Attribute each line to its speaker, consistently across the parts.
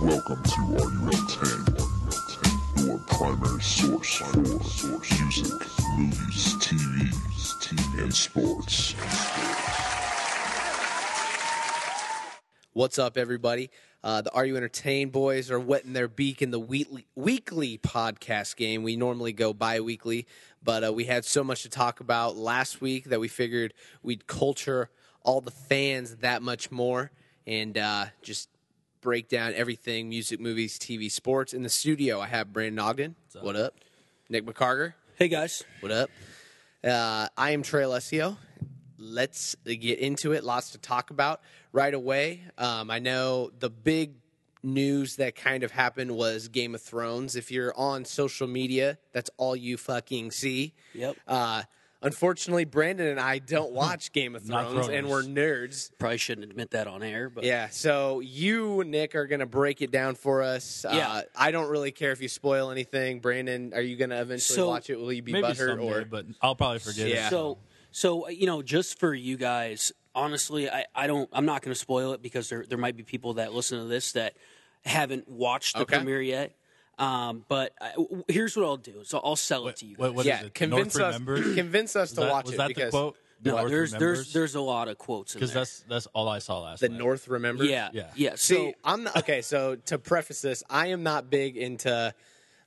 Speaker 1: Welcome to RUL10, your primary source for source music, movies, TVs, TV, and sports.
Speaker 2: What's up, everybody? Uh, the Are You Entertained boys are wetting their beak in the weekly, weekly podcast game. We normally go bi weekly, but uh, we had so much to talk about last week that we figured we'd culture all the fans that much more and uh, just break down everything music, movies, TV, sports. In the studio, I have Brandon Ogden. What up? Nick McCarger.
Speaker 3: Hey guys,
Speaker 2: What up? Uh, I am Trey Alessio. Let's get into it. Lots to talk about right away. Um, I know the big news that kind of happened was Game of Thrones. If you're on social media, that's all you fucking see.
Speaker 3: Yep.
Speaker 2: Uh, unfortunately, Brandon and I don't watch Game of
Speaker 4: Not
Speaker 2: Thrones, and we're
Speaker 4: Thrones.
Speaker 2: nerds.
Speaker 3: probably shouldn't admit that on air, but
Speaker 2: Yeah, so you, Nick, are going to break it down for us.
Speaker 3: Yeah.
Speaker 2: Uh, I don't really care if you spoil anything. Brandon, are you going to eventually
Speaker 3: So,
Speaker 2: watch it? Will you be
Speaker 4: Maybe
Speaker 2: butthurt?
Speaker 4: someday,
Speaker 2: Or
Speaker 4: but I'll probably forget
Speaker 2: Yeah.
Speaker 4: it.
Speaker 3: So, so uh, you know, just for you guys, honestly, I, I don't, I'm not going to spoil it because there there might be people that listen to this that haven't watched the
Speaker 2: Okay.
Speaker 3: premiere yet. Um, but I, w- w- here's what I'll do: so I'll sell it to you. Guys.
Speaker 4: What, what is
Speaker 2: yeah,
Speaker 4: it? The North
Speaker 2: convince us,
Speaker 4: remembers?
Speaker 2: convince us
Speaker 4: Is
Speaker 2: to
Speaker 4: that-
Speaker 2: watch
Speaker 4: was
Speaker 2: it
Speaker 4: that
Speaker 2: because
Speaker 4: the quote?
Speaker 3: no, there's there's there's a lot of quotes in there.
Speaker 4: because that's that's all I saw last
Speaker 2: the
Speaker 4: night.
Speaker 2: North remembers.
Speaker 3: yeah, yeah,
Speaker 4: Yeah.
Speaker 3: So
Speaker 2: See, I'm not, okay. So to preface this, I am not big into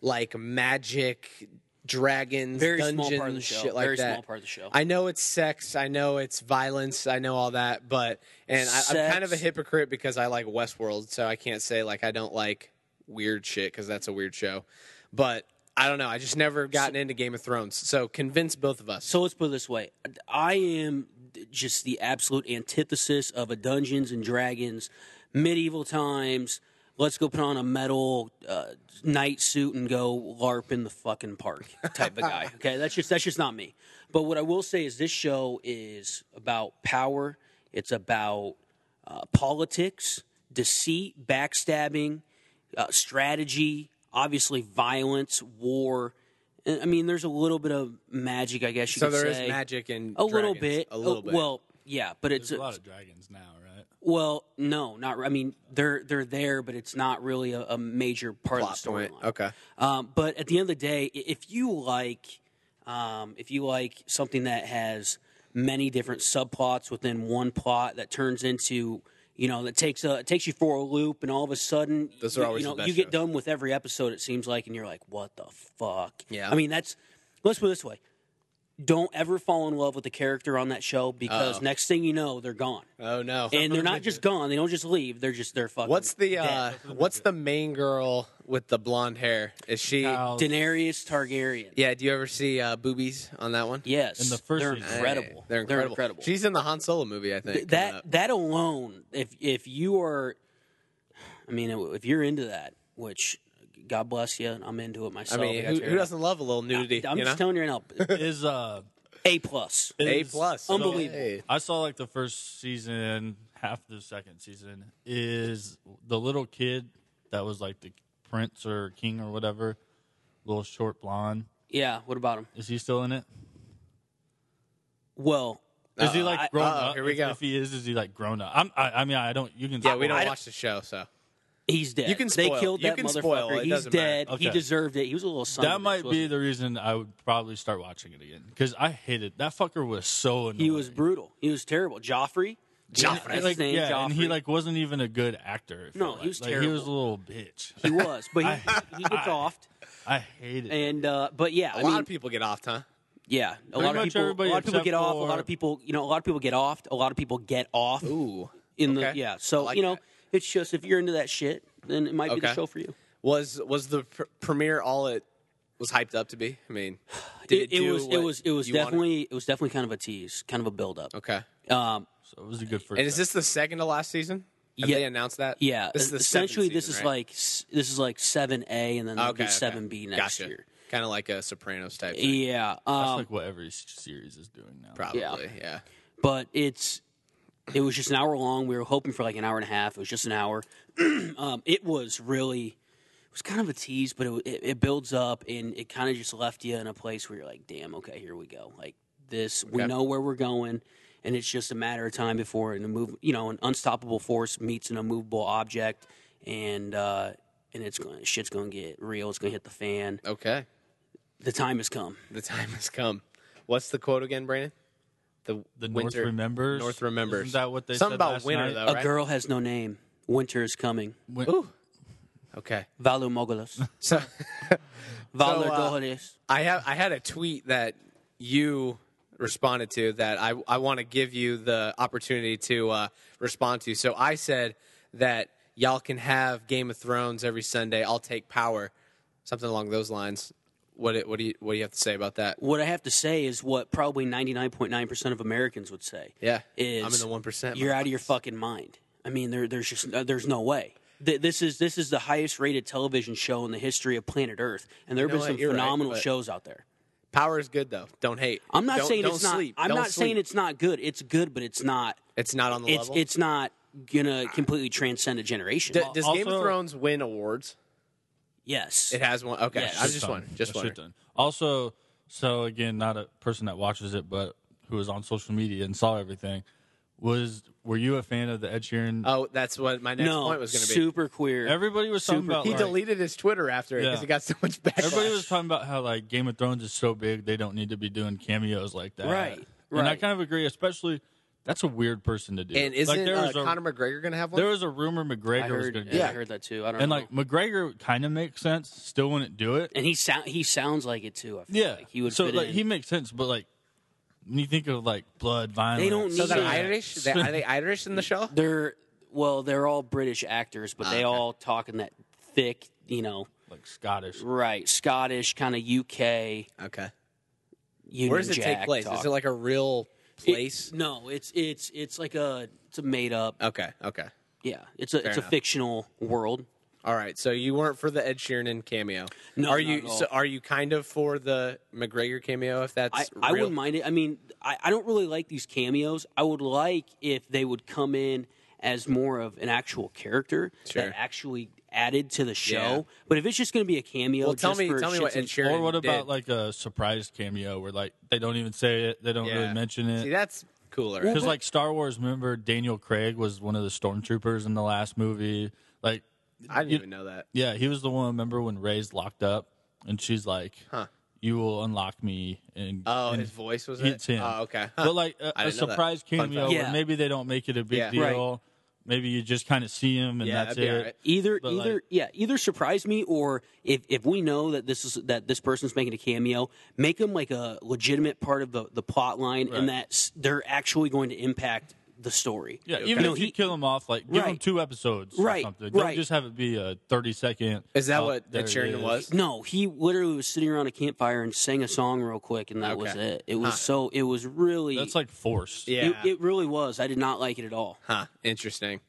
Speaker 2: like magic, dragons,
Speaker 3: very
Speaker 2: dungeons,
Speaker 3: small part of the show.
Speaker 2: shit like
Speaker 3: very
Speaker 2: that.
Speaker 3: small part of the show.
Speaker 2: I know it's sex. I know it's violence. I know all that, but and I, I'm kind of a
Speaker 3: Sex.
Speaker 2: hypocrite because I like Westworld, so I can't say like I don't like weird shit because that's a weird show. But I don't know. I just never gotten into Game of Thrones. So convince both of us.
Speaker 3: So let's put it this way: I am just the absolute antithesis of a Dungeons and Dragons, medieval times. Let's go put on a metal uh, night suit and go LARP in the fucking park type of guy. Okay, that's just that's just not me. But what I will say is this show is about power. It's about uh, politics, deceit, backstabbing, uh, strategy, obviously violence, war. And, I mean, there's a little bit of magic, I guess you
Speaker 2: So
Speaker 3: could
Speaker 2: there is
Speaker 3: say.
Speaker 2: magic in
Speaker 3: A little
Speaker 2: dragons.
Speaker 3: bit. uh, Oh,
Speaker 2: A little bit.
Speaker 3: Well, yeah, but it's
Speaker 4: There's a lot of dragons now, right?
Speaker 3: well, no, not. I mean, they're they're there, but it's not really a, a major part
Speaker 2: plot
Speaker 3: of the
Speaker 2: point.
Speaker 3: storyline.
Speaker 2: Okay.
Speaker 3: Um, but at the end of the day, i- if you like, um, if you like something that has many different subplots within one plot that turns into, you know, that takes a it takes you for a loop, and all of a sudden,
Speaker 2: Those are
Speaker 3: you,
Speaker 2: always
Speaker 3: you
Speaker 2: the
Speaker 3: know,
Speaker 2: best
Speaker 3: you get
Speaker 2: shows.
Speaker 3: done with every episode. It seems like, and you're like, what the fuck?
Speaker 2: Yeah.
Speaker 3: I mean, that's. Let's put it this way. Don't ever fall in love with the character on that show because next thing you know, they're gone.
Speaker 2: Oh no.
Speaker 3: And they're not just gone. They don't just leave. They're just they're fucking.
Speaker 2: What's the uh,
Speaker 3: dead.
Speaker 2: What's the main girl with the blonde hair? Is she?
Speaker 4: Now,
Speaker 3: Daenerys Targaryen?
Speaker 2: Yeah. Do you ever see uh, boobies on that one?
Speaker 3: Yes,
Speaker 4: In the first
Speaker 3: they're
Speaker 4: season.
Speaker 3: incredible.
Speaker 2: They're incredible.
Speaker 3: Th-
Speaker 2: She's in the Han Solo movie, I think. coming
Speaker 3: that
Speaker 2: up.
Speaker 3: that alone, if if you are, I mean, if you're into that, which God bless you, I'm into it
Speaker 2: I
Speaker 3: myself.
Speaker 2: mean,
Speaker 3: got
Speaker 2: who,
Speaker 3: your-
Speaker 2: who doesn't love a little nudity?
Speaker 3: I'm
Speaker 2: you
Speaker 3: just
Speaker 2: know?
Speaker 3: telling you right now,
Speaker 4: is uh
Speaker 3: A plus.
Speaker 2: A
Speaker 4: is-
Speaker 2: plus.
Speaker 4: so
Speaker 3: Unbelievable.
Speaker 2: Hey.
Speaker 4: I saw like the first season, half the second season is the little kid that was like the prince or king or whatever, little short blonde.
Speaker 3: Yeah. What about him?
Speaker 4: Is he still in it?
Speaker 3: Well,
Speaker 4: Is he
Speaker 2: Uh-oh. Uh, I-
Speaker 4: like grown
Speaker 2: uh-oh,
Speaker 4: up?
Speaker 2: here we
Speaker 4: If-
Speaker 2: go.
Speaker 4: If he is, is he like grown up? I'm, I, I mean, I don't. You can.
Speaker 2: Yeah, we don't
Speaker 4: I-
Speaker 2: watch the show, so
Speaker 3: he's dead.
Speaker 2: You can
Speaker 3: They
Speaker 2: spoil.
Speaker 3: killed
Speaker 2: You
Speaker 3: that
Speaker 2: can
Speaker 3: motherfucker.
Speaker 2: spoil. It
Speaker 3: he's
Speaker 2: doesn't matter.
Speaker 3: dead. He
Speaker 4: Okay.
Speaker 3: deserved it. He was a little son. of a
Speaker 4: That
Speaker 3: bitch,
Speaker 4: might
Speaker 3: wasn't
Speaker 4: be
Speaker 3: he?
Speaker 4: the reason I would probably start watching it again because I hated that fucker was so annoying.
Speaker 3: He was brutal. He was terrible. Joffrey.
Speaker 2: Joffrey.
Speaker 3: That's
Speaker 4: like,
Speaker 3: his name.
Speaker 4: yeah,
Speaker 3: Joffrey.
Speaker 4: and he like wasn't even a good actor. it
Speaker 3: No,
Speaker 4: felt
Speaker 3: he was
Speaker 4: like. Like, He was a little bitch.
Speaker 3: He was, but he, he gets offed.
Speaker 4: I hated. it.
Speaker 3: And uh, but yeah,
Speaker 2: a
Speaker 3: I
Speaker 2: lot
Speaker 3: mean,
Speaker 2: of people get offed, huh?
Speaker 3: yeah, a lot of
Speaker 4: much
Speaker 3: people, a
Speaker 4: everybody
Speaker 3: lot of people
Speaker 4: except
Speaker 3: get off. A lot
Speaker 4: for-
Speaker 3: of people, you know, a lot of people get offed. A lot of people get off
Speaker 2: Ooh,
Speaker 3: in
Speaker 2: okay.
Speaker 3: the yeah. So
Speaker 2: like
Speaker 3: you know,
Speaker 2: that.
Speaker 3: it's just if you're into that shit, then it might be the
Speaker 2: Okay.
Speaker 3: show for you.
Speaker 2: Was was the pr- premiere all it was hyped up to be? I mean, did it,
Speaker 3: it,
Speaker 2: do
Speaker 3: was it
Speaker 2: what
Speaker 3: was it was
Speaker 2: you wanted?
Speaker 3: definitely it was definitely kind of a tease, kind of a build up.
Speaker 2: okay?
Speaker 3: Um,
Speaker 4: so it was a good first.
Speaker 2: And is this the second to last season? Have
Speaker 3: Yeah.
Speaker 2: they announced that?
Speaker 3: yeah,
Speaker 2: this is the seventh
Speaker 3: essentially this
Speaker 2: season,
Speaker 3: is
Speaker 2: right?
Speaker 3: like s- this is like seven A, and then there'll
Speaker 2: okay,
Speaker 3: be seven B next year.
Speaker 2: Kind of like a Sopranos type. Thing,
Speaker 3: Yeah,
Speaker 4: That's
Speaker 3: um,
Speaker 4: like what every s- series is doing now.
Speaker 2: probably.
Speaker 3: yeah.
Speaker 2: Yeah.
Speaker 3: but it's it was just an hour long. We were hoping for like an hour and a half. It was just an hour. um, it was really it was kind of a tease, but it wa- it, it builds up and it kind of just left you in a place where you're like, damn, okay, here we go. Like this, we
Speaker 2: Okay.
Speaker 3: know where we're going, and it's just a matter of time before an move, you know, an unstoppable force meets an immovable object, and uh, and it's going shit's going to get real. It's going to hit the fan.
Speaker 2: Okay.
Speaker 3: The time has come.
Speaker 2: The time has come. What's the quote again, Brandon? The,
Speaker 4: The
Speaker 2: winter
Speaker 4: North remembers.
Speaker 2: North remembers.
Speaker 4: Isn't that what they
Speaker 2: Something
Speaker 4: said
Speaker 2: about
Speaker 4: last
Speaker 2: winter
Speaker 4: night?
Speaker 2: though,
Speaker 3: A
Speaker 2: right?
Speaker 3: girl has no name. Winter is coming.
Speaker 4: Win-
Speaker 2: Ooh. Okay.
Speaker 3: Valu Mogulos.
Speaker 2: So
Speaker 3: Valor
Speaker 2: uh,
Speaker 3: Dohades.
Speaker 2: I have I had a tweet that you responded to that I I want to give you the opportunity to uh, respond to. So I said that y'all can have Game of Thrones every Sunday. I'll take power, something along those lines. What it- what do you what do you have to say about that?
Speaker 3: What I have to say is what probably 99.9% of Americans would say.
Speaker 2: Yeah,
Speaker 3: Is
Speaker 2: I'm in the 1%,
Speaker 3: You're out of your fucking mind. I mean, there, there's just uh, there's no way. Th- This is this is the highest rated television show in the history of planet Earth, and there have
Speaker 2: know
Speaker 3: been
Speaker 2: what?
Speaker 3: some
Speaker 2: You're right,
Speaker 3: phenomenal
Speaker 2: but-
Speaker 3: shows out there.
Speaker 2: Power is good though. Don't hate.
Speaker 3: I'm not
Speaker 2: Don't-
Speaker 3: saying
Speaker 2: don't
Speaker 3: it's not.
Speaker 2: sleep.
Speaker 3: I'm
Speaker 2: Don't
Speaker 3: not saying
Speaker 2: sleep.
Speaker 3: it's not good. It's good, but it's not.
Speaker 2: It's not on the
Speaker 3: It's
Speaker 2: level. Ah.
Speaker 3: it's not gonna completely transcend a generation.
Speaker 2: D- does Game of
Speaker 4: also-
Speaker 2: Thrones win awards?
Speaker 3: yes,
Speaker 2: It has one. Okay,
Speaker 3: Yes.
Speaker 2: I was just
Speaker 4: Shit
Speaker 2: wondering.
Speaker 4: ton.
Speaker 2: Just
Speaker 4: A shit
Speaker 2: wondering.
Speaker 4: ton. Also, so again, not a person that watches it, but who was on social media and saw everything. Was were you a fan of the Ed
Speaker 3: Uh,
Speaker 4: Sheeran?
Speaker 2: Oh, that's what my next
Speaker 3: no
Speaker 2: point was going to be.
Speaker 3: super queer.
Speaker 4: Everybody was talking about
Speaker 2: he
Speaker 4: like,
Speaker 2: deleted his Twitter after it because
Speaker 4: Yeah.
Speaker 2: he got so much backlash.
Speaker 4: Everybody was talking about how like Game of Thrones is so big they don't need to be doing cameos like that.
Speaker 3: Right,
Speaker 4: And I
Speaker 3: right.
Speaker 4: kind of agree, especially that's a weird person to do.
Speaker 2: and isn't
Speaker 4: like, there
Speaker 2: uh,
Speaker 4: was a,
Speaker 2: Conor McGregor going to have one?
Speaker 4: there was a rumor McGregor
Speaker 3: I
Speaker 4: was
Speaker 3: heard.
Speaker 4: going to do.
Speaker 3: yeah, I
Speaker 4: it.
Speaker 3: heard that too. I don't
Speaker 4: And
Speaker 3: know.
Speaker 4: like McGregor kind of makes sense, still wouldn't do it.
Speaker 3: and he sound he sounds like it too. I feel
Speaker 4: Yeah.
Speaker 3: like he would.
Speaker 4: so
Speaker 3: fit
Speaker 4: like
Speaker 3: in.
Speaker 4: he makes sense, but like when you think of like blood, violence,
Speaker 3: don't
Speaker 2: so they're
Speaker 3: Yeah.
Speaker 2: Irish. They, are they Irish in the show?
Speaker 3: they're well, they're all British actors, but they all talk in that thick, you know,
Speaker 4: like Scottish.
Speaker 3: right Scottish kind of UK.
Speaker 2: Okay.
Speaker 3: Union
Speaker 2: Where does it
Speaker 3: Jack
Speaker 2: take place?
Speaker 3: Talk.
Speaker 2: Is it like a real place?
Speaker 3: It- no, it's it's it's like a it's a made up.
Speaker 2: okay. Okay.
Speaker 3: Yeah, it's a
Speaker 2: enough.
Speaker 3: it's a fictional world.
Speaker 2: All right. So you weren't for the Ed Sheeran cameo.
Speaker 3: No,
Speaker 2: Are
Speaker 3: not
Speaker 2: you?
Speaker 3: at all.
Speaker 2: So are you kind of for the McGregor cameo? If that's
Speaker 3: I, I
Speaker 2: real?
Speaker 3: wouldn't mind it. I mean, I, I don't really like these cameos. I would like if they would come in as more of an actual character
Speaker 2: Sure.
Speaker 3: that actually added to the show.
Speaker 2: Yeah.
Speaker 3: But if it's just going to be a cameo,
Speaker 2: Well, tell
Speaker 3: just
Speaker 2: me.
Speaker 3: for
Speaker 2: Tell me what
Speaker 3: shits and-
Speaker 2: Ed Sheeran.
Speaker 4: Or what about
Speaker 2: did.
Speaker 4: like a surprise cameo where like they don't even say it, they don't
Speaker 2: Yeah.
Speaker 4: really mention it.
Speaker 2: See, that's cooler.
Speaker 4: Because like Star Wars, member Daniel Craig was one of the stormtroopers in the last movie. Like,
Speaker 2: I didn't
Speaker 4: you-
Speaker 2: even know that.
Speaker 4: yeah, he was the one. Remember when Ray's locked up, and she's like,
Speaker 2: Huh.
Speaker 4: "You will unlock me." And
Speaker 2: Oh,
Speaker 4: and
Speaker 2: his voice was
Speaker 4: it's
Speaker 2: it?
Speaker 4: him.
Speaker 2: Oh, okay. Huh.
Speaker 4: But like a,
Speaker 2: I
Speaker 4: a
Speaker 2: didn't know that.
Speaker 4: surprise
Speaker 2: Fun fact.
Speaker 4: cameo, where
Speaker 3: Yeah.
Speaker 4: maybe they don't make it a big
Speaker 2: Yeah. Right.
Speaker 4: deal. Maybe you just kind of see him, and
Speaker 2: Yeah,
Speaker 4: that's
Speaker 2: that'd be
Speaker 4: it.
Speaker 2: alright.
Speaker 3: Either,
Speaker 4: But,
Speaker 3: either,
Speaker 4: like-
Speaker 3: yeah, either surprise me, or if if we know that this is that this person's making a cameo, make them like a legitimate part of the the plot line,
Speaker 4: Right.
Speaker 3: and that s- they're actually going to impact the story.
Speaker 4: Yeah, even
Speaker 3: You know,
Speaker 4: if you
Speaker 3: he-
Speaker 4: kill him off, like give him
Speaker 3: Right.
Speaker 4: two episodes,
Speaker 3: Right,
Speaker 4: Or something. Don't
Speaker 3: right.
Speaker 4: just have it be a thirty second.
Speaker 2: Is that
Speaker 4: oh,
Speaker 2: what
Speaker 4: there
Speaker 2: Ed
Speaker 4: it
Speaker 2: Sheeran
Speaker 4: is.
Speaker 2: was?
Speaker 3: No, he literally was sitting around a campfire and sang a song real quick, and that was
Speaker 2: Okay.
Speaker 3: it. It was so it was really
Speaker 4: That's like forced.
Speaker 2: Yeah.
Speaker 3: it, it really was. I did not like it at all.
Speaker 2: Huh. Interesting.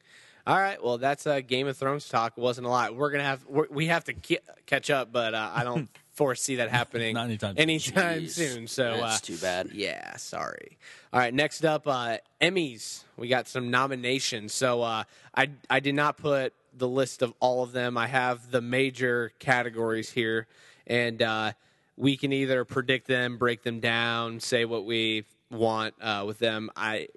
Speaker 2: All right. Well, that's uh, Game of Thrones talk. It wasn't a lot. We're gonna have we're, we have to ki- catch up, but uh, I don't foresee that happening
Speaker 4: Not anytime soon.
Speaker 2: anytime
Speaker 3: Jeez.
Speaker 2: soon. So
Speaker 3: that's
Speaker 2: uh,
Speaker 3: too bad.
Speaker 2: yeah, sorry. All right. Next up, uh, Emmys. We got some nominations. So uh, I I did not put the list of all of them. I have the major categories here, and uh, we can either predict them, break them down, say what we want uh, with them. I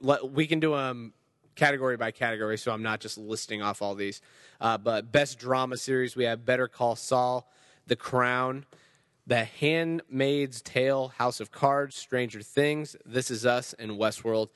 Speaker 2: let, we can do them category by category, so I'm not just listing off all these. Uh, but best drama series, we have Better Call Saul, The Crown, The Handmaid's Tale, House of Cards, Stranger Things, This Is Us, and Westworld.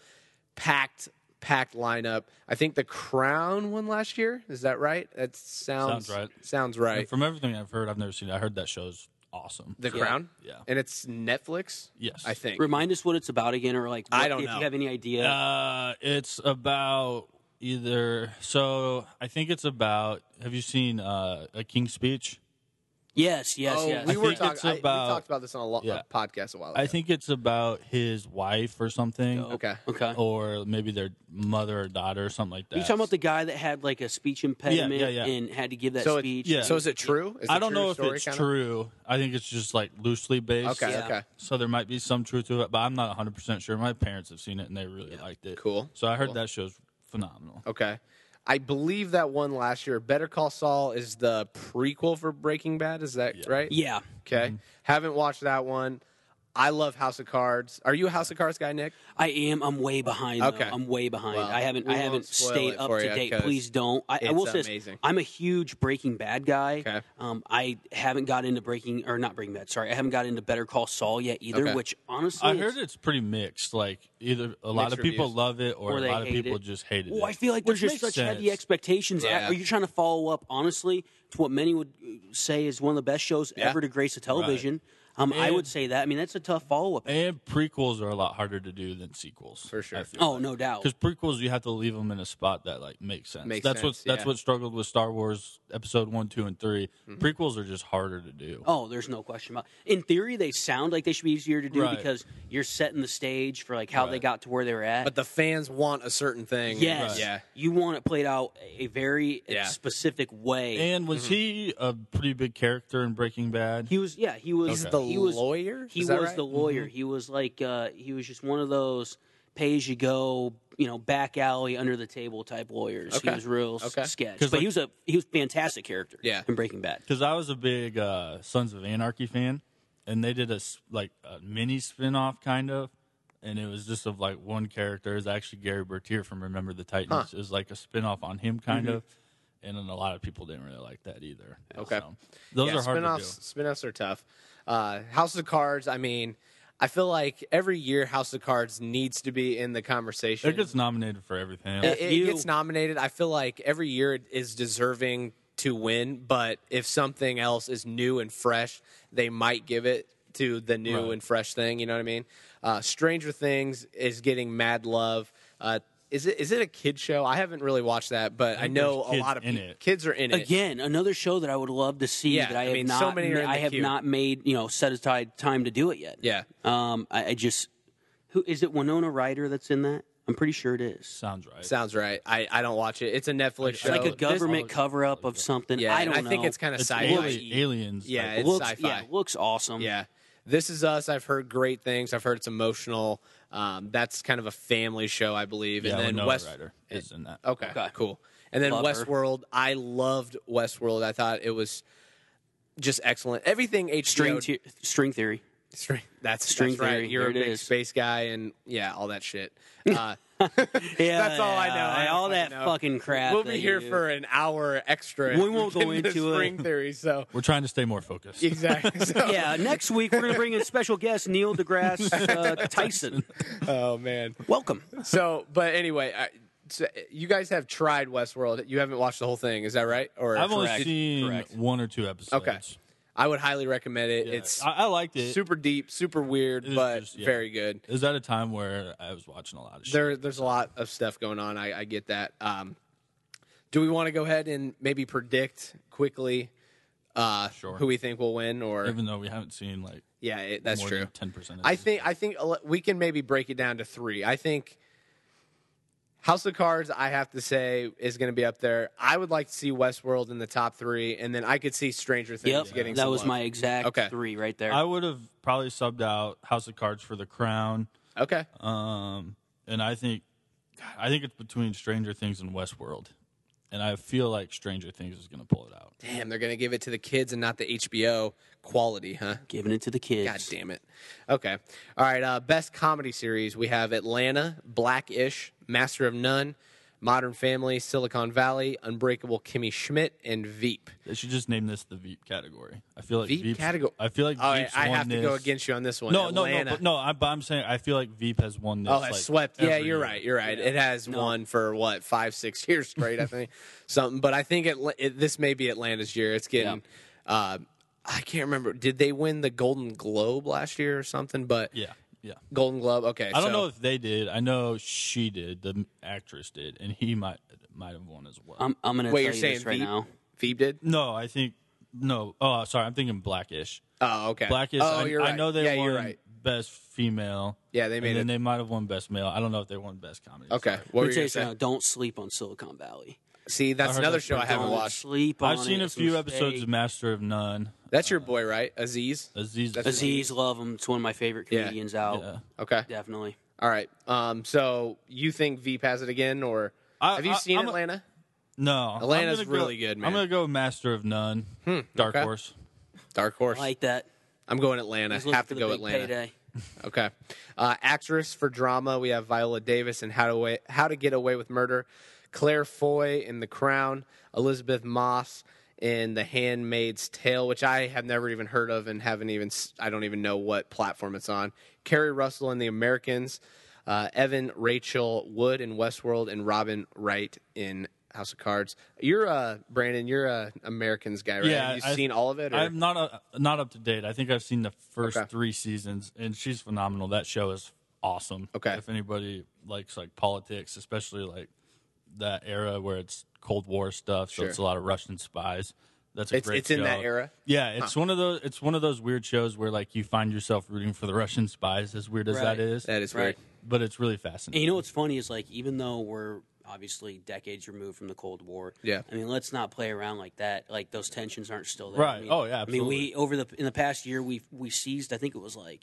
Speaker 2: Packed, packed lineup. I think The Crown won last year. Is that right? That sounds,
Speaker 4: Sounds right.
Speaker 2: Sounds right.
Speaker 4: From everything I've heard, I've never seen it. I heard that show's awesome.
Speaker 2: The Crown.
Speaker 4: Yeah.
Speaker 2: And it's Netflix.
Speaker 4: Yes.
Speaker 2: I think.
Speaker 3: Remind us what it's about again, or like
Speaker 2: I
Speaker 3: what-
Speaker 2: don't
Speaker 3: if
Speaker 2: know.
Speaker 3: you have any idea.
Speaker 4: Uh, it's about either. So I think it's about. Have you seen uh, a King's Speech?
Speaker 3: yes, yes,
Speaker 2: Oh,
Speaker 3: yes.
Speaker 2: we were
Speaker 4: think it's
Speaker 2: talking. We
Speaker 4: about-
Speaker 2: talked about this on a, lo-
Speaker 4: Yeah.
Speaker 2: a podcast a while ago.
Speaker 4: I think it's about his wife or something,
Speaker 2: Oh, Okay.
Speaker 3: okay.
Speaker 4: or maybe their mother or daughter or something like that.
Speaker 3: Are you talking about the guy that had like a speech impediment
Speaker 4: yeah.
Speaker 3: and had to give that
Speaker 2: So it-
Speaker 3: speech?
Speaker 4: yeah.
Speaker 2: So is it true? Is it
Speaker 4: I don't
Speaker 2: true
Speaker 4: know if
Speaker 2: story,
Speaker 4: it's
Speaker 2: kinda?
Speaker 4: true. I think it's just like loosely based.
Speaker 2: Okay,
Speaker 3: Yeah.
Speaker 2: okay.
Speaker 4: So there might be some truth to it, but I'm not 100 percent sure. My parents have seen it and they really liked it.
Speaker 2: Cool.
Speaker 4: So I heard that show's phenomenal.
Speaker 2: Okay. I believe that one last year. Better Call Saul is the prequel for Breaking Bad, is that right?
Speaker 3: Yeah.
Speaker 4: Mm-hmm.
Speaker 2: Okay. Haven't watched that one. I love House of Cards. Are you a House of Cards guy, Nick?
Speaker 3: I am. I'm way behind. though.
Speaker 2: Okay.
Speaker 3: I'm way behind.
Speaker 2: Well,
Speaker 3: I haven't.
Speaker 2: we
Speaker 3: I
Speaker 2: won't
Speaker 3: haven't
Speaker 2: spoil
Speaker 3: stayed
Speaker 2: it
Speaker 3: up
Speaker 2: for
Speaker 3: to
Speaker 2: ya,
Speaker 3: date.
Speaker 2: 'cause
Speaker 3: Please don't. I, I
Speaker 2: it's
Speaker 3: will say, this,
Speaker 2: amazing.
Speaker 3: I'm a huge Breaking Bad guy.
Speaker 2: Okay.
Speaker 3: Um, I haven't got into Breaking or not Breaking Bad. Sorry, I haven't got into Better Call Saul yet either.
Speaker 2: Okay.
Speaker 3: Which honestly,
Speaker 4: I
Speaker 3: it's-
Speaker 4: heard it's pretty mixed. Like either a lot
Speaker 2: Mixed
Speaker 4: of people
Speaker 2: reviews.
Speaker 4: love it, or,
Speaker 3: Or
Speaker 4: a
Speaker 3: they
Speaker 4: lot of
Speaker 3: hate
Speaker 4: people
Speaker 3: it.
Speaker 4: just hated it.
Speaker 3: Well, I feel like
Speaker 4: Which
Speaker 3: there's just
Speaker 4: makes
Speaker 3: such heavy
Speaker 4: sense.
Speaker 3: expectations.
Speaker 2: Yeah.
Speaker 3: Are you trying to follow up honestly to what many would uh, say is one of the best shows
Speaker 2: Yeah.
Speaker 3: ever to grace a television? Um, I
Speaker 4: And-
Speaker 3: would say that. I mean, that's a tough follow up.
Speaker 4: And prequels are a lot harder to do than sequels.
Speaker 2: For sure.
Speaker 3: Oh, no doubt.
Speaker 4: Because prequels, you have to leave them in a spot that like makes sense.
Speaker 2: Makes
Speaker 4: that's
Speaker 2: sense,
Speaker 4: what that's
Speaker 2: yeah.
Speaker 4: what struggled with Star Wars Episode One, Two, and 3 Prequels are just harder to do.
Speaker 3: Mm-hmm. Oh, there's no question about. In theory, they sound like they should be easier to do
Speaker 4: Right.
Speaker 3: because you're setting the stage for like how they
Speaker 4: Right.
Speaker 3: got to where they were at.
Speaker 2: But the fans want a certain thing.
Speaker 3: yes,
Speaker 2: Yeah.
Speaker 3: you want it played out a very
Speaker 2: Yeah.
Speaker 3: specific way.
Speaker 4: And was he a pretty big character in Breaking Bad?
Speaker 3: he was, yeah, he was
Speaker 2: He's the
Speaker 3: he was,
Speaker 2: lawyer.
Speaker 3: He
Speaker 2: Is
Speaker 3: was
Speaker 2: that right?
Speaker 3: the lawyer. He was like uh, he was just one of those pay as you go, you know, back alley under the table type lawyers.
Speaker 2: Okay.
Speaker 3: He was real
Speaker 2: Okay.
Speaker 3: okay. sketch,
Speaker 4: 'Cause,
Speaker 3: but he
Speaker 4: like-
Speaker 3: was a he was a fantastic character.
Speaker 2: Yeah.
Speaker 3: in Breaking Bad.
Speaker 4: Because I was a big uh, Sons of Anarchy fan, and they did a s- like a mini spin off kind of, and it was just of like one character. It was actually Gary Bertier from Remember the Titans. It was like a spin off on him kind
Speaker 2: Mm-hmm.
Speaker 4: of, and then a lot of people didn't really like that either.
Speaker 2: Okay.
Speaker 4: So, those
Speaker 2: yeah,
Speaker 4: are hard
Speaker 2: spin-offs,
Speaker 4: to
Speaker 2: Spin-offs are tough. Uh, House of Cards. I mean, I feel like every year House of Cards needs to be in the
Speaker 4: do.
Speaker 2: conversation.
Speaker 4: It gets nominated for everything.
Speaker 2: it, it
Speaker 3: you.
Speaker 2: gets nominated. I feel like every year it is deserving to win, but if something else is new and fresh, they might give it to the new
Speaker 4: Right.
Speaker 2: and fresh thing. You know what I mean? Uh, Stranger Things is getting mad love. Uh, is it is it a kid show? I haven't really watched that, but I,
Speaker 4: think
Speaker 2: know
Speaker 4: there's
Speaker 2: a
Speaker 4: kids
Speaker 2: lot of
Speaker 4: in
Speaker 2: peop-
Speaker 4: it.
Speaker 2: kids are in it.
Speaker 3: Again, another show that I would love to see
Speaker 2: Yeah,
Speaker 3: that I,
Speaker 2: I
Speaker 3: have
Speaker 2: mean,
Speaker 3: not
Speaker 2: so many are in
Speaker 3: I
Speaker 2: the
Speaker 3: have
Speaker 2: queue.
Speaker 3: not made you know set aside time to do it yet.
Speaker 2: Yeah.
Speaker 3: Um, I, I just who is it? Winona Ryder that's in that? I'm pretty sure it is.
Speaker 4: Sounds right.
Speaker 2: Sounds right. I, I don't watch it. It's a Netflix show.
Speaker 4: It's
Speaker 3: Like a
Speaker 4: this-
Speaker 3: government cover up of something.
Speaker 2: Oh, Yeah,
Speaker 3: I don't
Speaker 2: and I
Speaker 3: know.
Speaker 2: think it's kind of
Speaker 4: it's
Speaker 2: sci-fi.
Speaker 4: ali- aliens.
Speaker 2: Yeah,
Speaker 4: like,
Speaker 2: it's
Speaker 3: looks,
Speaker 2: sci-fi.
Speaker 3: Yeah, looks awesome.
Speaker 2: Yeah. This is us. I've heard great things. I've heard it's emotional. Um, that's kind of a family show, I believe.
Speaker 4: yeah,
Speaker 2: and then
Speaker 4: Winona
Speaker 2: West.
Speaker 4: Ryder is in that.
Speaker 2: Okay,
Speaker 3: Okay.
Speaker 2: cool. And then
Speaker 3: Love her.
Speaker 2: Westworld. I loved Westworld. I thought it was just excellent. Everything HBO.
Speaker 3: String, te- string theory.
Speaker 2: String- that's
Speaker 3: String
Speaker 2: that's right.
Speaker 3: theory.
Speaker 2: You're
Speaker 3: There
Speaker 2: a
Speaker 3: it
Speaker 2: big
Speaker 3: is.
Speaker 2: space guy, and yeah, all that shit. Uh,
Speaker 3: Yeah,
Speaker 2: That's all I know. I don't
Speaker 3: all that
Speaker 2: fucking know.
Speaker 3: fucking crap.
Speaker 2: we'll
Speaker 3: that
Speaker 2: be
Speaker 3: you
Speaker 2: here
Speaker 3: do.
Speaker 2: for an hour extra.
Speaker 3: We won't go
Speaker 2: into
Speaker 3: into it.
Speaker 2: string theory. So
Speaker 4: We're trying to stay more focused.
Speaker 2: exactly. So-
Speaker 3: Yeah, next week we're gonna bring in special guest Neil deGrasse uh, Tyson.
Speaker 2: Oh man.
Speaker 3: Welcome.
Speaker 2: So, but anyway, I, so you guys have tried Westworld. You haven't watched the whole thing, is that right? Or
Speaker 4: I've only
Speaker 3: Correct.
Speaker 4: seen
Speaker 2: Correct.
Speaker 4: one or two episodes.
Speaker 2: Okay. I would highly recommend it.
Speaker 4: Yeah.
Speaker 2: It's
Speaker 4: I, I liked it.
Speaker 2: super deep, super weird,
Speaker 4: It was
Speaker 2: but
Speaker 4: just- yeah.
Speaker 2: very good.
Speaker 4: It was at a time where I was watching a lot of shit.
Speaker 2: There, there's a lot of stuff going on. I, I get that. Um, do we want to go ahead and maybe predict quickly uh,
Speaker 4: Sure.
Speaker 2: who we think will win? Or
Speaker 4: even though we haven't seen like
Speaker 2: yeah, it, that's
Speaker 4: more
Speaker 2: true.
Speaker 4: than ten percent.
Speaker 2: I think I think a lo- we can maybe break it down to three. I think House of Cards, I have to say, is going to be up there. I would like to see Westworld in the top three, and then I could see Stranger Things
Speaker 3: Yep,
Speaker 2: getting.
Speaker 3: that
Speaker 2: some
Speaker 3: was
Speaker 2: love.
Speaker 3: my exact
Speaker 2: Okay. Uh,
Speaker 3: three right there.
Speaker 4: I would have probably subbed out House of Cards for The Crown,
Speaker 2: okay.
Speaker 3: Uh,
Speaker 4: um, and I think I think it's between Stranger Things and Westworld, and I feel like Stranger Things is going to pull it out.
Speaker 2: Damn, they're going to give it to the kids and not the HBO quality, huh?
Speaker 3: Giving it to the kids.
Speaker 2: God damn it. Okay. All right. Uh, best comedy series we have Atlanta, Blackish, Master of None, Modern Family, Silicon Valley, Unbreakable Kimmy Schmidt, and Veep.
Speaker 4: They should just name this the Veep category. I feel like
Speaker 2: Veep
Speaker 4: Veep's-
Speaker 2: category.
Speaker 4: I feel like
Speaker 2: All right,
Speaker 4: Veep's
Speaker 2: I
Speaker 4: won
Speaker 2: have to go
Speaker 4: this.
Speaker 2: against you on this one.
Speaker 4: No, no,
Speaker 2: Atlanta.
Speaker 4: no, but, no. I, but I'm saying I feel like Veep has won this.
Speaker 2: Oh, has
Speaker 4: like,
Speaker 2: swept. Yeah,
Speaker 4: every
Speaker 2: you're
Speaker 4: year.
Speaker 2: right. You're right. It has won for what five, six years straight, I think, something. But I think it, it, this may be Atlanta's year. It's getting. Uh, I can't remember. Did they win the Golden Globe last year or something? But
Speaker 4: Yeah, yeah.
Speaker 2: Golden Globe. Okay,
Speaker 4: I don't
Speaker 2: so-
Speaker 4: know if they did. I know she did. The actress did, and he might might have won as well.
Speaker 2: Um,
Speaker 3: I'm, I'm gonna
Speaker 2: Wait,
Speaker 3: tell
Speaker 2: you're
Speaker 3: you
Speaker 2: saying
Speaker 3: this right
Speaker 2: Veep?
Speaker 3: now.
Speaker 2: Phoebe did.
Speaker 4: no, I think no. Oh, sorry, I'm thinking Blackish.
Speaker 2: Oh, okay.
Speaker 4: Blackish.
Speaker 2: Oh,
Speaker 4: I,
Speaker 2: you're right.
Speaker 4: I know they
Speaker 2: yeah,
Speaker 4: won
Speaker 2: You're right.
Speaker 4: best female.
Speaker 2: Yeah, they made
Speaker 4: and then
Speaker 2: it.
Speaker 4: they might have won best male. I don't know if they won best comedy.
Speaker 2: Okay.
Speaker 4: Sorry.
Speaker 2: What were
Speaker 3: Let me
Speaker 2: you
Speaker 3: tell
Speaker 2: gonna
Speaker 3: you
Speaker 2: say?
Speaker 3: something. Don't sleep on Silicon Valley.
Speaker 2: See, that's
Speaker 4: heard
Speaker 2: another
Speaker 4: that's
Speaker 2: show I
Speaker 4: pretty
Speaker 2: haven't
Speaker 4: cool.
Speaker 3: Don't
Speaker 2: watched.
Speaker 3: sleep on
Speaker 4: I've seen
Speaker 3: it.
Speaker 4: a
Speaker 3: It's
Speaker 4: few
Speaker 3: mistake.
Speaker 4: episodes of Master of None.
Speaker 2: That's your boy, right? Aziz.
Speaker 4: Aziz.
Speaker 3: Aziz, love him. It's one of my favorite
Speaker 2: Yeah.
Speaker 3: comedians out.
Speaker 4: Yeah.
Speaker 2: Okay.
Speaker 3: Definitely.
Speaker 2: All right. Um. So you think Veep has it again, or
Speaker 4: I-
Speaker 2: have you
Speaker 4: I-
Speaker 2: seen
Speaker 4: I'm a-
Speaker 2: Atlanta?
Speaker 4: No, I'm
Speaker 2: Atlanta's
Speaker 4: gonna
Speaker 2: really
Speaker 4: go,
Speaker 2: good, man. Hmm,
Speaker 4: I'm gonna go Master of None. Dark
Speaker 2: okay.
Speaker 4: Horse.
Speaker 2: Dark Horse.
Speaker 3: I like that.
Speaker 2: I'm going Atlanta.
Speaker 3: He's looking
Speaker 2: Have to
Speaker 3: for the
Speaker 2: go
Speaker 3: big
Speaker 2: Atlanta.
Speaker 3: Payday.
Speaker 2: Okay. Uh, actress for drama, we have Viola Davis in How to Away, How to Get Away with Murder, Claire Foy in The Crown, Elizabeth Moss in The Handmaid's Tale, which I have never even heard of and haven't even s- I don't even know what platform it's on. Carrie Russell in The Americans, uh, Evan Rachel Wood in Westworld, and Robin Wright in House of Cards. You're uh Brandon, you're a Americans guy, right?
Speaker 4: Yeah,
Speaker 2: have you
Speaker 4: I-
Speaker 2: seen all of it? or-
Speaker 4: I'm not uh not up to date. I think I've seen the first
Speaker 2: Okay.
Speaker 4: three seasons, and she's phenomenal. That show is awesome.
Speaker 2: Okay.
Speaker 4: if anybody likes like politics, especially like that era where it's Cold War stuff, so
Speaker 2: Sure.
Speaker 4: it's a lot of Russian spies. That's a
Speaker 2: It's-
Speaker 4: great
Speaker 2: it's in that
Speaker 4: show.
Speaker 2: era?
Speaker 4: Yeah, it's one of those. It's one of those weird shows where like you find yourself rooting for the Russian spies. As weird as
Speaker 3: Right.
Speaker 4: that is,
Speaker 2: that is
Speaker 3: Right.
Speaker 2: right.
Speaker 4: but it's really
Speaker 3: And
Speaker 4: fascinating.
Speaker 3: you know what's funny is like even though we're obviously decades removed from the Cold War,
Speaker 2: Yeah.
Speaker 3: I mean let's not play around like that. Like those tensions aren't still there. I
Speaker 4: Right.
Speaker 3: mean,
Speaker 4: Oh, yeah,
Speaker 3: I mean we
Speaker 4: absolutely.
Speaker 3: over the in the past year we we seized I think it was like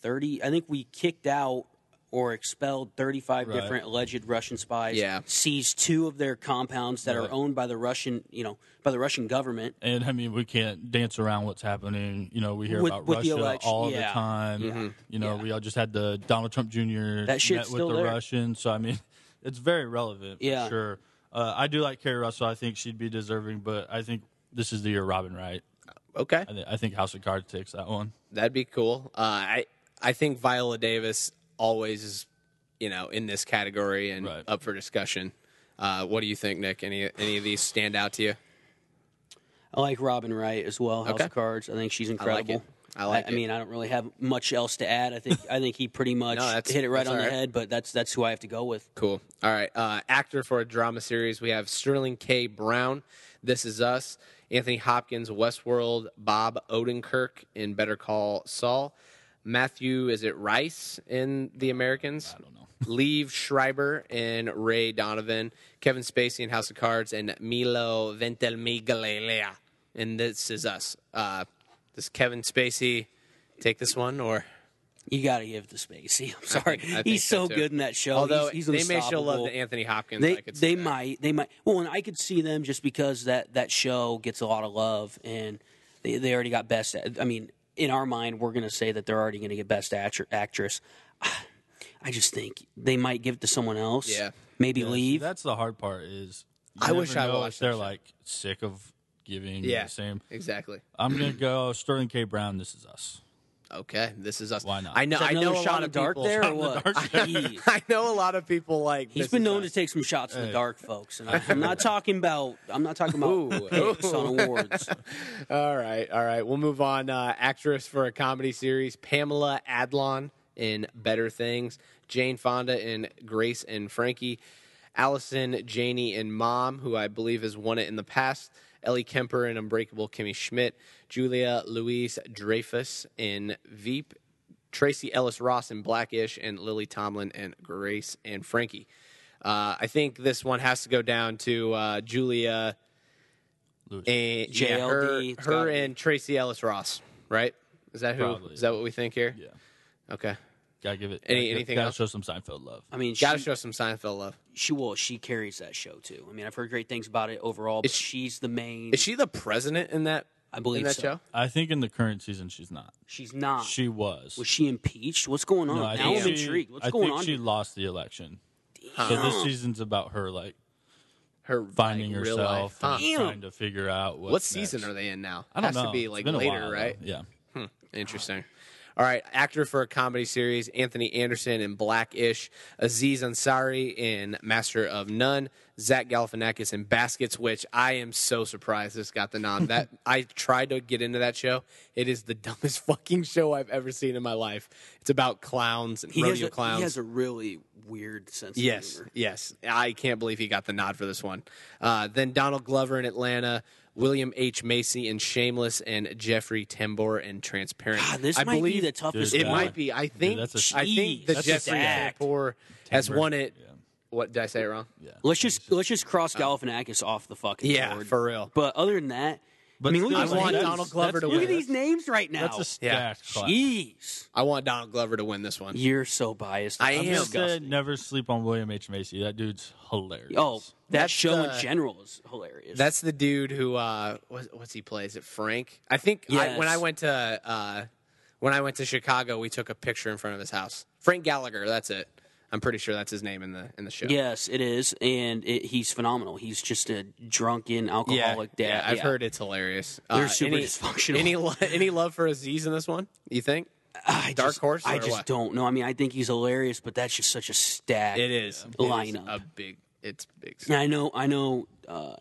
Speaker 3: thirty. I think we kicked out or expelled thirty five
Speaker 4: Right.
Speaker 3: different alleged Russian spies.
Speaker 2: Yeah.
Speaker 3: Seized two of their compounds that are
Speaker 4: Right.
Speaker 3: owned by the Russian you know by the Russian government.
Speaker 4: and I mean, we can't dance around what's happening. You know, we hear
Speaker 3: With-
Speaker 4: about
Speaker 3: with the
Speaker 4: Russia
Speaker 3: election,
Speaker 4: all
Speaker 3: yeah.
Speaker 4: the time.
Speaker 2: Mm-hmm.
Speaker 4: You know, we all just had the Donald Trump Jr.
Speaker 3: That shit's
Speaker 4: met with
Speaker 3: still
Speaker 4: the
Speaker 3: there.
Speaker 4: Russians. So I mean, it's very relevant.
Speaker 3: Yeah.
Speaker 4: for sure. Uh, I do like Carrie Russell. I think she'd be deserving, but I think this is the year Robin Wright.
Speaker 2: Okay.
Speaker 4: I, th- I think House of Cards takes that one.
Speaker 2: That'd be cool. Uh, I I think Viola Davis always is, you know, in this category and
Speaker 4: Right.
Speaker 2: up for discussion. Uh, what do you think, Nick? Any any of these stand out to you?
Speaker 3: I like Robin Wright as well. House
Speaker 2: Okay.
Speaker 3: of Cards. I think she's
Speaker 2: like
Speaker 3: incredible.
Speaker 2: it. I like
Speaker 3: I,
Speaker 2: it.
Speaker 3: mean, I don't really have much else to add. I think I think he pretty much
Speaker 2: No, that's-
Speaker 3: hit it right
Speaker 2: that's
Speaker 3: on the
Speaker 2: all right.
Speaker 3: head. But that's that's who I have to go with.
Speaker 2: Cool. All right. Uh, actor for a drama series, we have Sterling K. Brown. This is Us. Anthony Hopkins, Westworld. Bob Odenkirk in Better Call Saul. Matthew, is it Rice in The Americans? I don't know. Leave Schreiber in Ray Donovan. Kevin Spacey in House of Cards. And Milo Ventimiglia in This Is Us. Uh, does Kevin Spacey take this one or?
Speaker 3: You got to give it to Spacey. I'm sorry,
Speaker 2: I think
Speaker 3: he's so
Speaker 2: too.
Speaker 3: good in that show.
Speaker 2: Although
Speaker 3: he's, he's
Speaker 2: they may show love
Speaker 3: unstoppable.
Speaker 2: to Anthony Hopkins.
Speaker 3: They
Speaker 2: I could see
Speaker 3: they
Speaker 2: that.
Speaker 3: might they might. Well, and I could see them just because that that show gets a lot of love, and they they already got best. I mean, in our mind, we're gonna say that they're already gonna get best actr- actress. I just think they might give it to someone else.
Speaker 2: Yeah.
Speaker 3: maybe
Speaker 4: Yeah, see,
Speaker 3: leave.
Speaker 4: That's the hard part. Is you
Speaker 2: I
Speaker 4: never
Speaker 2: wish I
Speaker 4: know if
Speaker 2: watched that
Speaker 4: They're
Speaker 2: show.
Speaker 4: like sick of giving
Speaker 2: Yeah.
Speaker 4: the same.
Speaker 2: Exactly.
Speaker 4: I'm gonna go Sterling K. Brown. This is us.
Speaker 2: Okay, this is us.
Speaker 4: Why not?
Speaker 2: I know.
Speaker 3: Is that
Speaker 2: I know
Speaker 3: another
Speaker 2: a
Speaker 3: shot
Speaker 2: lot
Speaker 3: in
Speaker 2: of
Speaker 3: the dark
Speaker 2: people.
Speaker 3: there or
Speaker 4: in the
Speaker 3: what?
Speaker 4: dark there.
Speaker 3: Jeez.
Speaker 2: I know a lot of people like.
Speaker 3: He's
Speaker 2: this
Speaker 3: been
Speaker 2: is
Speaker 3: known
Speaker 2: us.
Speaker 3: to take some shots in the
Speaker 4: Hey.
Speaker 3: dark, folks. And I- I'm not talking about I'm not talking about
Speaker 2: Ooh.
Speaker 3: picks on awards.
Speaker 2: All right, all right. We'll move on. Uh, actress for a comedy series: Pamela Adlon in Better Things, Jane Fonda in Grace and Frankie, Allison Janney in Mom, who I believe has won it in the past. Ellie Kemper in Unbreakable Kimmy Schmidt, Julia Louise Dreyfus in Veep, Tracy Ellis Ross in Blackish, and Lily Tomlin in Grace and Frankie. Uh, I think this one has to go down to uh, Julia
Speaker 4: Lewis.
Speaker 2: and
Speaker 3: JLD,
Speaker 2: yeah, her,
Speaker 3: it's
Speaker 2: her
Speaker 3: gotta be.
Speaker 2: and Tracy Ellis Ross, right? Is that who?
Speaker 4: Probably.
Speaker 2: Is that what we think here?
Speaker 4: Yeah.
Speaker 2: Okay.
Speaker 4: Gotta give it.
Speaker 2: Any-
Speaker 4: gotta-
Speaker 2: anything
Speaker 4: Gotta
Speaker 2: else?
Speaker 4: show some Seinfeld love.
Speaker 3: I mean, she,
Speaker 2: Got to show some Seinfeld love.
Speaker 3: she well, she carries that show too. I mean, I've heard great things about it overall. But she's the main.
Speaker 2: Is she the president in that?
Speaker 3: I believe
Speaker 2: in that
Speaker 3: so.
Speaker 2: show.
Speaker 4: I think in the current season she's not.
Speaker 3: she's not.
Speaker 4: She was.
Speaker 3: was she impeached? What's going on?
Speaker 4: No, I
Speaker 3: now
Speaker 4: think
Speaker 3: I'm
Speaker 4: she-
Speaker 3: intrigued. What's
Speaker 4: I
Speaker 3: going
Speaker 4: think
Speaker 3: on?
Speaker 4: she
Speaker 3: here?
Speaker 4: lost the election. So this season's about her like
Speaker 2: Her
Speaker 4: finding
Speaker 2: like, real
Speaker 4: herself
Speaker 2: life. Huh.
Speaker 4: and trying to figure out what.
Speaker 2: What season
Speaker 4: next.
Speaker 2: are they in now?
Speaker 4: I
Speaker 2: Has
Speaker 4: don't know.
Speaker 2: to be
Speaker 4: It's
Speaker 2: like
Speaker 4: been a
Speaker 2: later,
Speaker 4: while, though.
Speaker 2: right?
Speaker 4: Yeah.
Speaker 2: Interesting. All right, actor for a comedy series: Anthony Anderson in Blackish, Aziz Ansari in Master of None, Zach Galifianakis in Baskets, which I am so surprised this got the nom. that I tried to get into that show. It is the dumbest fucking show I've ever seen in my life. It's about clowns and
Speaker 3: He has,
Speaker 2: rodeo
Speaker 3: a,
Speaker 2: clowns.
Speaker 3: he has a really weird sense of
Speaker 2: Yes,
Speaker 3: humor.
Speaker 2: yes. I can't believe he got the nod for this one. Uh, then Donald Glover in Atlanta, William H. Macy in Shameless, and Jeffrey Tambor in Transparent.
Speaker 3: God, this
Speaker 2: I
Speaker 3: might
Speaker 2: believe
Speaker 3: be the toughest.
Speaker 4: Dude,
Speaker 2: it
Speaker 4: Yeah.
Speaker 3: one.
Speaker 2: might be. I think
Speaker 4: that's a-
Speaker 2: I think the
Speaker 3: Jeez, that's a
Speaker 2: Jeffrey
Speaker 3: stack.
Speaker 2: Tambor has
Speaker 4: Tambor,
Speaker 2: won it.
Speaker 4: yeah.
Speaker 2: What did I say it wrong? Yeah.
Speaker 3: Let's just let's just cross Galifianakis off the fucking
Speaker 2: Uh, Yeah,
Speaker 3: board.
Speaker 2: for real.
Speaker 3: But other than that,
Speaker 4: But
Speaker 3: I mean, look
Speaker 4: still,
Speaker 3: at
Speaker 2: I want
Speaker 3: these-
Speaker 2: Donald Glover
Speaker 4: that's-
Speaker 2: to
Speaker 4: look
Speaker 3: Look
Speaker 2: win.
Speaker 3: at these names right now.
Speaker 4: That's a stacked class.
Speaker 3: Jeez,
Speaker 2: I want Donald Glover to win this one.
Speaker 3: you're so biased.
Speaker 2: I
Speaker 3: I'm
Speaker 2: am.
Speaker 4: Said
Speaker 3: disgusted.
Speaker 4: never sleep on William H Macy. That dude's hilarious.
Speaker 3: Oh, that
Speaker 2: That's,
Speaker 3: show
Speaker 2: uh,
Speaker 3: in general is hilarious.
Speaker 2: That's the dude who uh, what's, what's he play? Is it Frank? I think I, when
Speaker 3: Yes.
Speaker 2: I went to uh, When I went to Chicago, we took a picture in front of his house. Frank Gallagher, that's it. I'm pretty sure that's his name in the in the show.
Speaker 3: Yes, it is, and it, he's phenomenal. He's just a drunken alcoholic
Speaker 2: yeah,
Speaker 3: dad.
Speaker 2: I've
Speaker 3: Yeah.
Speaker 2: heard it's hilarious. Uh,
Speaker 3: They're super dysfunctional.
Speaker 2: Any lo- any love for Aziz in this one? You think?
Speaker 3: I
Speaker 2: Dark
Speaker 3: just-
Speaker 2: Horse
Speaker 3: I
Speaker 2: or
Speaker 3: just
Speaker 2: what?
Speaker 3: don't know. I mean, I think he's hilarious, but that's just such a stack.
Speaker 2: It is
Speaker 3: lineup.
Speaker 2: It's a big. It's big.
Speaker 3: And I know, I know, uh,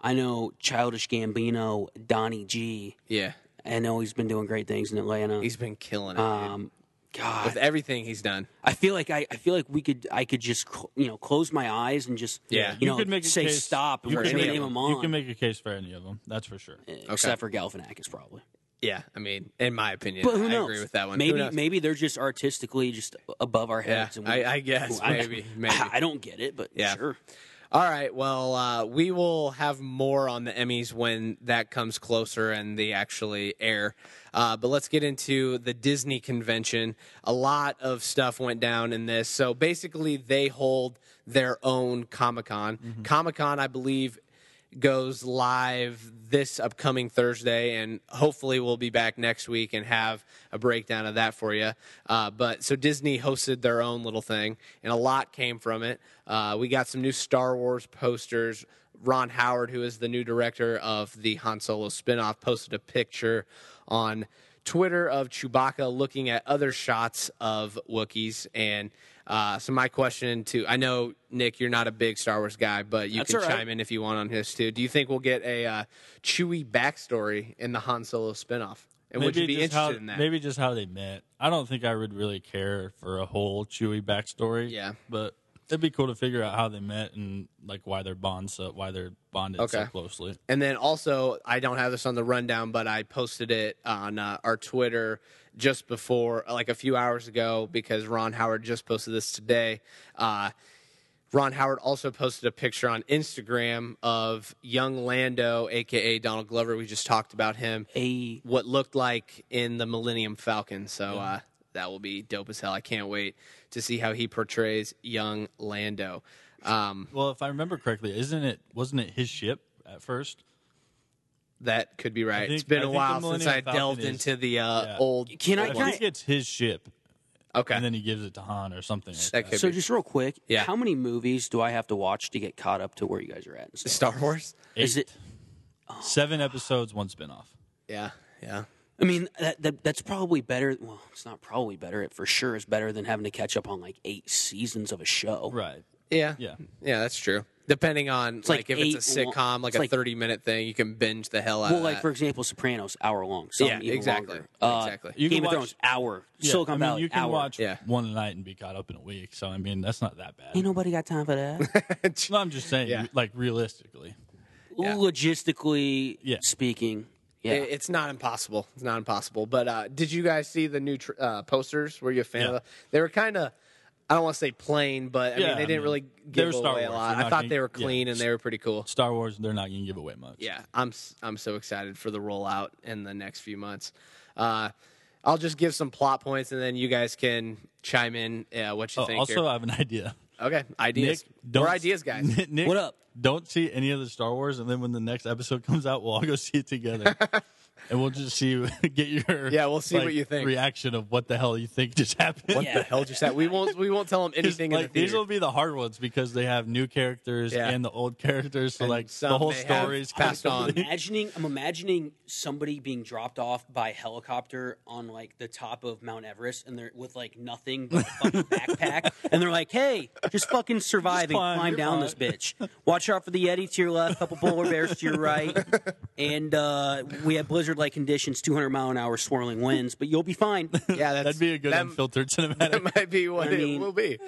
Speaker 3: I know. Childish Gambino, Donnie G.
Speaker 2: Yeah,
Speaker 3: I know he's been doing great things in Atlanta.
Speaker 2: he's been killing it dude.
Speaker 3: um, God,
Speaker 2: with everything he's done.
Speaker 3: I feel like I, I feel like we could I could just cl- you know close my eyes and just
Speaker 2: Yeah.
Speaker 3: you,
Speaker 4: You
Speaker 3: know
Speaker 4: could make a
Speaker 3: say
Speaker 4: case-
Speaker 3: stop and
Speaker 4: you
Speaker 3: we're
Speaker 4: could
Speaker 3: gonna
Speaker 2: make-
Speaker 3: name them on Eh,
Speaker 4: You can make a case for any of them. That's for sure.
Speaker 3: except for Galifianakis probably.
Speaker 2: Yeah, I mean, in my opinion,
Speaker 3: But who
Speaker 2: I
Speaker 3: knows?
Speaker 2: agree with that one. Who
Speaker 3: Maybe
Speaker 2: knows?
Speaker 3: maybe they're just artistically just above our
Speaker 2: Yeah,
Speaker 3: heads.
Speaker 2: I, I guess
Speaker 3: I-
Speaker 2: maybe, maybe.
Speaker 3: I, don't get it, but
Speaker 2: Yeah.
Speaker 3: sure.
Speaker 2: All right. Well, uh, we will have more on the Emmys when that comes closer and they actually air. Uh, but let's get into the Disney convention. A lot of stuff went down in this. So basically, they hold their own Comic Con. Comic Con, I believe, goes live this upcoming Thursday, and hopefully we'll be back next week and have a breakdown of that for you. Uh, but so Disney hosted their own little thing, and a lot came from it. Uh, we got some new Star Wars posters. Ron Howard, who is the new director of the Han Solo spinoff, posted a picture on Twitter of Chewbacca looking at other shots of Wookiees. And uh, so, my question to I know, Nick, you're not a big Star Wars guy, but you
Speaker 3: That's
Speaker 2: can
Speaker 3: all right.
Speaker 2: chime in if you want on his too. Do you think we'll get a uh, Chewie backstory in the Han Solo spinoff? And would you be
Speaker 4: just
Speaker 2: interested
Speaker 4: how,
Speaker 2: in that?
Speaker 4: Maybe just how they met. I don't think I would really care for a whole Chewy backstory.
Speaker 2: Yeah.
Speaker 4: but it'd be cool to figure out how they met and like why they're bond so why they're bonded so
Speaker 2: Okay.
Speaker 4: closely.
Speaker 2: And then also, I don't have this on the rundown, but I posted it on uh, our Twitter just before, like a few hours ago, because Ron Howard just posted this today. Uh, Ron Howard also posted a picture on Instagram of young Lando, aka Donald Glover. We just talked about him.
Speaker 3: A
Speaker 2: what looked like in the Millennium Falcon. So uh, that will be dope as hell. I can't wait to see how he portrays young Lando. Um,
Speaker 4: Well, if I remember correctly, isn't it wasn't it his ship at first?
Speaker 2: that could be right.
Speaker 4: think-
Speaker 2: it's been
Speaker 4: I
Speaker 2: a
Speaker 4: think the
Speaker 2: while since
Speaker 4: Millennium
Speaker 2: I
Speaker 4: Falcon
Speaker 2: delved
Speaker 4: is-
Speaker 2: into the uh,
Speaker 4: yeah.
Speaker 2: old.
Speaker 3: Can I-
Speaker 4: I
Speaker 2: old
Speaker 3: can
Speaker 2: ones.
Speaker 4: think it's his ship,
Speaker 2: Okay,
Speaker 4: and then he gives it to Han or something. Like
Speaker 2: that could
Speaker 3: so
Speaker 2: be
Speaker 3: just real quick,
Speaker 2: Yeah.
Speaker 3: How many movies do I have to watch to get caught up to where you guys are at? and stuff?
Speaker 2: Star Wars.
Speaker 3: Is
Speaker 4: Eight.
Speaker 3: it?
Speaker 4: Seven episodes, one spinoff.
Speaker 2: Yeah, yeah.
Speaker 3: I mean, that, that that's probably better. Well, it's not probably better. It for sure is better than having to catch up on like eight seasons of a show.
Speaker 4: Right.
Speaker 2: Yeah.
Speaker 4: Yeah.
Speaker 2: Yeah, that's true. Depending on like,
Speaker 3: like
Speaker 2: if it's a
Speaker 3: eight lo-
Speaker 2: sitcom, like
Speaker 3: it's
Speaker 2: a
Speaker 3: like-
Speaker 2: thirty minute thing, you can binge the hell out
Speaker 3: Well,
Speaker 2: of
Speaker 3: like
Speaker 2: that.
Speaker 3: for example, Sopranos hour long. Some
Speaker 2: Uh, Yeah,
Speaker 3: even
Speaker 2: exactly.
Speaker 3: longer. Uh,
Speaker 2: Exactly.
Speaker 4: You can
Speaker 3: Game of
Speaker 4: watch-
Speaker 3: Thrones hour.
Speaker 4: Yeah,
Speaker 3: Silicon
Speaker 4: I mean,
Speaker 3: Valley
Speaker 4: you can
Speaker 3: hour.
Speaker 4: watch
Speaker 2: Yeah.
Speaker 4: one night and be caught up in a week. So I mean, that's not that bad.
Speaker 3: Ain't nobody got time for that.
Speaker 4: No, I'm just saying,
Speaker 2: Yeah.
Speaker 4: like realistically.
Speaker 3: Logistically
Speaker 4: Yeah.
Speaker 3: speaking, yeah.
Speaker 2: It- It's not impossible. It's not impossible. But uh, did you guys see the new tr- uh, posters? Were you a fan
Speaker 4: Yeah.
Speaker 2: of them? They were kind of, I don't want to say plain, but I mean,
Speaker 4: Yeah,
Speaker 2: they
Speaker 4: I
Speaker 2: didn't
Speaker 4: mean,
Speaker 2: really
Speaker 4: they were
Speaker 2: give
Speaker 4: Star
Speaker 2: away a
Speaker 4: Wars.
Speaker 2: lot.
Speaker 4: They're
Speaker 2: I
Speaker 4: not
Speaker 2: thought
Speaker 4: gonna-
Speaker 2: they were
Speaker 4: yeah.
Speaker 2: clean and they were pretty cool.
Speaker 4: Star Wars, they're not going to give away much.
Speaker 2: Yeah, I'm s- I'm so excited for the rollout in the next few months. Uh, I'll just give some plot points and then you guys can chime in uh, what you
Speaker 4: Oh,
Speaker 2: think.
Speaker 4: also,
Speaker 2: or-
Speaker 4: I have an idea.
Speaker 2: okay,
Speaker 4: Nick,
Speaker 2: ideas.
Speaker 4: don't
Speaker 2: We're ideas, guys.
Speaker 4: Nick,
Speaker 3: What up?
Speaker 4: Don't see any of the Star Wars, and then when the next episode comes out, we'll all go see it together, and we'll just see get your
Speaker 2: Yeah, we'll see what you think.
Speaker 4: reaction of what the hell you think just happened.
Speaker 2: what the hell just that? We won't we won't tell them
Speaker 4: 'Cause,
Speaker 2: anything.
Speaker 4: like
Speaker 2: in the
Speaker 4: these
Speaker 2: theater.
Speaker 4: will be the hard ones because they have new characters
Speaker 2: Yeah.
Speaker 4: and the old characters, so
Speaker 2: And
Speaker 4: like the
Speaker 2: some
Speaker 4: whole
Speaker 2: may have
Speaker 4: story is
Speaker 2: passed
Speaker 4: kinda-
Speaker 2: on.
Speaker 3: I'm imagining I'm imagining somebody being dropped off by helicopter on like the top of Mount Everest and they're with like nothing but a fucking backpack and they're like, Hey, just fucking survive
Speaker 4: Just climb,
Speaker 3: and climb
Speaker 4: you're
Speaker 3: down
Speaker 4: fine."
Speaker 3: this bitch. Watch out for the Yeti to your left, couple polar bears to your right. And uh, we have blizzard like conditions, two hundred mile an hour swirling winds, but you'll be fine.
Speaker 2: yeah, that's,
Speaker 4: That'd be a good
Speaker 2: that-
Speaker 4: unfiltered cinematic.
Speaker 2: that might be what
Speaker 3: I mean-
Speaker 2: it will be.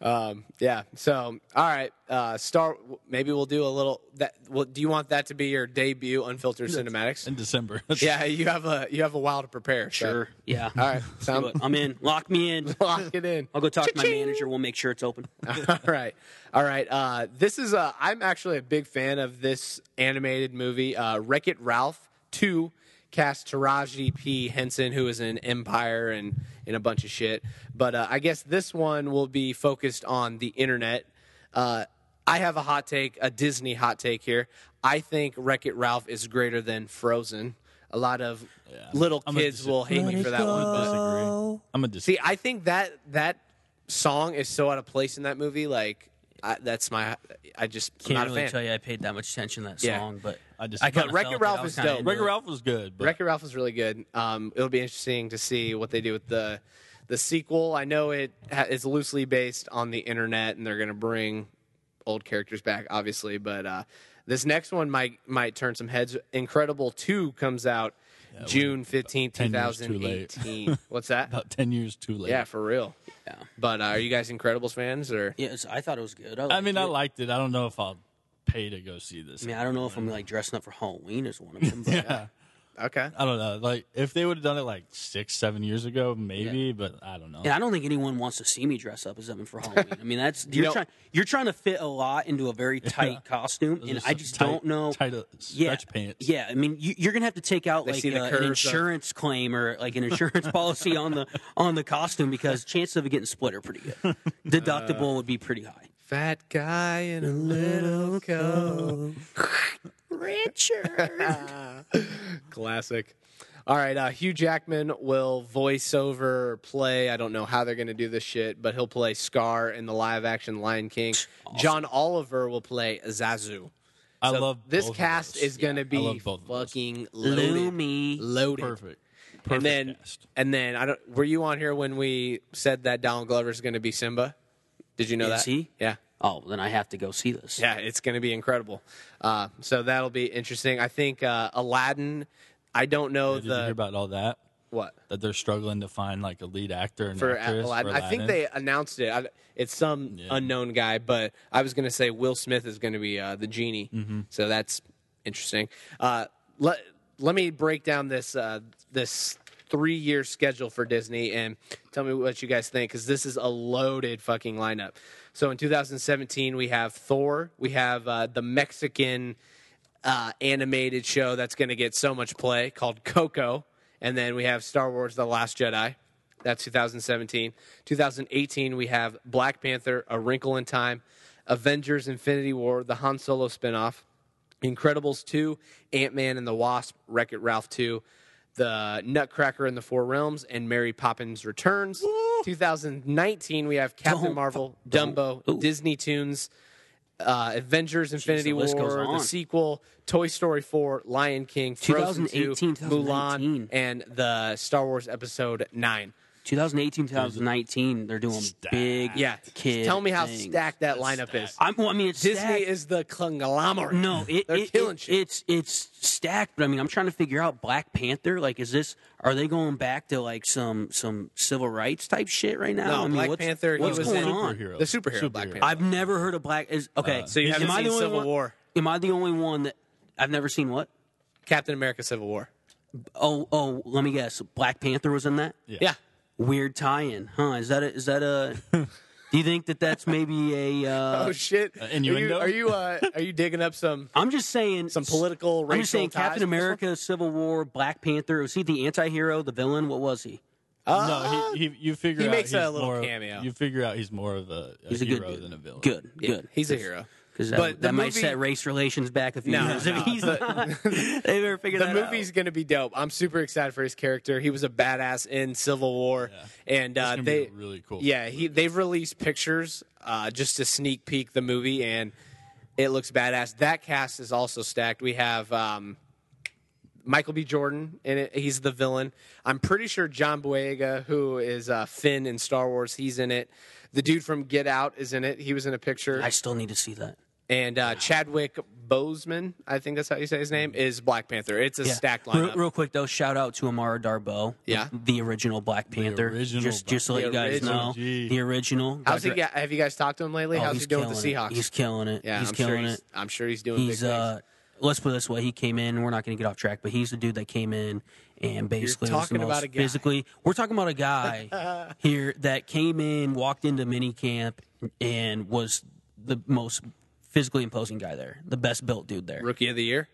Speaker 2: Um, yeah. So, all right. Uh, Star. Maybe we'll do a little. That. Well, do you want that to be your debut unfiltered cinematics?
Speaker 4: in December.
Speaker 2: Yeah. You have a you have a while to prepare. so-
Speaker 3: Sure. Yeah.
Speaker 2: All right. Sound,
Speaker 3: But I'm in. Lock me in.
Speaker 2: lock it in.
Speaker 3: I'll go talk to my
Speaker 2: Cha-ching.
Speaker 3: manager. We'll make sure it's open.
Speaker 2: all right all right uh, this is uh, i'm actually a big fan of this animated movie uh, wreck it ralph 2 cast taraji p henson who is in empire and in a bunch of shit but uh, i guess this one will be focused on the internet uh, i have a hot take a disney hot take here i think wreck it ralph is greater than frozen a lot of
Speaker 4: Yeah.
Speaker 2: little
Speaker 4: I'm a
Speaker 2: kids
Speaker 4: dis-
Speaker 2: will hate me for that one.
Speaker 4: I
Speaker 2: But
Speaker 4: disagree. I'm a dis-
Speaker 2: see, I think that that song is so out of place in that movie. Like, I, that's my. I just I'm
Speaker 3: Can't
Speaker 2: not
Speaker 3: really
Speaker 2: a fan.
Speaker 3: tell you I paid that much attention to that
Speaker 2: Yeah.
Speaker 3: song, but
Speaker 4: I just-
Speaker 3: I kinda
Speaker 2: But Wreck-It
Speaker 3: felt it.
Speaker 2: Ralph
Speaker 3: I was
Speaker 2: is
Speaker 3: kinda
Speaker 2: dope.
Speaker 3: into
Speaker 4: Wreck-It
Speaker 3: it.
Speaker 4: Ralph was good, but
Speaker 2: Wreck-It Ralph was really good. Um, it'll be interesting to see what they do with the the sequel. I know it ha- is loosely based on the internet, and they're going to bring old characters back, obviously. But uh, this next one might might turn some heads. Incredible Two comes out June fifteenth, two
Speaker 4: 10 years
Speaker 2: thousand
Speaker 4: too late.
Speaker 2: eighteen. What's that?
Speaker 4: about ten years too late.
Speaker 2: yeah, for real.
Speaker 3: Yeah.
Speaker 2: But uh, are you guys Incredibles fans or?
Speaker 3: Yes, I thought it was good.
Speaker 4: I mean, I
Speaker 3: liked it.
Speaker 4: liked it. I don't know if I'll pay to go see this.
Speaker 3: I mean, I don't know if I'm like dressing up for Halloween as one of them. But
Speaker 4: yeah.
Speaker 2: Okay.
Speaker 4: I don't know. Like if they would have done it like six, seven years ago, maybe. But I don't know.
Speaker 3: Yeah, I don't think anyone wants to see me dress up as something for Halloween. I mean, that's you're
Speaker 2: know-
Speaker 3: trying you're trying to fit a lot into a very tight costume, and
Speaker 4: Those are
Speaker 3: I
Speaker 4: some
Speaker 3: just
Speaker 4: tight-
Speaker 3: don't know.
Speaker 4: Tight uh,
Speaker 3: yeah,
Speaker 4: stretch pants.
Speaker 3: Yeah, I mean, you, you're gonna have to take out like
Speaker 2: see the
Speaker 3: uh, an
Speaker 2: curves of-
Speaker 3: insurance claim or like an insurance policy on the on the costume because chances of it getting split are pretty good. Deductible would be pretty high.
Speaker 2: Fat guy in a little coat. Richard. Classic. All right, uh, Hugh Jackman will voice over or play. I don't know how they're going to do this shit, but he'll play Scar in the live action Lion King. John Oliver will play Zazu.
Speaker 4: I
Speaker 2: So
Speaker 4: love
Speaker 2: this
Speaker 4: both of
Speaker 2: cast
Speaker 4: those.
Speaker 2: is going to
Speaker 4: I love
Speaker 2: be
Speaker 4: both of those.
Speaker 2: fucking loaded.
Speaker 3: Loomy.
Speaker 2: Loaded.
Speaker 4: perfect. Perfect
Speaker 2: And then,
Speaker 4: cast.
Speaker 2: and then I don't. Were you on here when we said that Donald Glover is going to be Simba? Did you know
Speaker 3: Is
Speaker 2: that?
Speaker 3: he?
Speaker 2: Yeah.
Speaker 3: Oh, then I have to go see this.
Speaker 2: Yeah, it's going to be incredible. Uh, so that'll be interesting. I think uh, Aladdin. I don't know
Speaker 4: Did you hear
Speaker 2: the
Speaker 4: about all that?
Speaker 2: what
Speaker 4: That they're struggling to find like a lead actor and
Speaker 2: for
Speaker 4: actress
Speaker 2: Aladdin.
Speaker 4: for
Speaker 2: I think they announced it. I, it's some unknown guy, but I was going to say Will Smith is going to be uh, the genie.
Speaker 4: Mm-hmm.
Speaker 2: So that's interesting. Uh, let let me break down this uh, this three year schedule for Disney and tell me what you guys think because this is a loaded fucking lineup. So in 2017 we have Thor, we have uh, the Mexican uh, animated show that's going to get so much play called Coco. And then we have Star Wars The Last Jedi. That's 2017. 2018, we have Black Panther, A Wrinkle in Time, Avengers Infinity War, the Han Solo spinoff, Incredibles 2, Ant Man and the Wasp, Wreck It Ralph 2, The Nutcracker in the Four Realms, and Mary Poppins Returns. 2019, we have Captain
Speaker 3: Don't-
Speaker 2: Marvel, Dumbo,
Speaker 3: Ooh.
Speaker 2: Disney Toons, uh, Avengers Infinity
Speaker 3: the list goes
Speaker 2: War, the
Speaker 3: on.
Speaker 2: sequel, Toy Story 4, Lion King, Frozen 2,
Speaker 3: 2018,
Speaker 2: Mulan,
Speaker 3: 2019.
Speaker 2: and the Star Wars Episode 9.
Speaker 3: 2018, 2019, they're doing big
Speaker 2: Yeah.
Speaker 3: kid.
Speaker 2: Tell me how
Speaker 3: things.
Speaker 2: stacked that lineup is.
Speaker 3: I'm, well, I mean, it's
Speaker 2: Disney
Speaker 3: stacked.
Speaker 2: is the conglomerate.
Speaker 3: No, it,
Speaker 2: They're
Speaker 3: it-
Speaker 2: killing
Speaker 3: it-
Speaker 2: shit.
Speaker 3: It's it's stacked, but I mean, I'm trying to figure out Black Panther. Like, is this? Are they going back to like some some civil rights type shit right now?
Speaker 2: No,
Speaker 3: I mean,
Speaker 2: Black
Speaker 3: what's,
Speaker 2: Panther, he
Speaker 3: What's
Speaker 2: was
Speaker 3: going
Speaker 2: in-
Speaker 3: on?
Speaker 4: Superhero.
Speaker 2: The superhero, Black Panther.
Speaker 3: I've never heard of Black. Is okay.
Speaker 2: so you
Speaker 3: am
Speaker 2: haven't
Speaker 3: I the
Speaker 2: seen
Speaker 3: only
Speaker 2: Civil
Speaker 3: one-
Speaker 2: War.
Speaker 3: Am I the only one that I've never seen? What?
Speaker 2: Captain America Civil War.
Speaker 3: Oh, oh, let me guess. Black Panther was in that.
Speaker 2: Yeah.
Speaker 3: Weird tie-in, huh? Is that a, is that a? do you think that that's maybe a? Uh,
Speaker 2: Oh shit!
Speaker 4: innuendo?
Speaker 2: Are you are you, uh, are you digging up some?
Speaker 3: I'm just saying
Speaker 2: Some political,
Speaker 3: I'm just
Speaker 2: racial
Speaker 3: saying
Speaker 2: ties with
Speaker 3: Captain
Speaker 2: this
Speaker 3: America, Civil War, Black Ppanther. Was he the anti-hero, the villain? What was he?
Speaker 4: no, he, he, you figure
Speaker 2: Ah! he
Speaker 4: out
Speaker 2: makes
Speaker 4: he's
Speaker 2: a little
Speaker 4: more of-
Speaker 2: cameo.
Speaker 4: You figure out he's more of a, a
Speaker 3: He's a
Speaker 4: hero
Speaker 3: good dude.
Speaker 4: than a villain.
Speaker 3: Good, good.
Speaker 2: He's a hero.
Speaker 3: Because that,
Speaker 2: But the
Speaker 3: that might
Speaker 2: movie-
Speaker 3: set race relations back a few
Speaker 2: No,
Speaker 3: years.
Speaker 2: no,
Speaker 3: if he's
Speaker 2: but-
Speaker 3: not, they better figure
Speaker 2: the
Speaker 3: that
Speaker 2: movie's
Speaker 3: out.
Speaker 2: gonna be dope. I'm super excited for his character. He was a badass in Civil War, and uh,
Speaker 4: gonna be
Speaker 2: they
Speaker 4: a really cool
Speaker 2: Yeah, he they've released pictures uh, just to sneak peek the movie, and it looks badass. That cast is also stacked. We have um, Michael B. Jordan in it. He's the villain. I'm pretty sure John Boyega, who is uh, Finn in Star Wars, he's in it. The dude from Get Out is in it. He was in a picture
Speaker 3: I still need to see that.
Speaker 2: and uh, Chadwick Boseman, I think that's how you say his name, is Black Panther. It's a
Speaker 3: Yeah.
Speaker 2: stacked
Speaker 3: Re-
Speaker 2: lineup.
Speaker 3: Real, quick though, shout out to Amara Darbo.
Speaker 2: Yeah.
Speaker 3: the original Black Panther.
Speaker 4: original
Speaker 3: just,
Speaker 4: Black-
Speaker 3: just to let
Speaker 2: The
Speaker 3: you guys
Speaker 2: original.
Speaker 3: know,
Speaker 4: Gee.
Speaker 3: the original.
Speaker 2: How's
Speaker 3: Got
Speaker 2: he?
Speaker 3: dra-
Speaker 2: Got, have you guys talked to him lately?
Speaker 3: oh,
Speaker 2: How's
Speaker 3: he's
Speaker 2: he doing with the
Speaker 3: killing
Speaker 2: Seahawks?
Speaker 3: It. He's killing it.
Speaker 2: yeah,
Speaker 3: he's
Speaker 2: I'm
Speaker 3: killing
Speaker 2: sure he's,
Speaker 3: it.
Speaker 2: I'm sure he's doing
Speaker 3: He's
Speaker 2: big things.
Speaker 3: uh. Let's put it this way: He came in. We're not going to get off track, but he's the dude that came in and basically was the
Speaker 2: talking about
Speaker 3: most
Speaker 2: a guy.
Speaker 3: physically. We're talking about a guy here that came in, walked into mini camp, and was the most physically imposing guy there, the best built dude there.
Speaker 2: Rookie of the year.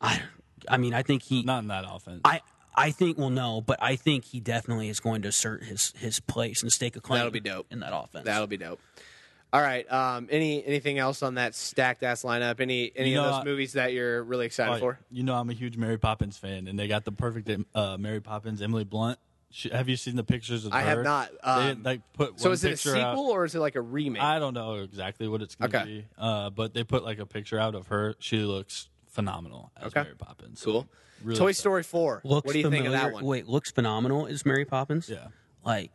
Speaker 3: I, I mean, I think he.
Speaker 4: Not in that offense.
Speaker 3: I I think well no, but I think he definitely is going to assert his his place and stake a claim.
Speaker 2: That'll be dope.
Speaker 3: in that offense.
Speaker 2: That'll be dope. All right. Um, any anything else on that stacked ass lineup? Any any
Speaker 4: You
Speaker 2: of
Speaker 4: know,
Speaker 2: those
Speaker 4: I-
Speaker 2: movies that you're really excited
Speaker 4: Oh,
Speaker 2: for?
Speaker 4: You know I'm a huge Mary Poppins fan, and they got the perfect uh, Mary Poppins Emily Blunt. She, have you seen the pictures of
Speaker 2: I
Speaker 4: her?
Speaker 2: have not. Um,
Speaker 4: they, like, put
Speaker 2: So
Speaker 4: one
Speaker 2: is it a
Speaker 4: picture
Speaker 2: sequel
Speaker 3: uh,
Speaker 4: out.
Speaker 2: or is it like a remake?
Speaker 4: I don't know exactly what it's going to
Speaker 2: Okay.
Speaker 4: be, uh, but they put like a picture out of her. She looks phenomenal as
Speaker 2: Okay.
Speaker 4: Mary Poppins.
Speaker 2: cool.
Speaker 4: Really
Speaker 2: Toy
Speaker 4: excited.
Speaker 2: Story Four.
Speaker 3: Looks
Speaker 2: what do you
Speaker 3: familiar.
Speaker 2: think of that one?
Speaker 3: Wait, looks phenomenal. Is Mary Poppins?
Speaker 4: Yeah,
Speaker 3: Like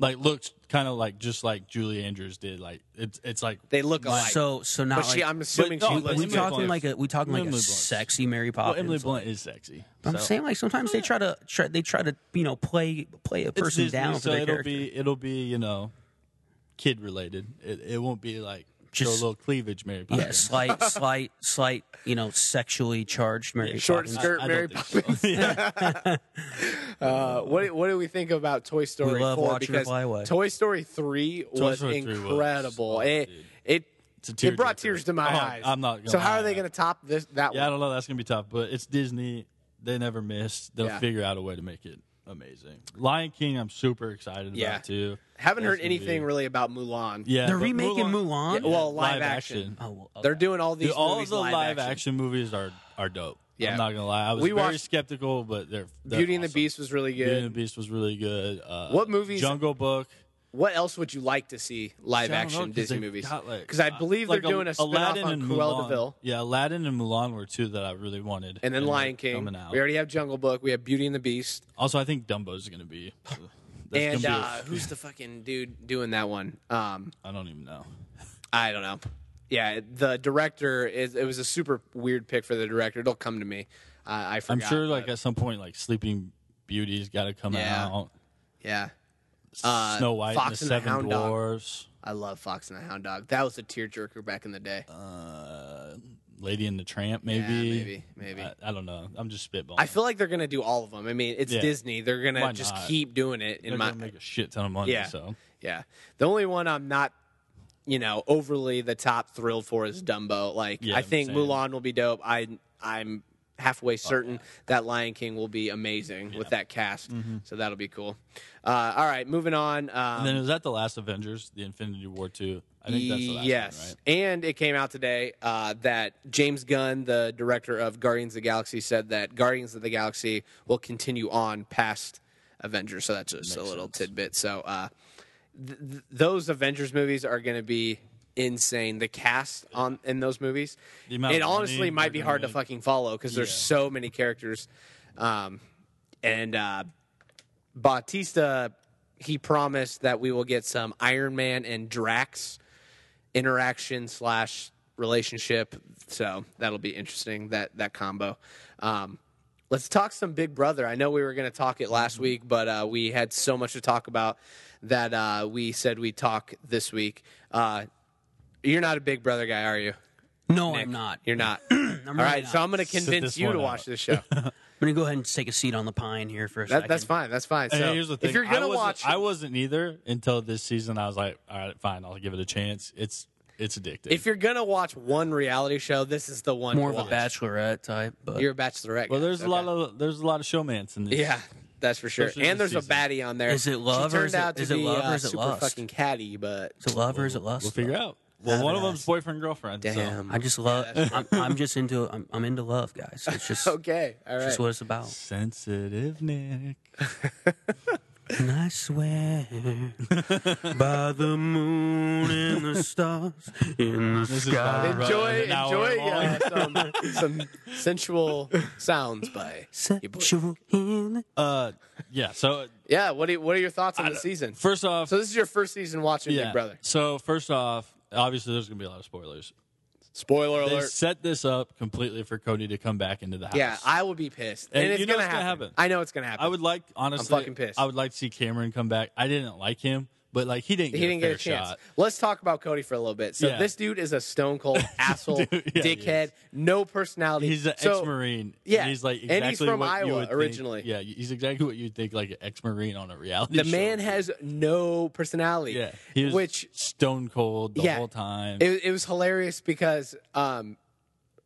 Speaker 4: like looks kind of like just like Julie Andrews did. Like it's it's like
Speaker 2: They look alike.
Speaker 3: so, so not
Speaker 2: but
Speaker 3: like.
Speaker 2: she, I'm assuming
Speaker 4: no,
Speaker 2: she
Speaker 4: but
Speaker 2: looks.
Speaker 3: we
Speaker 4: Emily
Speaker 3: talking
Speaker 4: Blunt.
Speaker 3: like a we talking like a
Speaker 4: Emily Blunt.
Speaker 3: sexy Mary
Speaker 4: well,
Speaker 3: Poppins.
Speaker 4: Emily Blunt is sexy.
Speaker 3: I'm
Speaker 4: so.
Speaker 3: saying like sometimes they try to try, they try to you know play play a
Speaker 4: It's
Speaker 3: person
Speaker 4: Disney,
Speaker 3: down for
Speaker 4: so
Speaker 3: their
Speaker 4: it'll
Speaker 3: character.
Speaker 4: be it'll be you know kid related. It it won't be like show a
Speaker 3: Just-
Speaker 4: little cleavage Mary Poppins.
Speaker 3: yeah, slight, slight, slight, you know, sexually charged Mary
Speaker 2: short
Speaker 3: Poppins.
Speaker 2: skirt
Speaker 4: I don't
Speaker 2: Mary
Speaker 4: think
Speaker 2: Poppins. uh, what do- what do we think about Toy Story
Speaker 3: We love
Speaker 2: 4
Speaker 3: watching her
Speaker 2: because
Speaker 3: fly away.
Speaker 2: Toy Story 3 was
Speaker 4: 3 was-
Speaker 2: incredible.
Speaker 4: oh,
Speaker 2: it
Speaker 4: dude.
Speaker 2: it
Speaker 4: It's a
Speaker 2: it brought
Speaker 4: tearjerker.
Speaker 2: tears to my
Speaker 4: Oh,
Speaker 2: eyes.
Speaker 4: I'm not gonna
Speaker 2: So how
Speaker 4: lie.
Speaker 2: are they going to top this that
Speaker 4: Yeah, I
Speaker 2: one?
Speaker 4: don't know. That's gonna be tough, but it's Disney. They never miss. They'll
Speaker 2: Yeah.
Speaker 4: figure out a way to make it amazing. Lion King, I'm super excited
Speaker 2: Yeah.
Speaker 4: about too.
Speaker 2: Haven't
Speaker 4: That's
Speaker 2: heard
Speaker 4: gonna
Speaker 2: anything
Speaker 4: be-
Speaker 2: really about Mulan.
Speaker 4: Yeah,
Speaker 3: They're
Speaker 4: but
Speaker 3: remaking
Speaker 2: Yeah,
Speaker 3: Mulan.
Speaker 2: well, live, action.
Speaker 3: Oh, well, okay.
Speaker 2: They're doing all these
Speaker 4: Dude, all
Speaker 2: movies
Speaker 4: the
Speaker 2: live, action.
Speaker 4: movies are are dope.
Speaker 2: Yeah.
Speaker 4: I'm not gonna lie. I was
Speaker 2: We
Speaker 4: very
Speaker 2: watched-
Speaker 4: skeptical, but they're, they're
Speaker 2: Beauty and the
Speaker 4: awesome.
Speaker 2: Beast was really
Speaker 4: Beauty and the
Speaker 2: good.
Speaker 4: Beast was really good. Uh,
Speaker 2: What movies-
Speaker 4: Jungle Book.
Speaker 2: What else would you like to see live
Speaker 4: See, I don't know,
Speaker 2: action
Speaker 4: 'cause
Speaker 2: Disney
Speaker 4: they've
Speaker 2: movies?
Speaker 4: got, like, uh,
Speaker 2: Because I believe
Speaker 4: like
Speaker 2: they're doing a spin off
Speaker 4: Aladdin
Speaker 2: on
Speaker 4: and
Speaker 2: Cruella
Speaker 4: Mulan.
Speaker 2: de Vil.
Speaker 4: Yeah, Aladdin and Mulan were two that I really wanted.
Speaker 2: And then
Speaker 4: they're
Speaker 2: Lion King.
Speaker 4: coming out.
Speaker 2: We already have Jungle Book. We have Beauty and the Beast.
Speaker 4: Also, I think Dumbo's going to be. That's
Speaker 2: and
Speaker 4: gonna
Speaker 2: uh,
Speaker 4: be a-
Speaker 2: who's the fucking dude doing that one? Um,
Speaker 4: I don't even know.
Speaker 2: I don't know. Yeah, the director is. It was a super weird pick for the director. It'll come to me. Uh, I
Speaker 4: I'm
Speaker 2: forgot.
Speaker 4: sure, like
Speaker 2: but-
Speaker 4: at some point, like Sleeping Beauty's got to come
Speaker 2: Yeah.
Speaker 4: out.
Speaker 2: yeah, Uh,
Speaker 4: Snow White
Speaker 2: Fox and
Speaker 4: and the
Speaker 2: the
Speaker 4: Seven
Speaker 2: Hound Dog.
Speaker 4: Dwarfs,
Speaker 2: I love Fox and the Hound Dog. That was a tearjerker back in the day.
Speaker 4: uh, Lady and the Tramp, maybe.
Speaker 2: maybe, maybe.
Speaker 4: I, I don't know. I'm just spitballing.
Speaker 2: I feel like they're gonna do all of them. I mean, it's
Speaker 4: Yeah.
Speaker 2: Disney. They're gonna
Speaker 4: Why
Speaker 2: just
Speaker 4: not?
Speaker 2: keep doing it.
Speaker 4: they're
Speaker 2: In my
Speaker 4: gonna make a shit ton of money.
Speaker 2: Yeah.
Speaker 4: So
Speaker 2: yeah, the only one I'm not, you know, overly the top thrilled for is Dumbo. Like
Speaker 4: Yeah,
Speaker 2: I think
Speaker 4: same.
Speaker 2: Mulan will be dope. I I'm halfway certain that Lion King will be amazing with that cast. So that'll be cool. Uh, all right, moving on. Um,
Speaker 4: Mm-hmm. and then was that the last Avengers, the Infinity War two? I think that's the last
Speaker 2: yes,
Speaker 4: one, right?
Speaker 2: and it came out today uh, that James Gunn, the director of Guardians of the Galaxy, said that Guardians of the Galaxy will continue on past Avengers. So that's just a little tidbit. So uh, th- th- those Avengers movies are going to be insane. The cast on in those movies,
Speaker 4: The amount
Speaker 2: it
Speaker 4: of
Speaker 2: honestly
Speaker 4: money
Speaker 2: might
Speaker 4: they're
Speaker 2: be
Speaker 4: gonna
Speaker 2: hard to
Speaker 4: make.
Speaker 2: fucking follow because there's
Speaker 4: Yeah.
Speaker 2: so many characters, um, and. Uh, Bautista, he promised that we will get some Iron Man and Drax interaction slash relationship. So that'll be interesting that that combo. Um, let's talk some Big Brother. I know we were going to talk it
Speaker 3: Mm-hmm.
Speaker 2: last week, but uh, we had so much to talk about that uh, we said we would talk this week. Uh, you're not a Big Brother guy, are you?
Speaker 3: no, I'm not.
Speaker 2: You're not. All
Speaker 3: really
Speaker 2: right,
Speaker 3: not.
Speaker 2: so I'm going to
Speaker 4: this
Speaker 2: convince you
Speaker 4: one
Speaker 2: to
Speaker 4: out.
Speaker 2: watch this show.
Speaker 3: I'm gonna go ahead and take a seat on the pine here for a
Speaker 2: That,
Speaker 3: second.
Speaker 2: that's fine. That's fine. So
Speaker 4: Hey, here's the thing.
Speaker 2: if you're
Speaker 4: I
Speaker 2: going to
Speaker 4: wasn't-
Speaker 2: watch,
Speaker 4: I wasn't either until this season. I was like, all right, fine, I'll give it a chance. It's it's addictive.
Speaker 2: If you're gonna watch one reality show, this is the one.
Speaker 3: More
Speaker 2: to
Speaker 3: of a
Speaker 2: watch.
Speaker 3: bachelorette type, but
Speaker 2: You're a bachelorette.
Speaker 4: well,
Speaker 2: guy.
Speaker 4: there's a lot of there's a lot of showmance in this.
Speaker 2: yeah, that's for sure.
Speaker 4: Especially
Speaker 2: And there's
Speaker 4: this
Speaker 2: a
Speaker 4: season.
Speaker 2: baddie on there.
Speaker 3: Is it love
Speaker 2: She
Speaker 3: or
Speaker 2: turned
Speaker 3: is it-
Speaker 2: out to
Speaker 3: is it
Speaker 2: be,
Speaker 3: love or
Speaker 2: uh,
Speaker 3: is it
Speaker 2: super
Speaker 3: lust?
Speaker 2: fucking catty, but
Speaker 3: is it love or is it lust?
Speaker 4: We'll figure it out. Well, one of them's boyfriend girlfriend. so-
Speaker 2: damn.
Speaker 3: I just love. I'm, I'm just into. I'm, I'm into love, guys. It's just.
Speaker 2: okay, all
Speaker 3: it's
Speaker 2: right.
Speaker 3: just what it's about.
Speaker 4: sensitive Nick.
Speaker 3: And I swear by the moon and the stars in the
Speaker 4: is
Speaker 3: sky.
Speaker 4: Bob Ross.
Speaker 2: enjoy,
Speaker 4: An hour
Speaker 2: enjoy uh, some, some sensual sounds by your boy.
Speaker 3: Sexual healing.
Speaker 4: Uh, yeah. So
Speaker 2: Yeah, what are, what are your thoughts on the season?
Speaker 4: first off,
Speaker 2: so this is your first season watching
Speaker 4: yeah.
Speaker 2: Big Brother.
Speaker 4: So first off, obviously there's gonna be a lot of spoilers.
Speaker 2: Spoiler
Speaker 4: They
Speaker 2: alert.
Speaker 4: set this up completely for Cody to come back into the house.
Speaker 2: Yeah, I would be pissed, and,
Speaker 4: And
Speaker 2: it's
Speaker 4: you know
Speaker 2: gonna
Speaker 4: it's gonna
Speaker 2: happen.
Speaker 4: happen.
Speaker 2: I know it's gonna happen.
Speaker 4: I would like honestly.
Speaker 2: fucking pissed.
Speaker 4: I would like to see Cameron come back. I didn't like him, but like he didn't. Get
Speaker 2: he didn't
Speaker 4: fair
Speaker 2: get a chance.
Speaker 4: Shot.
Speaker 2: Let's talk about Cody for a little bit. So
Speaker 4: Yeah.
Speaker 2: this dude is a stone cold asshole,
Speaker 4: Dude, yeah, he
Speaker 2: dickhead, no personality.
Speaker 4: He's an
Speaker 2: so,
Speaker 4: ex-marine.
Speaker 2: yeah,
Speaker 4: and he's like
Speaker 2: and he's
Speaker 4: exactly
Speaker 2: from
Speaker 4: what
Speaker 2: Iowa
Speaker 4: you would think-
Speaker 2: originally.
Speaker 4: Yeah, he's exactly what you'd think like an ex-marine on a reality.
Speaker 2: The
Speaker 4: show
Speaker 2: man
Speaker 4: would be.
Speaker 2: has no personality.
Speaker 4: Yeah, he was
Speaker 2: which
Speaker 4: stone cold the
Speaker 2: Yeah.
Speaker 4: whole time.
Speaker 2: it, it was hilarious because um,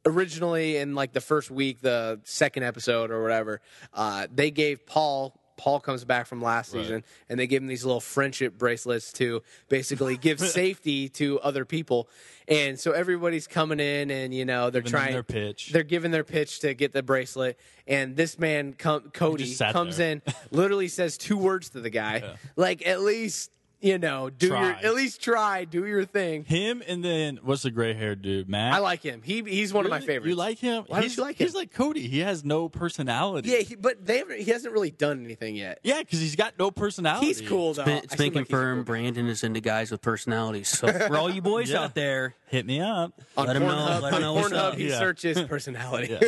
Speaker 2: originally in like the first week, the second episode or whatever, uh, they gave Paul Paul comes back from last
Speaker 4: Right.
Speaker 2: season, and they give him these little friendship bracelets to basically give safety to other people. And so everybody's coming in, and you know they're
Speaker 4: Giving them
Speaker 2: trying
Speaker 4: their pitch.
Speaker 2: They're giving their pitch to get the bracelet, and this man, com- Cody,
Speaker 4: just sat
Speaker 2: comes
Speaker 4: there.
Speaker 2: in, literally says two words to the guy, like at least you know do your
Speaker 4: Try.
Speaker 2: at least try do your thing.
Speaker 4: Him and then what's the gray haired dude, Matt?
Speaker 2: I like him. He he's one of my
Speaker 4: Really?
Speaker 2: favorites.
Speaker 4: You like him?
Speaker 2: Why don't
Speaker 4: he's,
Speaker 2: you like
Speaker 4: He's
Speaker 2: him?
Speaker 4: like Cody. He has no personality.
Speaker 2: Yeah, he, but they haven't, he hasn't really done anything yet.
Speaker 4: yeah, because he's got no personality.
Speaker 2: He's cool though.
Speaker 3: Been- it's
Speaker 2: I
Speaker 3: been
Speaker 2: seem like he's
Speaker 3: confirmed
Speaker 2: cool.
Speaker 3: Brandon is into guys with personalities. So for all you boys
Speaker 4: Yeah.
Speaker 3: out there,
Speaker 4: Hit me up.
Speaker 2: On
Speaker 3: Let him know-
Speaker 2: Pornhub,
Speaker 3: let him know
Speaker 2: on
Speaker 3: what's
Speaker 2: Pornhub,
Speaker 3: up.
Speaker 2: he
Speaker 4: Yeah.
Speaker 2: searches personality.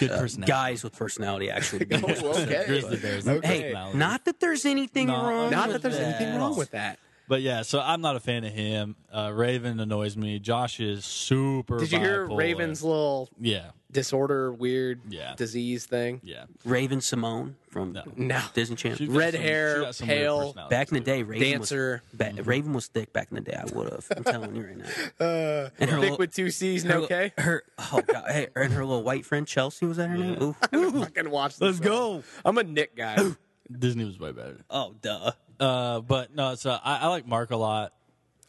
Speaker 4: Good
Speaker 2: Uh,
Speaker 4: personality.
Speaker 3: guys with personality actually.
Speaker 2: Oh, okay.
Speaker 4: Grizzly Bears.
Speaker 2: Okay.
Speaker 3: Hey,
Speaker 4: Personality.
Speaker 3: not that there's anything
Speaker 4: No,
Speaker 3: wrong.
Speaker 2: Not that
Speaker 3: with
Speaker 2: there's anything wrong with that.
Speaker 4: But yeah, so I'm not a fan of him. Uh, Raven annoys me. Josh is super.
Speaker 2: Did you hear
Speaker 4: bipolar.
Speaker 2: Raven's little
Speaker 4: Yeah,
Speaker 2: disorder, weird
Speaker 4: Yeah.
Speaker 2: disease thing?
Speaker 4: yeah.
Speaker 3: Raven Simone from
Speaker 2: No.
Speaker 3: Disney Channel.
Speaker 4: She got
Speaker 2: Red
Speaker 4: some- she
Speaker 2: hair,
Speaker 4: got some weird
Speaker 2: pale,
Speaker 4: personalities,
Speaker 3: Back in the
Speaker 4: too.
Speaker 3: day, Raven
Speaker 2: Dancer.
Speaker 3: was ba- Raven was thick. Back in the day, I would have. I'm telling you right now. and her
Speaker 2: Uh, Thick
Speaker 3: little-
Speaker 2: with two C's,
Speaker 3: her
Speaker 2: no
Speaker 3: little-
Speaker 2: K.
Speaker 3: Her oh god, hey, and her little white friend Chelsea was that her name? Ooh.
Speaker 2: Fucking watch. This
Speaker 4: Let's go.
Speaker 2: I'm a Nick guy.
Speaker 4: Disney was way better.
Speaker 3: Oh duh.
Speaker 4: Uh, but no, so I, I like Mark a lot.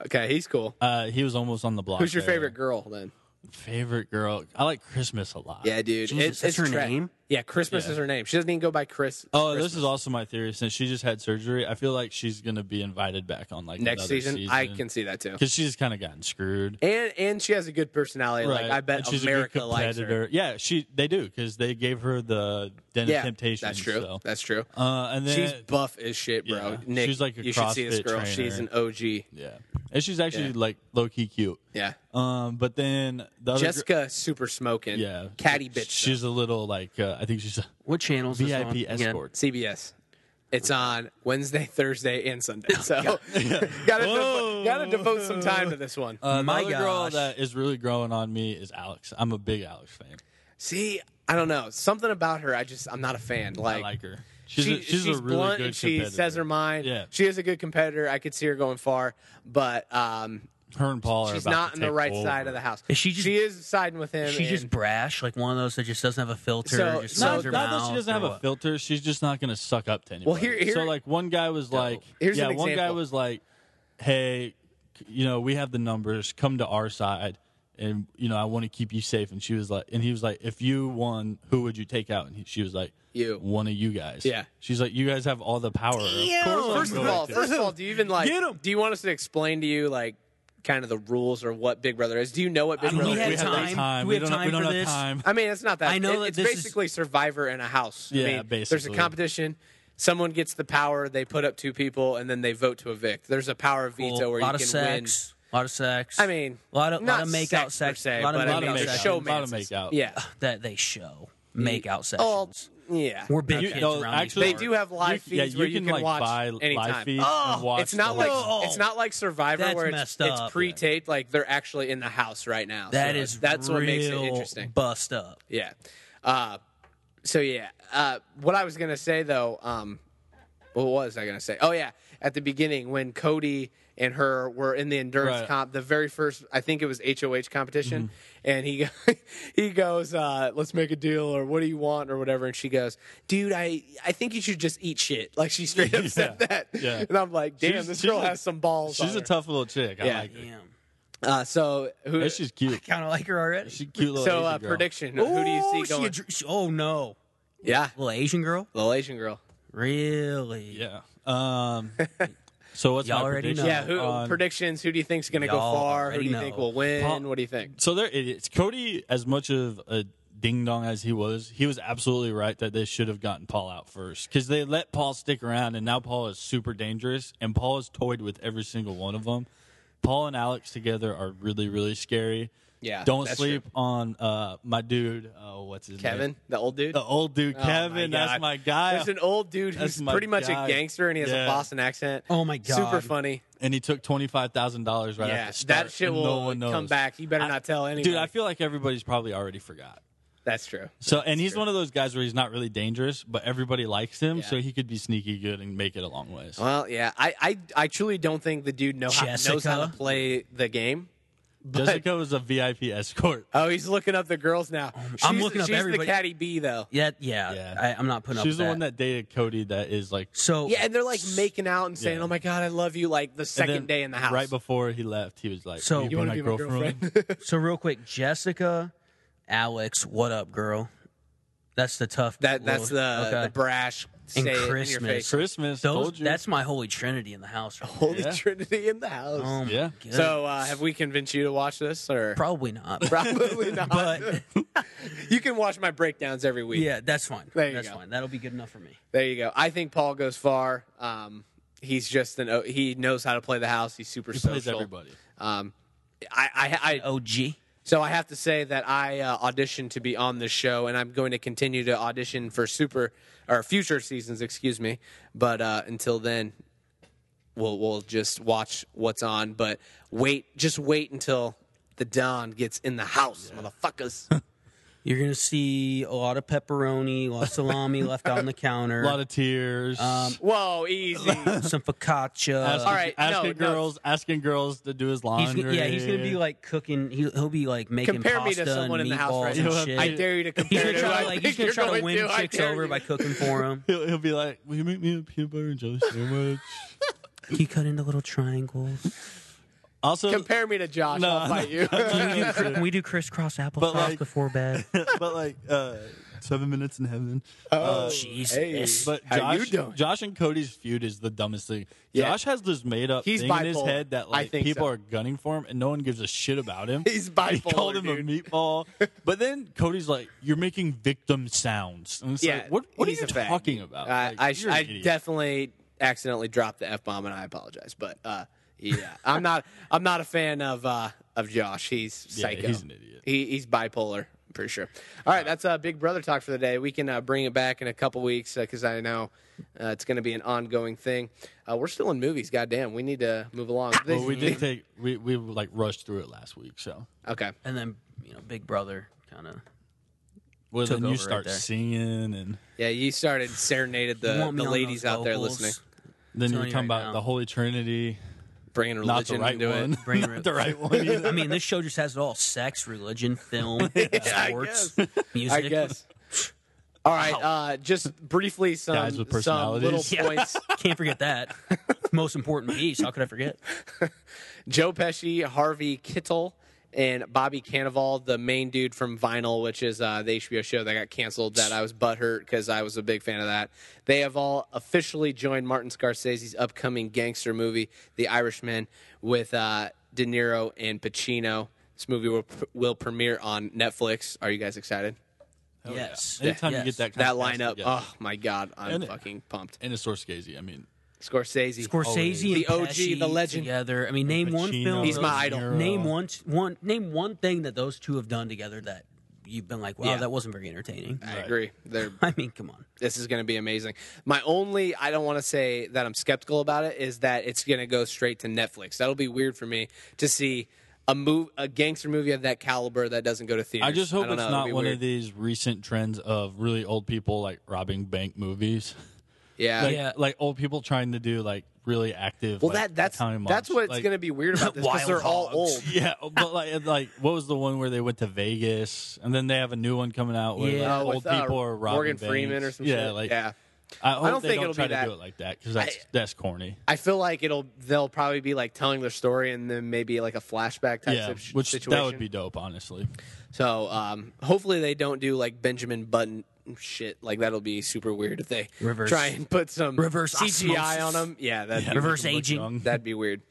Speaker 2: okay, he's cool.
Speaker 4: Uh, he was almost on the block.
Speaker 2: Who's your
Speaker 4: there.
Speaker 2: favorite girl then?
Speaker 4: Favorite girl? I like Christmas a lot.
Speaker 2: Yeah, dude.
Speaker 3: Jesus,
Speaker 2: it's,
Speaker 3: that's
Speaker 2: it's
Speaker 3: her
Speaker 2: trash.
Speaker 3: name?
Speaker 2: Yeah, Christmas
Speaker 4: Yeah.
Speaker 2: is her name. She doesn't even go by Chris.
Speaker 4: Oh, this is also my theory. Since she just had surgery, I feel like she's gonna be invited back on like
Speaker 2: next
Speaker 4: another
Speaker 2: season. I can see that too.
Speaker 4: because she's kind of gotten screwed.
Speaker 2: And and she has a good personality. Like
Speaker 4: Right.
Speaker 2: I bet
Speaker 4: And she's a good
Speaker 2: America likes her.
Speaker 4: competitor. Yeah, she they do because they gave her the Den
Speaker 2: Yeah,
Speaker 4: of Temptation.
Speaker 2: that's true.
Speaker 4: so.
Speaker 2: That's true.
Speaker 4: Uh, and then
Speaker 2: She's buff as shit, bro.
Speaker 4: Yeah.
Speaker 2: Nick,
Speaker 4: She's like a
Speaker 2: you should see this
Speaker 4: CrossFit
Speaker 2: girl. She's an
Speaker 4: trainer.
Speaker 2: OG.
Speaker 4: yeah, and she's actually
Speaker 2: Yeah.
Speaker 4: like low key cute.
Speaker 2: Yeah.
Speaker 4: Um, but then the other gr-
Speaker 2: Jessica, super smoking.
Speaker 4: yeah,
Speaker 2: Catty bitch.
Speaker 4: She's a little like uh, I think she's a
Speaker 3: What channels? is this on?
Speaker 4: VIP
Speaker 3: Again?
Speaker 4: escort.
Speaker 2: though. CBS. It's on Wednesday, Thursday, and Sunday. So gotta devo-
Speaker 4: Oh, Whoa.
Speaker 2: gotta devote some time to this one.
Speaker 4: Uh, the
Speaker 3: My
Speaker 4: other girl
Speaker 3: gosh.
Speaker 4: that is really growing on me is Alex. I'm a big Alex fan.
Speaker 2: See, I don't know something about her. I just I'm not a fan. Like.
Speaker 4: I like her. She's
Speaker 2: she-
Speaker 4: a, she's, a really
Speaker 2: blunt
Speaker 4: good
Speaker 2: and she
Speaker 4: competitor.
Speaker 2: says her mind.
Speaker 4: Yeah.
Speaker 2: She is a good competitor. I could see her going far, but um,
Speaker 4: Her and Paul are
Speaker 2: she's
Speaker 4: about
Speaker 2: not
Speaker 4: to
Speaker 2: on the
Speaker 4: take
Speaker 2: right
Speaker 4: over.
Speaker 2: side of the house.
Speaker 3: Is she just-
Speaker 2: she is siding with him.
Speaker 3: She's just
Speaker 2: and-
Speaker 3: brash, like one of those that just doesn't have a filter.
Speaker 2: So-
Speaker 3: just
Speaker 2: so-
Speaker 4: Not,
Speaker 3: runs her
Speaker 4: not that
Speaker 3: mouth
Speaker 4: she doesn't
Speaker 3: or
Speaker 4: have a
Speaker 3: what.
Speaker 4: filter. She's just not going to suck up to anybody.
Speaker 2: here- here-
Speaker 4: so like one guy was like,
Speaker 2: Here's
Speaker 4: yeah,
Speaker 2: an
Speaker 4: one guy
Speaker 2: example.
Speaker 4: was like, hey, you know, we have the numbers. Come to our side, and you know, I want to keep you safe. And she was like, and he was like, if you won, who would you take out? And he, she was like,
Speaker 2: You.
Speaker 4: one of you guys.
Speaker 2: Yeah.
Speaker 4: She's like, you guys have all the power. Of course, I'm
Speaker 2: First of
Speaker 4: going
Speaker 2: all,
Speaker 4: to."
Speaker 2: first of all, do you even like?
Speaker 4: Get 'em.
Speaker 2: Do you want us to explain to you like kind of the rules or what Big Brother is? Do you know what Big
Speaker 4: I don't know
Speaker 2: Brother
Speaker 4: if
Speaker 3: had
Speaker 4: we
Speaker 2: is?
Speaker 4: have
Speaker 3: time.
Speaker 4: time.
Speaker 3: Do we
Speaker 4: We
Speaker 3: have
Speaker 4: don't
Speaker 3: time
Speaker 4: we don't
Speaker 3: for
Speaker 4: have
Speaker 3: this?
Speaker 4: time.
Speaker 2: I mean, it's not that.
Speaker 3: I know
Speaker 2: it-
Speaker 3: that
Speaker 2: it's
Speaker 3: this is-
Speaker 2: basically Survivor in a house. I
Speaker 4: Yeah,
Speaker 2: mean, There's a
Speaker 4: basically.
Speaker 2: competition. Someone gets the power. They put up two people, and then they vote to evict. There's a power veto
Speaker 3: a
Speaker 2: where you
Speaker 3: lot
Speaker 2: can
Speaker 3: of sex. A lot of sex.
Speaker 2: win. I mean,
Speaker 3: a lot of,
Speaker 2: not
Speaker 3: lot of make out
Speaker 2: sex per
Speaker 3: sex.
Speaker 2: se,
Speaker 3: a lot of
Speaker 2: but
Speaker 4: I mean,
Speaker 3: make out
Speaker 4: it's
Speaker 3: sex.
Speaker 4: show- lot of
Speaker 2: showmances.
Speaker 4: make-out.
Speaker 2: Yeah.
Speaker 3: that they show make out
Speaker 2: Oh,
Speaker 3: sessions.
Speaker 2: yeah.
Speaker 3: We're big
Speaker 4: You-
Speaker 3: kids
Speaker 4: no,
Speaker 3: around
Speaker 4: actually-
Speaker 2: They
Speaker 3: these
Speaker 2: do have live
Speaker 4: You- yeah,
Speaker 2: feeds where you can,
Speaker 4: like
Speaker 2: watch
Speaker 4: buy
Speaker 2: anytime. Uh,
Speaker 4: live feeds
Speaker 3: Oh,
Speaker 4: and watch.
Speaker 2: it's not
Speaker 4: the
Speaker 2: like
Speaker 4: whole-
Speaker 3: Oh.
Speaker 2: it's not like Survivor
Speaker 3: That's
Speaker 2: where it's,
Speaker 3: messed
Speaker 2: it's
Speaker 3: up.
Speaker 2: pre-taped. Like they're actually in the house right now.
Speaker 3: That
Speaker 2: So
Speaker 3: is
Speaker 2: that's what makes it
Speaker 3: real
Speaker 2: interesting.
Speaker 3: Bust up.
Speaker 2: Yeah. Uh, so yeah. Uh, what I was gonna say though, um, what was I gonna say? Oh yeah, at the beginning when Cody and her were in the endurance
Speaker 4: Right.
Speaker 2: comp, the very first, I think it was HOH competition,
Speaker 4: Mm-hmm.
Speaker 2: and he go- he goes, uh, "Let's make a deal," or "What do you want?" or whatever, and she goes, "Dude, I I think you should just eat shit." Like she straight up said
Speaker 4: Yeah.
Speaker 2: that,
Speaker 4: Yeah.
Speaker 2: and I'm like, "Damn,
Speaker 4: She's-
Speaker 2: this
Speaker 4: she's
Speaker 2: girl
Speaker 4: a-
Speaker 2: has some balls." on
Speaker 4: She's a
Speaker 2: her.
Speaker 4: tough little chick. I
Speaker 2: Yeah.
Speaker 4: like her.
Speaker 3: Damn.
Speaker 2: Uh, so who?
Speaker 4: And She's cute.
Speaker 3: Kind of like her already.
Speaker 4: She's a cute little
Speaker 2: So uh,
Speaker 4: Asian girl.
Speaker 2: prediction. who do
Speaker 3: Ooh,
Speaker 2: you see
Speaker 3: she
Speaker 2: going?
Speaker 3: a dr- she- oh no,
Speaker 2: yeah,
Speaker 3: little Asian girl.
Speaker 2: little Asian girl.
Speaker 3: Really?
Speaker 4: Yeah. Um, so what's
Speaker 3: Y'all
Speaker 4: my
Speaker 3: already
Speaker 4: prediction?
Speaker 3: know.
Speaker 2: Yeah, who
Speaker 4: Um, on-
Speaker 2: predictions? Who do you think's going to go
Speaker 3: Y'all
Speaker 2: far? Who do
Speaker 3: already
Speaker 2: you think
Speaker 3: know.
Speaker 2: will win?
Speaker 4: Paul-
Speaker 2: what do you think?
Speaker 4: so there idiots. Cody, as much of a ding dong as he was, he was absolutely right that they should have gotten Paul out first because they let Paul stick around, and now Paul is super dangerous, and Paul has toyed with every single one of them. Paul and Alex together are really, really scary.
Speaker 2: Yeah,
Speaker 4: Don't
Speaker 2: that's
Speaker 4: sleep on uh, my dude. Oh, what's his name?
Speaker 2: Kevin, the old dude.
Speaker 4: The old dude,
Speaker 2: Oh my
Speaker 4: Kevin. that's
Speaker 2: God.
Speaker 4: my guy.
Speaker 2: There's an old dude
Speaker 4: That's
Speaker 2: who's
Speaker 4: my
Speaker 2: pretty much a
Speaker 4: guy.
Speaker 2: gangster and he has a
Speaker 4: Yeah.
Speaker 2: Boston accent.
Speaker 3: Oh my God.
Speaker 2: Super funny.
Speaker 4: and he took twenty five thousand dollars right
Speaker 2: yeah,
Speaker 4: after start.
Speaker 2: that shit
Speaker 4: and
Speaker 2: will
Speaker 4: no one knows.
Speaker 2: come back. You better
Speaker 4: I-
Speaker 2: not tell anyone.
Speaker 4: Dude, I feel like everybody's probably already forgot.
Speaker 2: that's true.
Speaker 4: So, and he's one of those guys where he's not really dangerous, but everybody likes him,
Speaker 2: Yeah.
Speaker 4: so he could be sneaky good and make it a long ways.
Speaker 2: Well, yeah, I, I, I truly don't think the dude know how, knows how
Speaker 3: Jessica?
Speaker 2: to play the game. But-
Speaker 4: Jessica was a VIP escort.
Speaker 2: Oh, he's looking up the girls now.
Speaker 3: I'm
Speaker 2: She's-
Speaker 3: looking up
Speaker 2: she's the
Speaker 3: everybody.
Speaker 2: catty bee though.
Speaker 3: Yeah, yeah.
Speaker 4: Yeah.
Speaker 3: I, I'm not putting up.
Speaker 4: She's
Speaker 3: with
Speaker 4: the one that dated Cody. That is like
Speaker 3: So
Speaker 2: Yeah, and they're like making out and saying,
Speaker 4: Yeah.
Speaker 2: "Oh my god, I love you." Like the
Speaker 4: and
Speaker 2: second
Speaker 4: then
Speaker 2: day in the house,
Speaker 4: Right before he left, he was like,
Speaker 3: So-
Speaker 4: "So you,
Speaker 3: You
Speaker 4: want
Speaker 2: wanna
Speaker 4: to be my girlfriend?"
Speaker 3: so real quick, Jessica, Alex, what up, girl? That's the tough.
Speaker 2: that that's
Speaker 3: little-
Speaker 2: the,
Speaker 3: okay.
Speaker 2: the brash. Say
Speaker 3: And
Speaker 2: it in your
Speaker 3: Christmas.
Speaker 2: face.
Speaker 4: Christmas.
Speaker 3: Those,
Speaker 4: told you.
Speaker 3: that's my holy trinity in the house. Right
Speaker 2: Holy
Speaker 4: Yeah.
Speaker 2: Trinity in the house.
Speaker 3: now. Oh my
Speaker 4: Yeah.
Speaker 3: goodness.
Speaker 2: so, uh, have we convinced you to watch this, or
Speaker 3: probably not.
Speaker 2: probably not?
Speaker 3: But
Speaker 2: you can watch my breakdowns every week.
Speaker 3: yeah, that's fine.
Speaker 2: There you
Speaker 3: that's
Speaker 2: go.
Speaker 3: fine. That'll be good enough for me.
Speaker 2: There you go. I think Paul goes far. Um, he's just an he knows how to play the house. He's super
Speaker 4: he
Speaker 2: social.
Speaker 4: plays everybody.
Speaker 2: Um, I, I, I,
Speaker 3: OG.
Speaker 2: So I have to say that I uh, auditioned to be on this show, and I'm going to continue to audition for super or future seasons, excuse me. But uh, until then, we'll we'll just watch what's on. But wait, just wait until the Don gets in the house, motherfuckers.
Speaker 3: You're gonna see a lot of pepperoni, a lot of salami left on the counter,
Speaker 4: A lot of tears.
Speaker 3: Um,
Speaker 2: Whoa, easy.
Speaker 3: some focaccia.
Speaker 4: asking,
Speaker 2: uh, all right,
Speaker 4: asking
Speaker 2: no, no.
Speaker 4: girls, asking girls to do his
Speaker 3: He's,
Speaker 4: laundry.
Speaker 3: gonna- yeah, he's gonna be like cooking. He'll, he'll be like making
Speaker 2: Compare me
Speaker 3: pasta
Speaker 2: to someone
Speaker 3: and
Speaker 2: in the house
Speaker 3: meatballs
Speaker 2: right
Speaker 3: and
Speaker 4: now.
Speaker 3: shit.
Speaker 2: I dare you to
Speaker 3: he's
Speaker 2: compare.
Speaker 3: gonna
Speaker 2: to who
Speaker 3: try
Speaker 2: I
Speaker 3: to like he's
Speaker 2: think
Speaker 3: gonna
Speaker 2: you're
Speaker 3: try
Speaker 2: going
Speaker 3: to win
Speaker 2: I
Speaker 3: chicks
Speaker 2: dare
Speaker 3: over
Speaker 2: you.
Speaker 3: by cooking for him.
Speaker 4: He'll, he'll be like, "Will you make me a peanut butter and jelly sandwich?"
Speaker 3: Can you cut into little triangles?
Speaker 4: also,
Speaker 2: Compare me to Josh.
Speaker 4: No,
Speaker 2: I'll fight you.
Speaker 3: Can you cri- we do crisscross applesauce
Speaker 4: like-
Speaker 3: before bed?
Speaker 4: but like uh, seven minutes in heaven.
Speaker 2: Oh,
Speaker 3: Jesus.
Speaker 4: But Josh,
Speaker 2: How you doing?
Speaker 4: Josh and Cody's feud is the dumbest thing.
Speaker 2: Yeah.
Speaker 4: Josh has this made up
Speaker 2: He's
Speaker 4: thing in his
Speaker 2: bipolar.
Speaker 4: head that
Speaker 2: I
Speaker 4: like
Speaker 2: think
Speaker 4: people
Speaker 2: so.
Speaker 4: are gunning for him, and no one gives a shit about him.
Speaker 2: He's
Speaker 4: He
Speaker 2: bipolar.
Speaker 4: called him
Speaker 2: dude.
Speaker 4: a meatball, but then Cody's like, "You're making victim sounds." And it's
Speaker 2: Yeah,
Speaker 4: like, what, what are
Speaker 2: he's
Speaker 4: you
Speaker 2: a fag.
Speaker 4: talking about?
Speaker 2: I,
Speaker 4: Like,
Speaker 2: I, sh-
Speaker 4: you're an
Speaker 2: I
Speaker 4: idiot.
Speaker 2: definitely accidentally dropped the f bomb, and I apologize. But uh, yeah, I'm not I'm not a fan of uh, of Josh. He's
Speaker 4: Yeah,
Speaker 2: psycho.
Speaker 4: he's an idiot.
Speaker 2: He, he's bipolar. I'm Pretty sure. All right, that's uh, Big Brother talk for the day. We can uh, bring it back in a couple weeks because I know uh, it's going to be an ongoing thing. Uh, we're still in movies. Goddamn, we need to move along.
Speaker 4: Well, we did take we we like rushed through it last week, so
Speaker 2: okay.
Speaker 3: And then you know, Big Brother kind of.
Speaker 4: well,
Speaker 3: Took
Speaker 4: then you
Speaker 3: over right
Speaker 4: start
Speaker 3: there.
Speaker 4: singing, and
Speaker 2: Yeah, you started serenaded the, the ladies out there listening,
Speaker 4: then you
Speaker 3: telling you
Speaker 4: talking
Speaker 3: right
Speaker 4: about
Speaker 3: now.
Speaker 4: the Holy Trinity,
Speaker 2: bringing
Speaker 4: not the
Speaker 2: religion
Speaker 4: right
Speaker 2: into
Speaker 4: one,
Speaker 2: it.
Speaker 3: Bring
Speaker 4: not
Speaker 3: it-
Speaker 4: the right one. either.
Speaker 3: I mean, this show just has it all: sex, religion, film,
Speaker 2: I
Speaker 3: sports,
Speaker 2: guess.
Speaker 3: music.
Speaker 2: I guess. All right, uh, just briefly some,
Speaker 4: Guys with
Speaker 2: some little
Speaker 4: personalities.
Speaker 2: points.
Speaker 3: Can't forget that most important piece. How could I forget?
Speaker 2: Joe Pesci, Harvey Kittle, and Bobby Cannavale, the main dude from Vinyl, which is uh, the HBO show that got canceled that I was butthurt because I was a big fan of that. They have all officially joined Martin Scorsese's upcoming gangster movie, The Irishman, with uh, De Niro and Pacino. This movie will, will premiere on Netflix. Are you guys excited?
Speaker 3: yes.
Speaker 4: Anytime you
Speaker 3: Yes.
Speaker 4: get that kind
Speaker 2: That
Speaker 4: of cast
Speaker 2: lineup,
Speaker 4: together.
Speaker 2: oh my God, I'm
Speaker 4: And it-
Speaker 2: fucking pumped.
Speaker 4: and it's Scorsese. I mean,
Speaker 2: Scorsese.
Speaker 3: Scorsese, and
Speaker 2: The OG,
Speaker 3: Pesci
Speaker 2: the legend.
Speaker 3: together. I mean, name one
Speaker 4: Pacino,
Speaker 3: film. uh,
Speaker 2: He's my idol.
Speaker 4: Niro.
Speaker 3: Name one, one, name one thing that those two have done together that you've been like, wow,
Speaker 2: Yeah.
Speaker 3: that wasn't very entertaining.
Speaker 2: I agree. They're
Speaker 3: I mean, come on.
Speaker 2: this is going to be amazing. My only, I don't want to say that I'm skeptical about it, is that it's going to go straight to Netflix. That'll be weird for me to see a move, a gangster movie of that caliber that doesn't go to theaters.
Speaker 4: I just hope
Speaker 2: don't
Speaker 4: it's
Speaker 2: know. It'll
Speaker 4: not
Speaker 2: be
Speaker 4: one
Speaker 2: weird.
Speaker 4: of these recent trends of really old people like robbing bank movies.
Speaker 2: Yeah.
Speaker 4: Like, like old people trying to do like really active.
Speaker 2: Well,
Speaker 4: like,
Speaker 2: that that's
Speaker 4: Italian
Speaker 2: that's
Speaker 4: mobs.
Speaker 2: what's
Speaker 4: Like,
Speaker 2: going to be weird about this because
Speaker 3: Wild
Speaker 2: they're all
Speaker 3: Hogs.
Speaker 2: old.
Speaker 4: Yeah, but like, like, what was the one where they went to Vegas, and then they have a new one coming out where
Speaker 3: Yeah.
Speaker 4: like,
Speaker 2: Uh, with,
Speaker 4: old
Speaker 2: uh,
Speaker 4: people are robbing
Speaker 2: Morgan
Speaker 4: banks.
Speaker 2: Freeman or some
Speaker 4: yeah,
Speaker 2: shit.
Speaker 4: Like,
Speaker 2: yeah.
Speaker 4: I, hope
Speaker 2: don't
Speaker 4: they
Speaker 2: think
Speaker 4: don't
Speaker 2: it'll
Speaker 4: try
Speaker 2: be
Speaker 4: to
Speaker 2: that.
Speaker 4: do it like that because that's that's corny.
Speaker 2: I feel like it'll they'll probably be like telling their story and then maybe like a flashback type
Speaker 4: Yeah,
Speaker 2: of sh-
Speaker 4: which
Speaker 2: situation.
Speaker 4: that would be dope, honestly.
Speaker 2: So um, hopefully they don't do like Benjamin Button shit. Like that'll be super weird if they
Speaker 3: Reverse-
Speaker 2: try and put some
Speaker 3: reverse
Speaker 2: CGI
Speaker 3: osmosis.
Speaker 2: on them. Yeah, that'd, Be,
Speaker 3: Reverse
Speaker 4: Make 'em look
Speaker 3: aging.
Speaker 4: young.
Speaker 2: that'd be weird.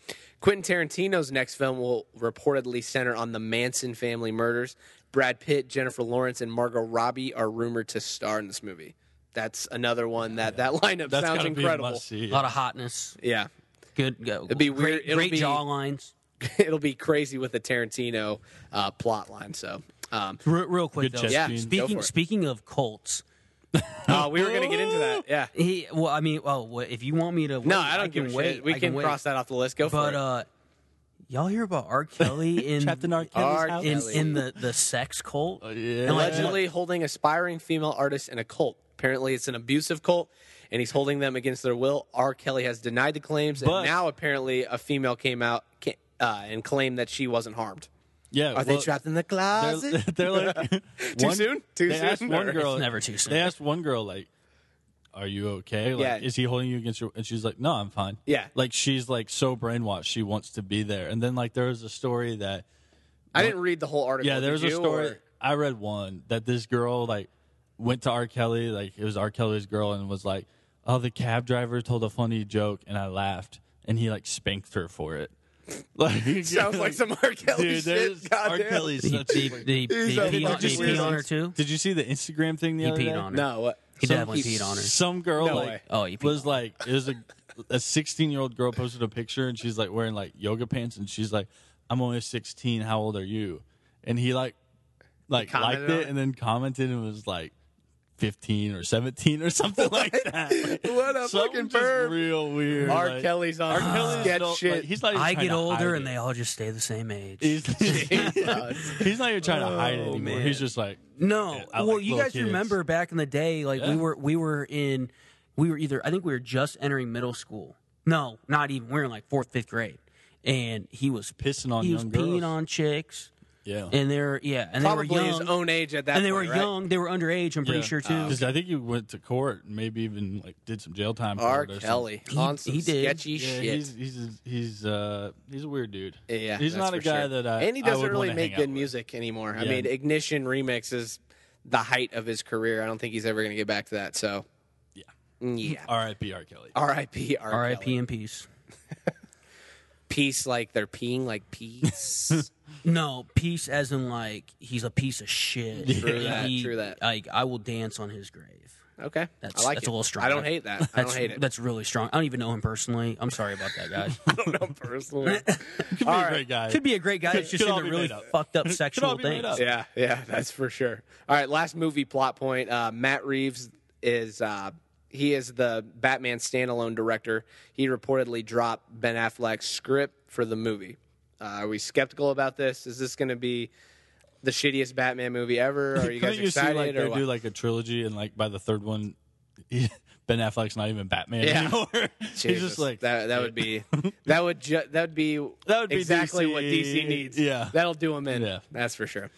Speaker 2: Quentin Tarantino's next film will reportedly center on the Manson family murders. Brad Pitt, Jennifer Lawrence, and Margot Robbie are rumored to star in this movie. That's another one that that lineup
Speaker 4: That's
Speaker 2: sounds
Speaker 4: gotta Be a
Speaker 2: incredible.
Speaker 4: must see.
Speaker 3: A lot of hotness.
Speaker 2: Yeah,
Speaker 3: Good. Go. It'd
Speaker 2: be weird-
Speaker 3: Great,
Speaker 2: it'll
Speaker 3: great
Speaker 2: be-
Speaker 3: jaw lines.
Speaker 2: it'll be crazy with the Tarantino uh, plot line. So. Um,
Speaker 3: Real, real quick
Speaker 4: Good
Speaker 3: though.
Speaker 4: chest Yeah, scene. go
Speaker 2: for
Speaker 3: Speaking
Speaker 2: it.
Speaker 3: speaking of cults,
Speaker 2: oh, we were going to get into that. Yeah.
Speaker 3: he, well, I mean, oh, well, what- if you want me to, wait,
Speaker 2: No, I don't
Speaker 3: can
Speaker 2: give a
Speaker 3: wait.
Speaker 2: shit. We
Speaker 3: I
Speaker 2: can,
Speaker 3: wait.
Speaker 2: cross that off the list. Go for
Speaker 3: But
Speaker 2: it.
Speaker 3: uh, y'all hear about R. Kelly in
Speaker 4: Trapped in R. Kelly's
Speaker 2: R.
Speaker 4: house.
Speaker 3: in,
Speaker 2: Kelly. Oh,
Speaker 3: in the the sex cult?
Speaker 4: yeah.
Speaker 3: And, like,
Speaker 2: allegedly holding aspiring female artists in a cult. Apparently, it's an abusive cult, and he's holding them against their will. R. Kelly has denied the claims,
Speaker 4: But-
Speaker 2: and now apparently a female came out ca- uh, and claimed that she wasn't harmed.
Speaker 4: Yeah,
Speaker 2: Are they trapped in the
Speaker 4: They're,
Speaker 2: closet?
Speaker 4: they're like
Speaker 2: Too
Speaker 4: one-
Speaker 2: soon? Too
Speaker 4: they
Speaker 2: soon?
Speaker 4: Asked one
Speaker 2: Or-
Speaker 4: girl,
Speaker 3: It's never too soon.
Speaker 4: They asked one girl like, "Are you okay? Like,
Speaker 2: Yeah.
Speaker 4: is he holding you against your?" And she's like, "No, I'm fine."
Speaker 2: Yeah.
Speaker 4: like she's like so brainwashed, she wants to be there. And then like there was a story that
Speaker 2: I didn't read the whole article.
Speaker 4: yeah, there
Speaker 2: Did
Speaker 4: was a
Speaker 2: you,
Speaker 4: story
Speaker 2: or-
Speaker 4: I read one that this girl like went to R. Kelly, like it was R. Kelly's girl, and was like, "Oh, the cab driver told a funny joke, and I laughed, and he like spanked her for it." Like
Speaker 2: Sounds like some R. Kelly
Speaker 4: dude.
Speaker 2: shit.
Speaker 4: There's R.
Speaker 2: Goddamn.
Speaker 4: Kelly's
Speaker 3: Did
Speaker 4: such.
Speaker 3: he,
Speaker 4: a-
Speaker 3: did he, did he
Speaker 2: He's a
Speaker 3: pee on-
Speaker 2: fucking
Speaker 3: did he pee on her
Speaker 2: weirdo.
Speaker 3: too?
Speaker 4: Did you see the Instagram thing the
Speaker 3: He
Speaker 4: other day?
Speaker 3: peed on her.
Speaker 2: No, what?
Speaker 3: He
Speaker 4: Some
Speaker 3: definitely
Speaker 4: peop-
Speaker 3: peed on her.
Speaker 4: Some girl
Speaker 2: No
Speaker 4: like
Speaker 2: way.
Speaker 3: Oh, he peed
Speaker 4: was like it was a a 16 year old girl posted a picture and she's like wearing like yoga pants and she's like I'm only 16. How old are you? And he like like
Speaker 2: commented
Speaker 4: liked
Speaker 2: on
Speaker 4: it
Speaker 2: it?
Speaker 4: and then commented and was like 15 or 17 or something like that. Like,
Speaker 2: What a
Speaker 4: something
Speaker 2: fucking
Speaker 4: just
Speaker 2: perv.
Speaker 4: Real weird.
Speaker 2: R.
Speaker 4: like,
Speaker 2: Kelly's on
Speaker 4: R. Kelly's
Speaker 2: sketch
Speaker 4: no- like,
Speaker 2: shit.
Speaker 4: he's not. Even
Speaker 3: I
Speaker 4: trying
Speaker 3: get
Speaker 4: to
Speaker 3: older
Speaker 4: hide
Speaker 3: and
Speaker 4: it.
Speaker 3: they all just stay the same age.
Speaker 4: He's, he's not even trying to hide it
Speaker 2: Oh,
Speaker 4: anymore.
Speaker 2: man.
Speaker 4: He's just like
Speaker 3: No,
Speaker 4: Yeah, I
Speaker 3: well,
Speaker 4: like
Speaker 3: you
Speaker 4: little
Speaker 3: guys
Speaker 4: kids.
Speaker 3: remember back in the day, like
Speaker 4: Yeah.
Speaker 3: we were we were in, we were either I think we were just entering middle school. No, not even. We were in like fourth, fifth grade, and he was
Speaker 4: pissing on
Speaker 3: he was
Speaker 4: young girls.
Speaker 3: peeing on chicks,
Speaker 4: yeah.
Speaker 3: and they're yeah, and they were
Speaker 2: Probably
Speaker 3: young,
Speaker 2: his own age at that
Speaker 3: and they
Speaker 2: point,
Speaker 3: were
Speaker 2: right?
Speaker 3: young, they were underage. I'm pretty
Speaker 4: Yeah. Oh.
Speaker 3: sure too.
Speaker 4: Because I think you went to court and maybe even like did some jail time. for
Speaker 2: R.
Speaker 4: it or something.
Speaker 2: Kelly.
Speaker 3: He-
Speaker 2: on some
Speaker 3: he did.
Speaker 2: sketchy
Speaker 4: Yeah,
Speaker 2: shit.
Speaker 4: he's he's he's uh he's a weird dude.
Speaker 2: Yeah,
Speaker 4: he's
Speaker 2: that's
Speaker 4: not a
Speaker 2: for
Speaker 4: guy
Speaker 2: sure.
Speaker 4: that I
Speaker 2: and he
Speaker 4: I
Speaker 2: doesn't
Speaker 4: would
Speaker 2: really
Speaker 4: wanna
Speaker 2: make
Speaker 4: hang out
Speaker 2: good
Speaker 4: with.
Speaker 2: music anymore. I
Speaker 4: Yeah.
Speaker 2: mean, Ignition Remix is the height of his career. I don't think he's ever going to get back to that. So, Mm,
Speaker 4: Yeah.
Speaker 2: yeah.
Speaker 4: R.I.P. R. Kelly.
Speaker 2: R.I.P. R.
Speaker 3: R.I.P.
Speaker 2: Kelly.
Speaker 3: in peace.
Speaker 2: Peace, like they're peeing like peace.
Speaker 3: No, peace as in like he's a piece of shit.
Speaker 2: True
Speaker 3: And
Speaker 2: that, true that.
Speaker 3: Like I will dance on his grave.
Speaker 2: okay,
Speaker 3: That's-
Speaker 2: I like
Speaker 3: that's
Speaker 2: it.
Speaker 3: a little strong.
Speaker 2: I don't hate that. I
Speaker 3: That's,
Speaker 2: don't hate it.
Speaker 3: That's really strong. I don't even know him personally. I'm sorry about that, guys.
Speaker 2: I don't know personally.
Speaker 4: Could be
Speaker 2: All
Speaker 4: a
Speaker 2: right.
Speaker 4: great guy.
Speaker 3: Could be a great guy.
Speaker 4: Could-
Speaker 3: It's just
Speaker 4: could all
Speaker 3: into
Speaker 4: be
Speaker 3: really
Speaker 4: made up.
Speaker 3: fucked up
Speaker 4: Could all
Speaker 3: sexual
Speaker 4: be made
Speaker 3: things.
Speaker 4: up.
Speaker 2: yeah, yeah, that's for sure. All right, last movie plot point. Uh, Matt Reeves is uh, he is the Batman standalone director. He reportedly dropped Ben Affleck's script for the movie. Uh, are we skeptical about this? Is this going to be the shittiest Batman movie ever? Are you guys
Speaker 4: Couldn't you
Speaker 2: excited
Speaker 4: see like
Speaker 2: or
Speaker 4: they
Speaker 2: what?
Speaker 4: do like a trilogy and like by the third one, Ben Affleck's not even Batman
Speaker 2: Yeah.
Speaker 4: anymore. he's
Speaker 2: Jesus.
Speaker 4: just like
Speaker 2: that. That would be that would ju- that would be
Speaker 4: That would be
Speaker 2: exactly what
Speaker 4: DC.
Speaker 2: DC needs.
Speaker 4: Yeah.
Speaker 2: that'll do them in.
Speaker 4: Yeah.
Speaker 2: that's for sure.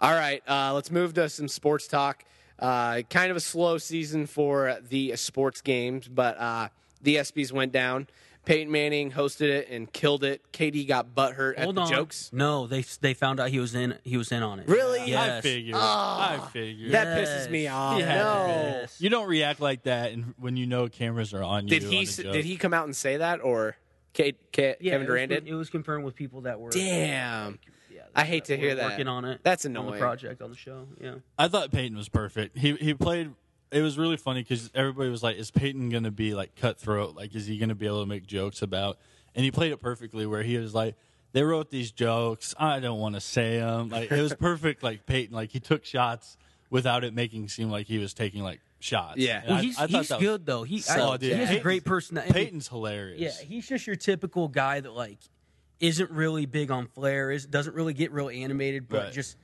Speaker 2: All right, uh, let's move to some sports talk. Uh, kind of a slow season for the sports games, but uh, the ESPYS went down. Peyton Manning hosted it and killed it. Katie got butthurt at
Speaker 3: Hold
Speaker 2: the
Speaker 3: on.
Speaker 2: jokes.
Speaker 3: No, they they found out he was in he was in on it.
Speaker 2: Really?
Speaker 4: I
Speaker 3: Yes.
Speaker 4: figured. I figured.
Speaker 2: Ah. That pisses me off.
Speaker 4: Yeah.
Speaker 2: No.
Speaker 3: Yes.
Speaker 4: you don't react like that, and when you know cameras are on you.
Speaker 2: Did
Speaker 4: on
Speaker 2: he
Speaker 4: a
Speaker 2: s-
Speaker 4: joke.
Speaker 2: did he come out and say that or Kate, Ka-
Speaker 3: Yeah,
Speaker 2: Kevin
Speaker 3: it was
Speaker 2: Durant
Speaker 3: con-
Speaker 2: did?
Speaker 3: It was confirmed with people that were
Speaker 2: Damn.
Speaker 3: Yeah, that-
Speaker 2: I hate to hear
Speaker 3: were
Speaker 2: that.
Speaker 3: Working on it.
Speaker 2: That's
Speaker 3: On
Speaker 2: annoying.
Speaker 3: the project on the show. Yeah.
Speaker 4: I thought Peyton was perfect. He he played. It was really funny because everybody was like, "Is Peyton going to be like cutthroat? Like, is he going to be able to make jokes about?" And he played it perfectly, where he was like, "They wrote these jokes. I don't want to say them." Like, it was perfect. Like Peyton, like he took shots without it making seem like he was taking like shots.
Speaker 2: Yeah.
Speaker 4: And
Speaker 3: Well,
Speaker 4: I-
Speaker 3: he's,
Speaker 4: I thought
Speaker 3: he's
Speaker 4: that was-
Speaker 3: good though. He I,
Speaker 4: Oh, dude.
Speaker 3: he has a
Speaker 4: Peyton's-
Speaker 3: great personality.
Speaker 4: Peyton's hilarious.
Speaker 3: Yeah, he's just your typical guy that like isn't really big on flair, is doesn't really get real animated, but
Speaker 4: Right.
Speaker 3: just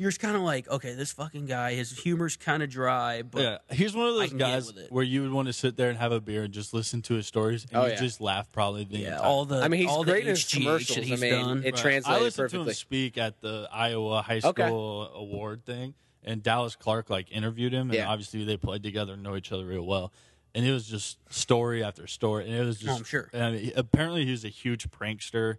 Speaker 3: you're just kind of like, okay, this fucking guy, his humor's kind of dry, but
Speaker 4: Yeah, he's one of those
Speaker 3: can get
Speaker 4: guys
Speaker 3: with it.
Speaker 4: where you would want to sit there and have a beer and just listen to his stories and
Speaker 2: Oh,
Speaker 4: you
Speaker 2: yeah.
Speaker 4: just laugh probably the
Speaker 3: yeah,
Speaker 4: entire
Speaker 3: all the
Speaker 2: I mean, he's
Speaker 3: all
Speaker 2: great
Speaker 3: the
Speaker 2: in his
Speaker 3: HGH
Speaker 2: commercials. I
Speaker 3: that he's
Speaker 2: mean,
Speaker 3: done.
Speaker 2: it
Speaker 4: Right.
Speaker 2: translated
Speaker 4: I listened to
Speaker 2: perfectly.
Speaker 4: him speak at the Iowa High School
Speaker 2: Okay.
Speaker 4: Award thing, and Dallas Clark like interviewed him, and
Speaker 2: Yeah.
Speaker 4: obviously they played together and know each other real well. And it was just story after story, and it was just
Speaker 3: I'm sure.
Speaker 4: and I mean, apparently he was a huge prankster.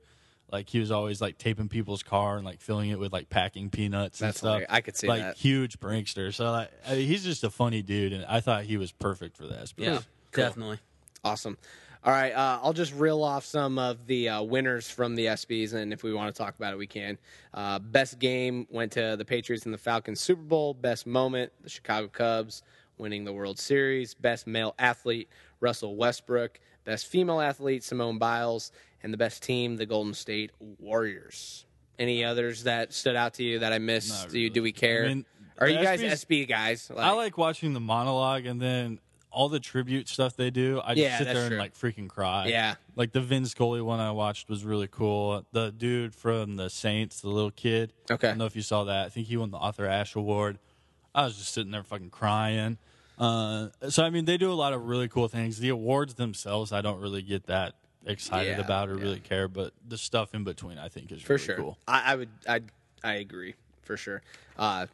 Speaker 4: Like he was always like taping people's car and like filling it with like packing peanuts and
Speaker 2: That's
Speaker 4: stuff.
Speaker 2: hilarious. I could see
Speaker 4: like
Speaker 2: that.
Speaker 4: huge prankster. So like, I mean, he's just a funny dude, and I thought he was perfect for that.
Speaker 3: yeah,
Speaker 4: Cool.
Speaker 3: definitely.
Speaker 2: Awesome. All right, uh, I'll just reel off some of the uh, winners from the ESPYS, and if we want to talk about it, we can. Uh, best game went to the Patriots and the Falcons Super Bowl. Best moment, the Chicago Cubs winning the World Series. Best male athlete, Russell Westbrook. Best female athlete, Simone Biles. And the best team, the Golden State Warriors. Any others that stood out to you that I missed?
Speaker 4: Not
Speaker 2: do, you,
Speaker 4: really.
Speaker 2: do we care?
Speaker 4: I mean,
Speaker 2: Are
Speaker 4: the
Speaker 2: you guys
Speaker 4: ESPYs
Speaker 2: SB guys?
Speaker 4: I like watching the monologue and then all the tribute stuff they do. I just
Speaker 2: Yeah,
Speaker 4: sit there
Speaker 2: that's
Speaker 4: and
Speaker 2: true.
Speaker 4: like freaking cry.
Speaker 2: Yeah.
Speaker 4: Like the Vince Scully one I watched was really cool. The dude from the Saints, the little kid.
Speaker 2: Okay.
Speaker 4: I don't know if you saw that. I think he won the Arthur Ashe Award. I was just sitting there fucking crying. Uh, so I mean, they do a lot of really cool things. The awards themselves, I don't really get that excited
Speaker 2: Yeah,
Speaker 4: about or really care, but the stuff in between I think is
Speaker 2: for
Speaker 4: really
Speaker 2: sure.
Speaker 4: cool.
Speaker 2: I, I would. I I agree for sure. Uh,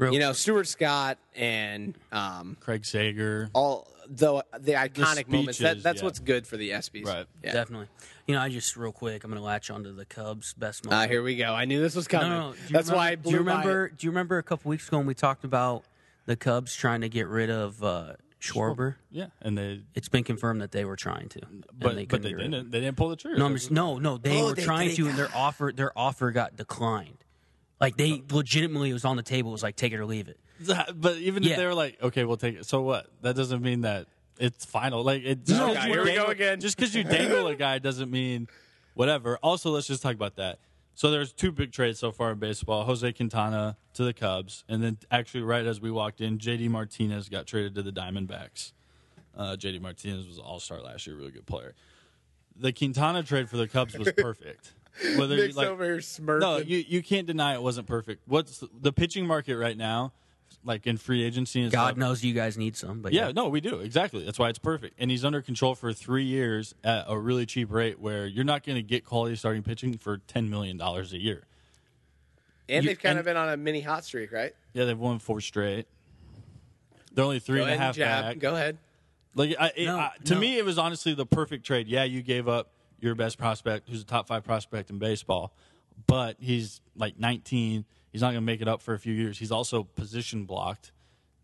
Speaker 2: you know, Stuart Scott and um,
Speaker 4: Craig Sager,
Speaker 2: all though the iconic moments. That,
Speaker 4: speeches,
Speaker 2: that's
Speaker 4: yeah.
Speaker 2: what's good for the ESPYS.
Speaker 4: Right.
Speaker 2: Yeah.
Speaker 3: Definitely. You know, I just real quick, I'm going to latch onto the Cubs best
Speaker 2: Uh,
Speaker 3: moment.
Speaker 2: here we go. I knew this was
Speaker 3: no,
Speaker 2: coming.
Speaker 3: no, no. Do you
Speaker 2: That's
Speaker 3: remember,
Speaker 2: why I
Speaker 3: do you
Speaker 2: blew by
Speaker 3: remember? Do you remember a couple weeks ago when we talked about the Cubs trying to get rid of uh, Schwarber?
Speaker 4: yeah, and they
Speaker 3: It's been confirmed that they were trying to, and
Speaker 4: but
Speaker 3: they
Speaker 4: they,
Speaker 3: couldn't
Speaker 4: but they
Speaker 3: get rid of him.
Speaker 4: didn't they didn't pull the trigger.
Speaker 3: No, I'm just, no, no. They
Speaker 2: Oh,
Speaker 3: were
Speaker 2: they
Speaker 3: trying
Speaker 2: did
Speaker 3: to,
Speaker 2: it.
Speaker 3: and their offer, their offer got declined. Like they legitimately it was on the table. It was like take it or leave it.
Speaker 4: but even
Speaker 3: Yeah.
Speaker 4: if they were like, okay, we'll take it. So what? That doesn't mean that it's final. Like it. just 'cause
Speaker 2: Okay,
Speaker 4: you
Speaker 2: here we go
Speaker 4: dangle-
Speaker 2: again.
Speaker 4: Just because you dangle a guy doesn't mean whatever. Also, let's just talk about that. So there's two big trades so far in baseball: Jose Quintana to the Cubs, and then actually right as we walked in, JD Martinez got traded to the Diamondbacks. Uh, JD Martinez was an All Star last year, really good player. The Quintana trade for the Cubs was perfect. Whether you
Speaker 2: Nick's over here smirking.
Speaker 4: no, you you can't deny it wasn't perfect. What's the, the pitching market right now, like in free agency and
Speaker 3: God
Speaker 4: stuff?
Speaker 3: knows you guys need some, but
Speaker 4: Yeah, no, we do exactly. That's why it's perfect, and he's under control for three years at a really cheap rate, where you're not going to get quality starting pitching for ten million dollars a year.
Speaker 2: and
Speaker 4: you-
Speaker 2: they've kind
Speaker 4: and-
Speaker 2: of been on a mini hot streak, right?
Speaker 4: Yeah, they've won four straight. They're only three
Speaker 2: Go
Speaker 4: and a
Speaker 2: ahead,
Speaker 4: half
Speaker 2: and jab.
Speaker 4: back.
Speaker 2: Go ahead.
Speaker 4: Like I, it,
Speaker 3: No,
Speaker 4: I, to
Speaker 3: no.
Speaker 4: me, it was honestly the perfect trade. Yeah, you gave up your best prospect, who's a top five prospect in baseball, but he's like 19. He's not going to make it up for a few years. He's also position blocked.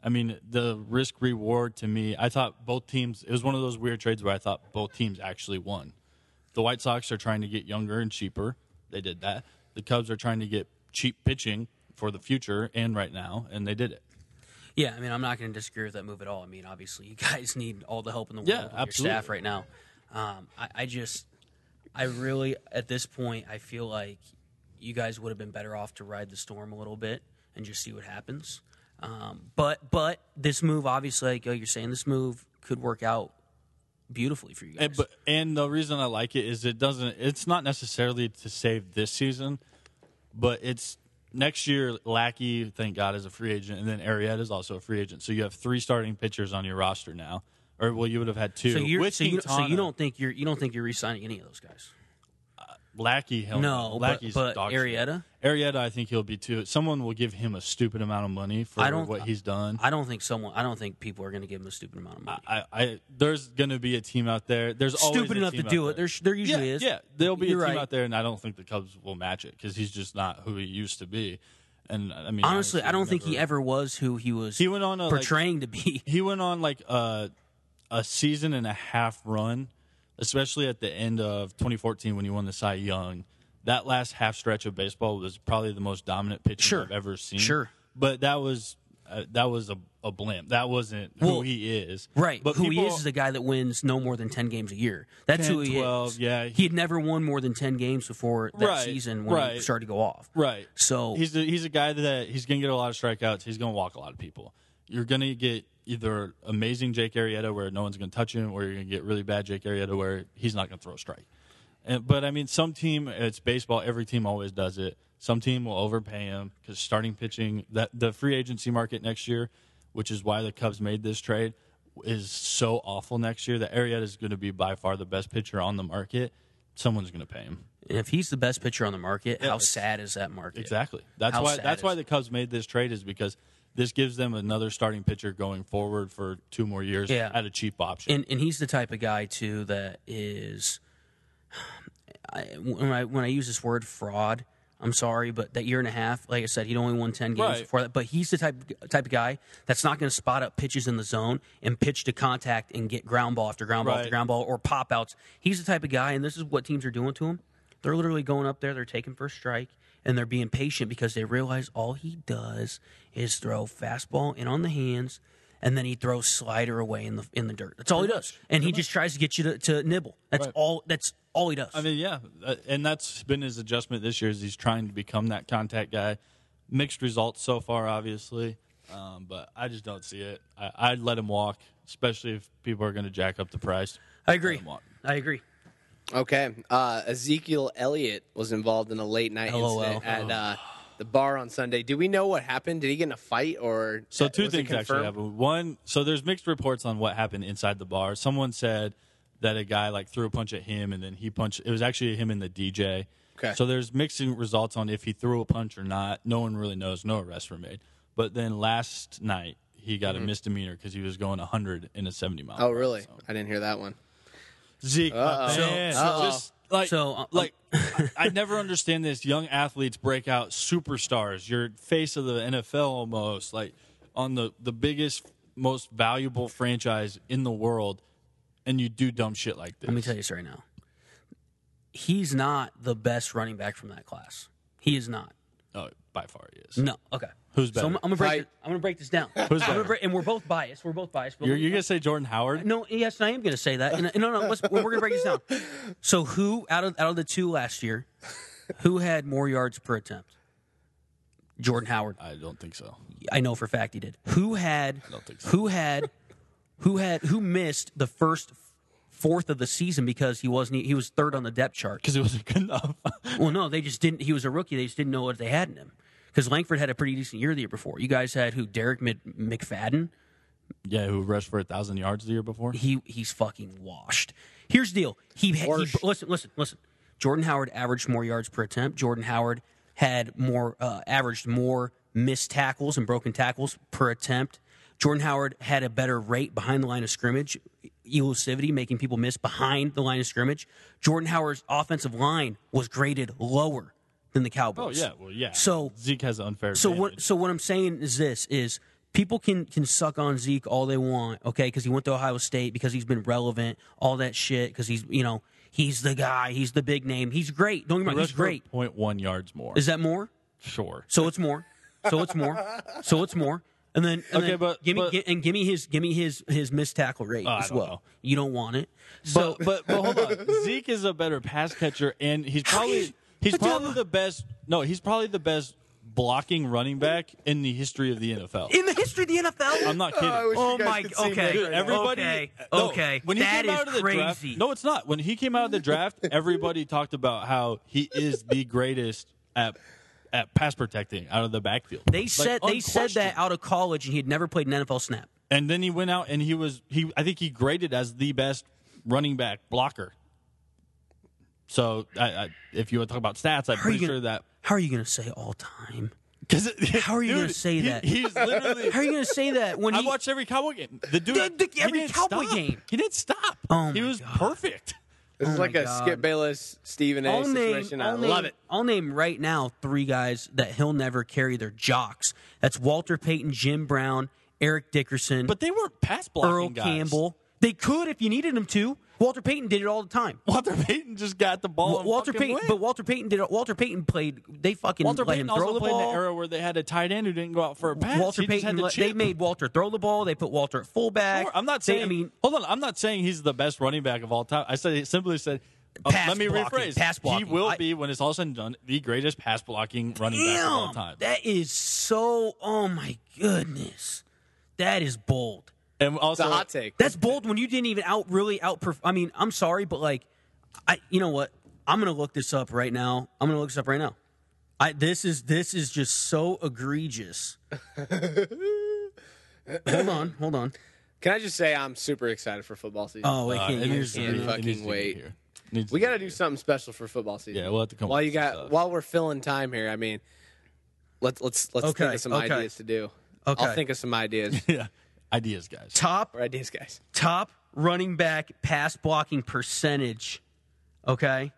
Speaker 4: I mean, the risk reward to me. I thought both teams. It was one of those weird trades where I thought both teams actually won. The White Sox are trying to get younger and cheaper. They did that. The Cubs are trying to get cheap pitching for the future and right now, and they did it.
Speaker 3: yeah. I mean, I'm not going to disagree with that move at all. I mean, obviously, you guys need all the help in the world
Speaker 4: Yeah,
Speaker 3: with
Speaker 4: absolutely.
Speaker 3: your staff right now. Um, I, I just, I really, at this point, I feel like you guys would have been better off to ride the storm a little bit and just see what happens. Um, but, but this move, obviously, like uh, you're saying, this move could work out beautifully for you guys.
Speaker 4: And, but and the reason I like it is it doesn't. It's not necessarily to save this season, but it's next year. Lackey, thank God, is a free agent, and then Arietta is also a free agent. So you have three starting pitchers on your roster now, or well, you would have had two.
Speaker 3: So you
Speaker 4: With
Speaker 3: so you, so
Speaker 4: Quintana,
Speaker 3: you don't think you're you don't think you're re-signing any of those guys?
Speaker 4: Lackey? Hell
Speaker 3: No, but-
Speaker 4: Lackey's
Speaker 3: but
Speaker 4: dog shit.
Speaker 3: Arrieta?
Speaker 4: Arrieta, I think he'll be too. Someone will give him a stupid amount of money for
Speaker 3: I don't-
Speaker 4: what he's done.
Speaker 3: I don't think someone. I don't think people are going to give him a stupid amount of money.
Speaker 4: I, I there's going to be a team out there. There's always
Speaker 3: stupid
Speaker 4: a
Speaker 3: enough to
Speaker 4: team out
Speaker 3: do it.
Speaker 4: there.
Speaker 3: There, sh- there usually
Speaker 4: yeah,
Speaker 3: is.
Speaker 4: Yeah, there'll be
Speaker 3: You're
Speaker 4: a team
Speaker 3: right.
Speaker 4: out there, and I don't think the Cubs will match it because he's just not who he used to be. And I mean,
Speaker 3: Honestly, I don't think
Speaker 4: never-
Speaker 3: he ever was who he was
Speaker 4: He went on a like,
Speaker 3: portraying to be.
Speaker 4: he went on like a a season and a half run, especially at the end of 2014 when he won the Cy Young. That last half stretch of baseball was probably the most dominant pitching
Speaker 3: Sure.
Speaker 4: I've ever seen.
Speaker 3: Sure.
Speaker 4: but that was uh, that was a, a blimp. That wasn't who
Speaker 3: Well,
Speaker 4: he is.
Speaker 3: Right,
Speaker 4: but
Speaker 3: who he
Speaker 4: people-
Speaker 3: is is the guy that wins no more than ten games a year. That's
Speaker 4: 10,
Speaker 3: who he
Speaker 4: 12,
Speaker 3: is.
Speaker 4: yeah.
Speaker 3: he had never won more than ten games before that
Speaker 4: Right,
Speaker 3: season when he
Speaker 4: right.
Speaker 3: started to go off.
Speaker 4: Right.
Speaker 3: So-
Speaker 4: he's a, he's a guy that he's going to get a lot of strikeouts. He's going to walk a lot of people. You're going to get either amazing Jake Arrieta where no one's going to touch him, or you're going to get really bad Jake Arrieta where he's not going to throw a strike. And, but I mean, some team it's baseball. Every team always does it. Some team will overpay him because starting pitching that the free agency market next year, which is why the Cubs made this trade, is so awful next year. That Arrieta is going to be by far the best pitcher on the market. Someone's going to pay him.
Speaker 3: And if he's the best pitcher on the market, how
Speaker 4: it's-
Speaker 3: sad is that market?
Speaker 4: Exactly. That's
Speaker 3: How
Speaker 4: why
Speaker 3: sad
Speaker 4: that's
Speaker 3: is
Speaker 4: why
Speaker 3: it?
Speaker 4: the Cubs made this trade is because this gives them another starting pitcher going forward for two more years
Speaker 3: Yeah.
Speaker 4: at a cheap option.
Speaker 3: and and he's the type of guy too that is I, when I when I use this word fraud, I'm sorry, but that year and a half, like I said, he'd only won ten games
Speaker 4: Right.
Speaker 3: before that. But he's the type type of guy that's not going to spot up pitches in the zone and pitch to contact and get ground ball after ground ball after
Speaker 4: Right.
Speaker 3: ground ball or pop outs. He's the type of guy, and this is what teams are doing to him. They're literally going up there, they're taking first strike, and they're being patient because they realize all he does is throw fastball in on the hands, and then he throws slider away in the in the dirt. That's all he does, and he just tries to get you to, to nibble. That's
Speaker 4: Right.
Speaker 3: all. That's all he does.
Speaker 4: I mean, yeah, uh, and that's been his adjustment this year is he's trying to become that contact guy. Mixed results so far, obviously, um, but I just don't see it. I, I'd let him walk, especially if people are going to jack up the price.
Speaker 3: I agree.
Speaker 4: Let him walk.
Speaker 3: I agree.
Speaker 2: Okay. Uh, Ezekiel Elliott was involved in a late night
Speaker 3: LOL.
Speaker 2: incident at uh, the bar on Sunday. Do we know what happened? Did he get in a fight or
Speaker 4: So two
Speaker 2: was it
Speaker 4: things actually
Speaker 2: confirmed?
Speaker 4: happened. One, so there's mixed reports on what happened inside the bar. Someone said that a guy like threw a punch at him and then he punched. It was actually him and the DJ.
Speaker 2: Okay.
Speaker 4: So there's mixing results on if he threw a punch or not. No one really knows. No arrests were made. But then last night he got a misdemeanor because he was going 100 in a 70 mile.
Speaker 2: Mm-hmm. Oh, really? I didn't hear that one.
Speaker 4: Zeke, my
Speaker 2: Uh-oh.
Speaker 4: man.
Speaker 2: Uh-oh.
Speaker 4: Just like,
Speaker 3: So, uh,
Speaker 4: like I, I never understand this. Young athletes break out superstars. Your face of the NFL almost like on the the biggest, most valuable franchise in the world, and you do dumb shit like this.
Speaker 3: Let me tell you this right now. He's not the best running back from that class. He is not.
Speaker 4: oh, by far he is.
Speaker 3: No. Okay.
Speaker 4: Who's
Speaker 3: So
Speaker 4: better?
Speaker 3: I'm, I'm gonna break.
Speaker 2: Right.
Speaker 3: it- I'm gonna break this down.
Speaker 4: Who's
Speaker 3: I'm gonna
Speaker 4: better?
Speaker 3: break- and we're both biased. We're both biased. but
Speaker 4: You're,
Speaker 3: let me-
Speaker 4: you're gonna say Jordan Howard?
Speaker 3: No, yes, I am going to say that. And, and no, no, let's, we're going to break this down. So, who out of out of the two last year, who had more yards per attempt? Jordan Howard.
Speaker 4: I don't think so.
Speaker 3: I know for a fact he did. Who had?
Speaker 4: don't think so.
Speaker 3: Who had? Who had? Who missed the first fourth of the season because he wasn't? He was third on the depth chart.
Speaker 4: Because it wasn't good enough.
Speaker 3: Well, no, they just didn't. He was a rookie. They just didn't know what they had in him. Because Langford had a pretty decent year the year before. You guys had who? Derek Mid- McFadden.
Speaker 4: yeah, who rushed for a thousand yards the year before?
Speaker 3: He he's fucking washed. Here's the deal. He, he
Speaker 2: Washed.
Speaker 3: listen listen listen. Jordan Howard averaged more yards per attempt. Jordan Howard had more uh, averaged more missed tackles and broken tackles per attempt. Jordan Howard had a better rate behind the line of scrimmage, elusivity, making people miss behind the line of scrimmage. Jordan Howard's offensive line was graded lower than the
Speaker 4: Oh
Speaker 3: Cowboys.
Speaker 4: yeah, well yeah.
Speaker 3: So-
Speaker 4: Zeke has an unfair.
Speaker 3: So
Speaker 4: advantage.
Speaker 3: what? So what I'm saying is this: is people can can suck on Zeke all they want, okay? Because he went to Ohio State, because he's been relevant, all that shit. Because he's you know he's the guy, he's the big name, he's great. Don't get me wrong, he's great.
Speaker 4: Point one yards more.
Speaker 3: Is that more?
Speaker 4: sure.
Speaker 3: So it's more. So it's more. So it's more. And then and
Speaker 4: Okay,
Speaker 3: then
Speaker 4: but-
Speaker 3: give me
Speaker 4: but- Oh,
Speaker 3: gi- and give me his give me his his missed tackle rate
Speaker 4: I
Speaker 3: as
Speaker 4: don't
Speaker 3: well.
Speaker 4: know.
Speaker 3: You don't want it. So
Speaker 4: But but but hold on. Zeke is a better pass catcher, and he's probably he's probably the best. No, he's probably the best blocking running back in the history of the NFL.
Speaker 3: in the history of the NFL,
Speaker 4: I'm not kidding.
Speaker 2: I wish-
Speaker 3: oh
Speaker 2: You guys
Speaker 3: my
Speaker 2: could see me
Speaker 3: okay,
Speaker 2: right now.
Speaker 4: Everybody,
Speaker 3: okay,
Speaker 4: no,
Speaker 3: okay.
Speaker 4: When he
Speaker 3: that
Speaker 4: came
Speaker 3: is
Speaker 4: out of the
Speaker 3: crazy.
Speaker 4: draft, no, it's not. When he came out of the draft, everybody talked about how he is the greatest at at pass protecting out of the backfield.
Speaker 3: They
Speaker 4: Like,
Speaker 3: said they said that
Speaker 4: unquestioned.
Speaker 3: out of college, and he had never played an NFL snap.
Speaker 4: and then he went out and he was he. I think he graded as the best running back blocker. So, I, I, if you want to talk about stats, I'm
Speaker 3: How are you
Speaker 4: pretty
Speaker 3: gonna-
Speaker 4: sure that
Speaker 3: How are you going to say all time?
Speaker 4: Because
Speaker 3: How are you gonna say that?
Speaker 4: He's literally.
Speaker 3: How are you going to say that when
Speaker 4: I
Speaker 3: he?
Speaker 4: watched every Cowboy game. The dude,
Speaker 3: The- the-
Speaker 4: he
Speaker 3: every
Speaker 4: didn't
Speaker 3: Cowboy
Speaker 4: stop.
Speaker 3: game.
Speaker 4: he didn't stop.
Speaker 3: Oh
Speaker 4: he
Speaker 3: my
Speaker 4: was
Speaker 3: God.
Speaker 4: perfect.
Speaker 2: This is
Speaker 3: my
Speaker 2: like a
Speaker 3: God.
Speaker 2: Skip Bayless, Stephen A.
Speaker 3: I'll name,
Speaker 2: situation. I
Speaker 3: I'll,
Speaker 2: love
Speaker 3: name,
Speaker 2: it.
Speaker 3: I'll name right now three guys that he'll never carry their jocks. That's Walter Payton, Jim Brown, Eric Dickerson,
Speaker 4: But they weren't pass blocking
Speaker 3: Earl
Speaker 4: guys.
Speaker 3: Campbell. They could if you needed them to. Walter Payton did it all the time.
Speaker 4: Walter Payton just got the ball. and
Speaker 3: Walter
Speaker 4: fucking
Speaker 3: Payton,
Speaker 4: went.
Speaker 3: but Walter Payton did. it- Walter Payton played. They fucking
Speaker 4: Walter
Speaker 3: let
Speaker 4: Payton
Speaker 3: him throw
Speaker 4: also
Speaker 3: the
Speaker 4: played
Speaker 3: ball.
Speaker 4: in an era where they had a tight end who didn't go out for a pass.
Speaker 3: Walter
Speaker 4: he just
Speaker 3: Payton,
Speaker 4: had the
Speaker 3: let- they
Speaker 4: chip.
Speaker 3: made Walter throw the ball. They put Walter at fullback.
Speaker 4: Sure, I'm not
Speaker 3: They-
Speaker 4: saying.
Speaker 3: I mean,
Speaker 4: hold on. I'm not saying he's the best running back of all time. I said simply said. uh,
Speaker 3: Pass
Speaker 4: let me
Speaker 3: blocking,
Speaker 4: rephrase.
Speaker 3: pass
Speaker 4: He
Speaker 3: blocking.
Speaker 4: will
Speaker 3: I-
Speaker 4: be when it's all said and done the greatest pass blocking running back of all
Speaker 3: Damn,
Speaker 4: time.
Speaker 3: That is so. Oh my goodness, that is bold.
Speaker 4: and
Speaker 2: It's
Speaker 4: also
Speaker 2: a hot take.
Speaker 3: That's bold when you didn't even out really outperform. I mean, I'm sorry, but like, I you know what? I'm gonna look this up right now. I'm gonna look this up right now. I this is this is just so egregious. hold on, hold on.
Speaker 2: Can I just say I'm super excited for football season?
Speaker 3: Oh, I
Speaker 4: Uh,
Speaker 3: can't.
Speaker 4: it
Speaker 3: hear
Speaker 4: needs to
Speaker 3: you.
Speaker 4: be- it
Speaker 2: fucking
Speaker 4: needs to be
Speaker 2: wait.
Speaker 4: here. Needs
Speaker 2: we
Speaker 4: to
Speaker 2: got to do
Speaker 4: be here.
Speaker 2: something special for football season.
Speaker 4: Yeah, we'll have to come
Speaker 2: While
Speaker 4: up
Speaker 2: you
Speaker 4: with some
Speaker 2: got
Speaker 4: stuff.
Speaker 2: while we're filling time here, I mean, let's let's let's think
Speaker 3: Okay,
Speaker 2: of some
Speaker 3: okay.
Speaker 2: ideas to do.
Speaker 3: Okay.
Speaker 2: I'll think of some ideas
Speaker 4: yeah. ideas, guys.
Speaker 3: Top
Speaker 2: or ideas, guys.
Speaker 3: top running back pass blocking percentage. Okay.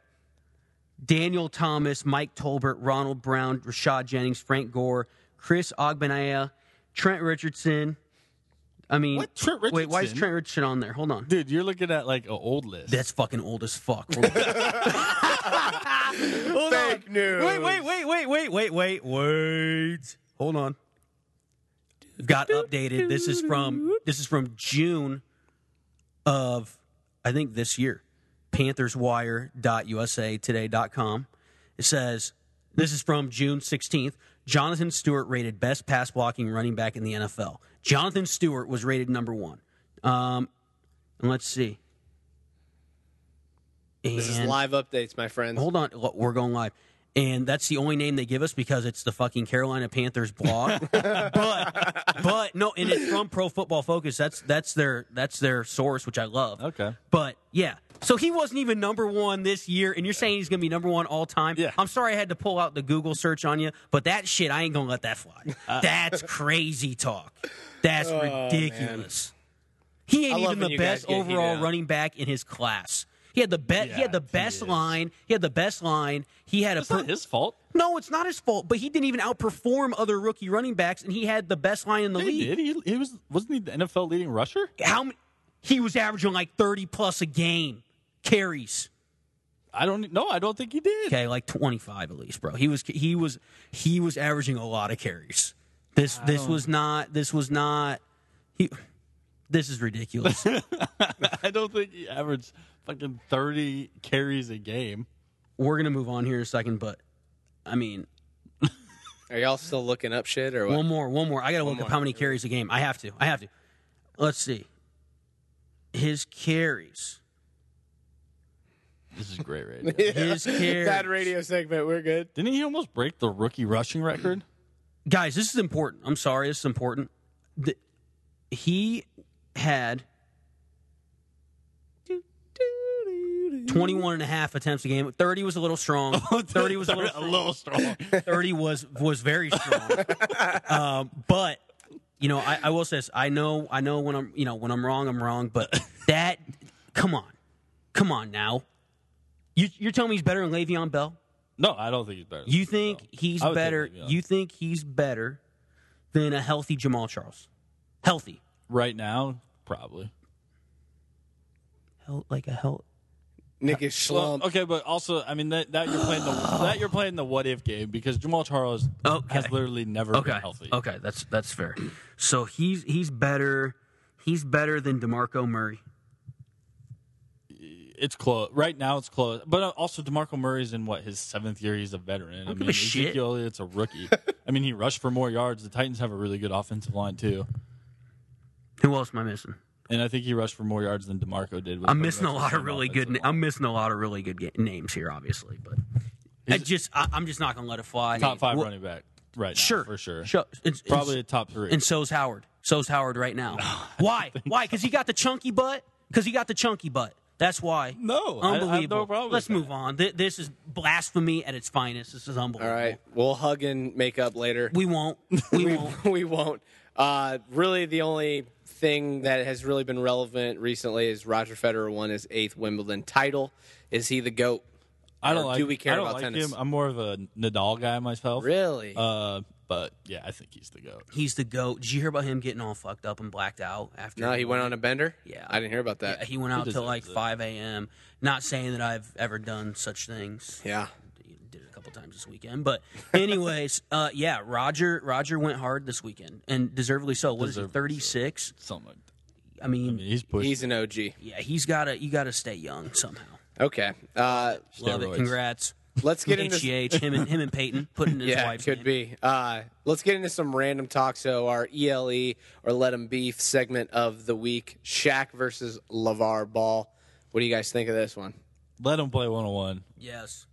Speaker 3: Daniel Thomas, Mike Tolbert, Ronald Brown, Rashad Jennings, Frank Gore, Chris Ogbenaya, Trent Richardson. I mean,
Speaker 4: What? Trent
Speaker 3: wait, why is
Speaker 4: Richardson?
Speaker 3: Trent Richardson on there? Hold on.
Speaker 4: Dude, you're looking at like an old list.
Speaker 3: That's fucking old as fuck. Hold on.
Speaker 2: Fake news.
Speaker 3: wait, wait, wait, wait, wait, wait, wait, wait. Hold on. Got updated. This is from this is from June of I think this year. PanthersWire.usatoday.com. It says this is from June 16th. Jonathan Stewart rated best pass blocking running back in the NFL. Jonathan Stewart was rated number one. Um, and let's see.
Speaker 2: This is
Speaker 3: And-
Speaker 2: live updates, my friends.
Speaker 3: Hold on, Look, we're going live. and that's the only name they give us because it's the fucking Carolina Panthers blog. but but no, and it's from Pro Football Focus. That's that's their that's their source, which I love.
Speaker 4: Okay.
Speaker 3: But yeah. So he wasn't even number one this year, and you're saying he's gonna be number one all time.
Speaker 4: Yeah.
Speaker 3: I'm sorry I had to pull out the Google search on you, but that shit I ain't gonna let that fly.
Speaker 2: Uh.
Speaker 3: That's crazy talk. That's ridiculous. He
Speaker 2: Oh,
Speaker 3: ain't
Speaker 2: I love
Speaker 3: even
Speaker 2: when
Speaker 3: the
Speaker 2: you guys
Speaker 3: best
Speaker 2: get heated
Speaker 3: overall
Speaker 2: up.
Speaker 3: running back in his class. He had the best. he
Speaker 4: Yeah,
Speaker 3: had the
Speaker 4: he
Speaker 3: best
Speaker 4: is.
Speaker 3: line. He had the best line. He had a.
Speaker 4: It's not
Speaker 3: per-
Speaker 4: his fault.
Speaker 3: no, it's not his fault. But he didn't even outperform other rookie running backs, and he had the best line in the
Speaker 4: He
Speaker 3: league.
Speaker 4: did. He, he was wasn't he the NFL leading rusher?
Speaker 3: How many? He was averaging like thirty plus a game carries.
Speaker 4: I don't know. I don't think he did.
Speaker 3: Okay, like twenty five at least, bro. He was he was he was averaging a lot of carries. This this was not this was not he. This is ridiculous.
Speaker 4: I don't think he averaged fucking thirty carries a game.
Speaker 3: We're gonna move on here in a second, but I mean,
Speaker 2: Are y'all still looking up shit or what?
Speaker 3: One more, one more. I gotta look up how many carries a game. I have to. I have to. Let's see. His carries.
Speaker 4: This is great radio.
Speaker 3: His carries.
Speaker 2: Bad radio segment. We're good.
Speaker 4: Didn't he almost break the rookie rushing record?
Speaker 3: Guys, this is important. I'm sorry, this is important. The, he had 21 and a half attempts a game. 30 was a little strong. 30 was a little
Speaker 4: a
Speaker 3: strong.
Speaker 4: little strong.
Speaker 3: 30 was was very strong. um, but you know, I, I will say this. I know I know when I'm you know when I'm wrong, I'm wrong. But that, come on, come on now. You, you're telling me he's better than Le'Veon Bell?
Speaker 4: no, I don't think he's better. than
Speaker 3: You
Speaker 4: Le'Veon
Speaker 3: think
Speaker 4: Bell.
Speaker 3: he's
Speaker 4: I would take
Speaker 3: better?
Speaker 4: Le'Veon.
Speaker 3: You think he's better than a healthy Jamal Charles? Healthy,
Speaker 4: right now? Probably.
Speaker 3: Hel- like a health.
Speaker 2: Nick is
Speaker 4: Well,
Speaker 2: slump.
Speaker 4: okay, but also, I mean that, that you're playing the that you're playing the what if game because Jamal Charles
Speaker 3: Okay.
Speaker 4: has literally never been healthy.
Speaker 3: Okay, that's that's fair. So he's he's better. He's better than Demarco Murray.
Speaker 4: It's close right now. It's close, but uh, also Demarco Murray's in what his seventh year. He's a veteran. I
Speaker 3: give
Speaker 4: mean,
Speaker 3: a shit.
Speaker 4: Ezekiel Elliott's a rookie. I mean, he rushed for more yards. The Titans have a really good offensive line too,
Speaker 3: Who else am I missing?
Speaker 4: and I think he rushed for more yards than Demarco did. with
Speaker 3: I'm
Speaker 4: the
Speaker 3: missing a
Speaker 4: rest of
Speaker 3: lot
Speaker 4: the
Speaker 3: of really
Speaker 4: offensive
Speaker 3: good.
Speaker 4: line.
Speaker 3: I'm missing a lot of really good ga- names here, obviously, but it's just I, I'm just not gonna let it fly.
Speaker 4: top five
Speaker 3: Well,
Speaker 4: running back right now,
Speaker 3: sure,
Speaker 4: for sure.
Speaker 3: Sure, It's- it's-
Speaker 4: Probably a top three.
Speaker 3: and so's Howard. So's Howard right now. why? Why? Because he got the chunky butt. Because he got the chunky butt. That's why.
Speaker 4: No, I- I have
Speaker 3: unbelievable.
Speaker 4: no problem
Speaker 3: Let's
Speaker 4: with
Speaker 3: move on. Th- This is blasphemy at its finest. This is unbelievable.
Speaker 2: All right, we'll hug and make up later.
Speaker 3: we won't. We won't.
Speaker 2: we won't. Uh, really, the only thing that has really been relevant recently is Roger Federer won his eighth Wimbledon title. Is he the goat?
Speaker 4: I don't
Speaker 2: or
Speaker 4: like.
Speaker 2: do we care
Speaker 4: I don't
Speaker 2: about
Speaker 4: like
Speaker 2: tennis?
Speaker 4: him. I'm more of a Nadal guy myself.
Speaker 2: Really?
Speaker 4: Uh, but yeah, I think he's the goat.
Speaker 3: He's the goat. Did you hear about him getting all fucked up and blacked out after?
Speaker 2: no, he went on a bender.
Speaker 3: Yeah.
Speaker 2: I didn't hear about that.
Speaker 3: He went out till
Speaker 4: deserves
Speaker 3: like
Speaker 4: it.
Speaker 3: 5 a.m. Not saying that I've ever done such things.
Speaker 2: Yeah.
Speaker 3: He Did it a couple times this weekend, but anyways, uh, yeah, Roger Roger went hard this weekend and deservedly so. What is he? Thirty
Speaker 4: Deservedly so.
Speaker 3: six.
Speaker 4: Something like that.
Speaker 3: I mean,
Speaker 4: I mean, he's pushing.
Speaker 2: He's an OG.
Speaker 3: yeah, he's got to you got to stay young somehow.
Speaker 2: Okay. Uh,
Speaker 3: Love it.
Speaker 4: Steroids.
Speaker 3: Congrats.
Speaker 2: let's get into
Speaker 3: HGH him and him and Peyton putting his
Speaker 2: yeah, it
Speaker 3: wife's
Speaker 2: could
Speaker 3: name.
Speaker 2: be. Uh, let's get into some random talk. So our ELE or let 'em beef segment of the week: Shaq versus Levar Ball. What do you guys think of this one?
Speaker 4: Let him play one on one.
Speaker 3: Yes.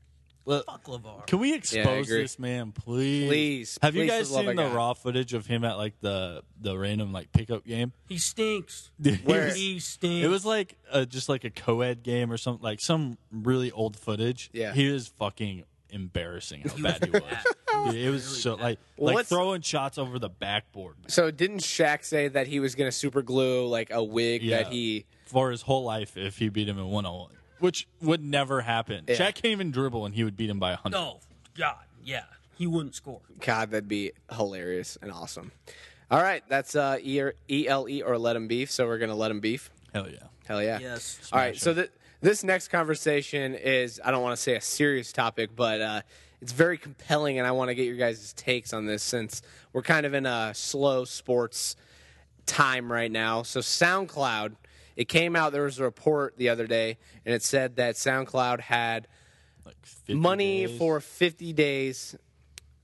Speaker 3: Fuck Levar.
Speaker 4: Can we expose
Speaker 2: agree.
Speaker 4: this man, please?
Speaker 2: Please,
Speaker 4: Have you
Speaker 2: please,
Speaker 4: guys
Speaker 2: for the love
Speaker 4: seen
Speaker 2: of
Speaker 4: the
Speaker 2: God.
Speaker 4: raw footage of him at like the the random like pickup game?
Speaker 3: He stinks.
Speaker 4: Dude,
Speaker 2: Where-
Speaker 3: He stinks.
Speaker 4: It was like uh just like a co-ed game or something, like some really old footage.
Speaker 2: Yeah.
Speaker 4: he was fucking embarrassing how bad he was. Dude, it was so like like
Speaker 2: what's-
Speaker 4: throwing shots over the backboard
Speaker 2: So didn't Shaq say that he was going to super glue like a wig
Speaker 4: Yeah.
Speaker 2: that he?
Speaker 4: for his whole life if he beat him in one on one, which would never happen. Jack can't even dribble and he would beat him by hundred.
Speaker 3: Oh God, yeah. He wouldn't score.
Speaker 2: God, that'd be hilarious and awesome. All right, that's uh, E R- ELE or let 'em beef. So we're going to let 'em beef.
Speaker 4: Hell yeah.
Speaker 2: Hell yeah.
Speaker 3: Yes.
Speaker 2: All right. So th- this next conversation is I don't want to say a serious topic, but uh, it's very compelling, and I want to get your guys' takes on this since we're kind of in a slow sports time right now. So SoundCloud, it came out there was a report the other day, and it said that SoundCloud had
Speaker 4: Like 50
Speaker 2: money
Speaker 4: days.
Speaker 2: for 50 days.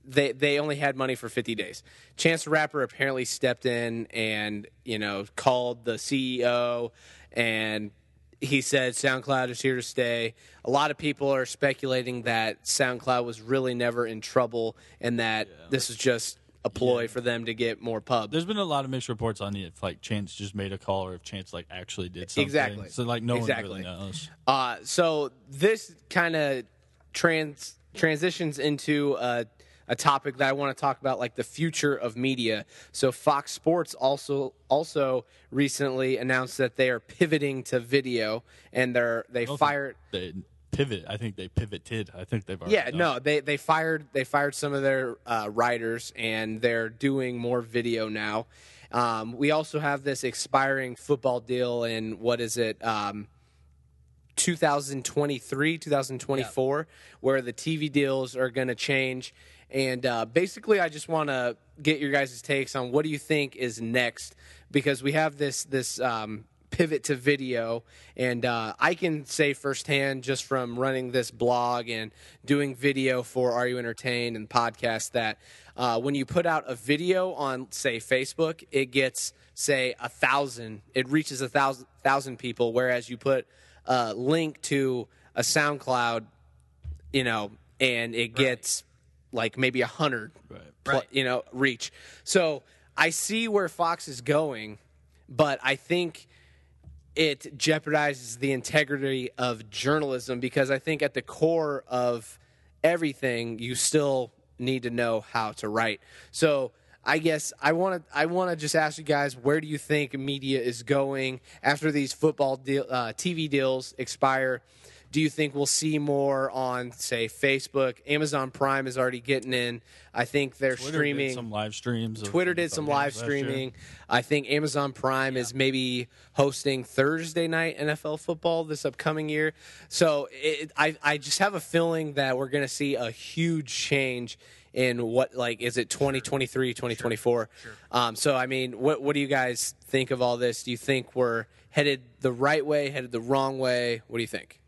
Speaker 2: They they only had money for 50 days. Chance the Rapper apparently stepped in E and, you know, called the CEO and he said SoundCloud is here to stay. A lot of people are speculating that SoundCloud was really never in trouble and that this is just a ploy for them to get more pub.
Speaker 4: There's been a lot of mixed reports on it, if like Chance just made a call or if Chance like actually did something.
Speaker 2: Exactly.
Speaker 4: So like no
Speaker 2: Exactly.
Speaker 4: one really knows.
Speaker 2: Uh, so this kind of trans transitions into a, a topic that I want to talk about, like the future of media. So Fox Sports also also recently announced that they are pivoting to video, and they're they fired.
Speaker 4: They pivot. I think they pivoted. I think they've already
Speaker 2: Yeah,
Speaker 4: done
Speaker 2: no, they they fired they fired some of their uh, writers, and they're doing more video now. Um, we also have this expiring football deal in what is it? Um, 2023, 2024, where the TV deals are going to change. And uh, basically, I just want to get your guys' takes on what do you think is next because we have this this um, pivot to video, and uh, I can say firsthand just from running this blog and doing video for Are You Entertained and podcast that uh, when you put out a video on say Facebook, it gets say a thousand, it reaches a thousand thousand people, whereas you put uh, link to a SoundCloud, you know, and it gets like maybe a hundred, right. you know, reach. So I see where Fox is going, but I think it jeopardizes the integrity of journalism because I think at the core of everything, you still need to know how to write. So I guess I want to I want to just ask you guys, where do you think media is going after these football deal, uh, TV deals expire? Do you think we'll see more on, say, Facebook? Amazon Prime is already getting in. I think they're
Speaker 4: Twitter did
Speaker 2: streaming.
Speaker 4: some live streams. of
Speaker 2: Twitter did some
Speaker 4: games
Speaker 2: live
Speaker 4: last year.
Speaker 2: streaming. I think Amazon Prime is maybe hosting Thursday night NFL football this upcoming year. So it, I I just have a feeling that we're going to see a huge change in what like is it 2023 2024 um, so i mean what what do you guys think of all this do you think we're headed the right way headed the wrong way what do you think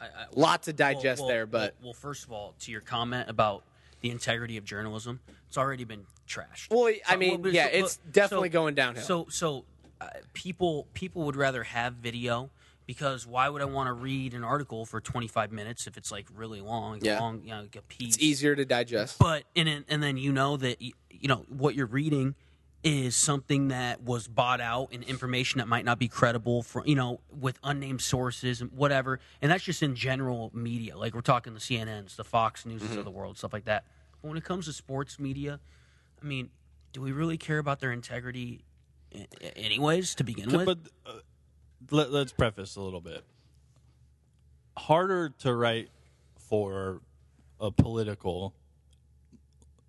Speaker 3: I, I,
Speaker 2: lot to digest there but
Speaker 3: well, well, first of all, to your comment about the integrity of journalism, it's already been trashed.
Speaker 2: Well, I
Speaker 3: So-
Speaker 2: mean,
Speaker 3: but-
Speaker 2: yeah,
Speaker 3: so-
Speaker 2: it's
Speaker 3: but-
Speaker 2: definitely
Speaker 3: so-
Speaker 2: going downhill.
Speaker 3: So, so uh, people people would rather have video because why would I want to read an article for 25 minutes if it's like really long? It's
Speaker 2: Yeah.
Speaker 3: long, you know, like a piece.
Speaker 2: it's easier to digest
Speaker 3: But and then- and then you know that y- you know what you're reading is something that was bought out and information that might not be credible for you know with unnamed sources and whatever. And that's just in general media. Like we're talking the CNNs, the Fox News of the world, stuff like that. But when it comes to sports media, I mean, do we really care about their integrity? a- a- Anyways, to begin with,
Speaker 4: But uh, let, let's preface a little bit. Harder to write for a political.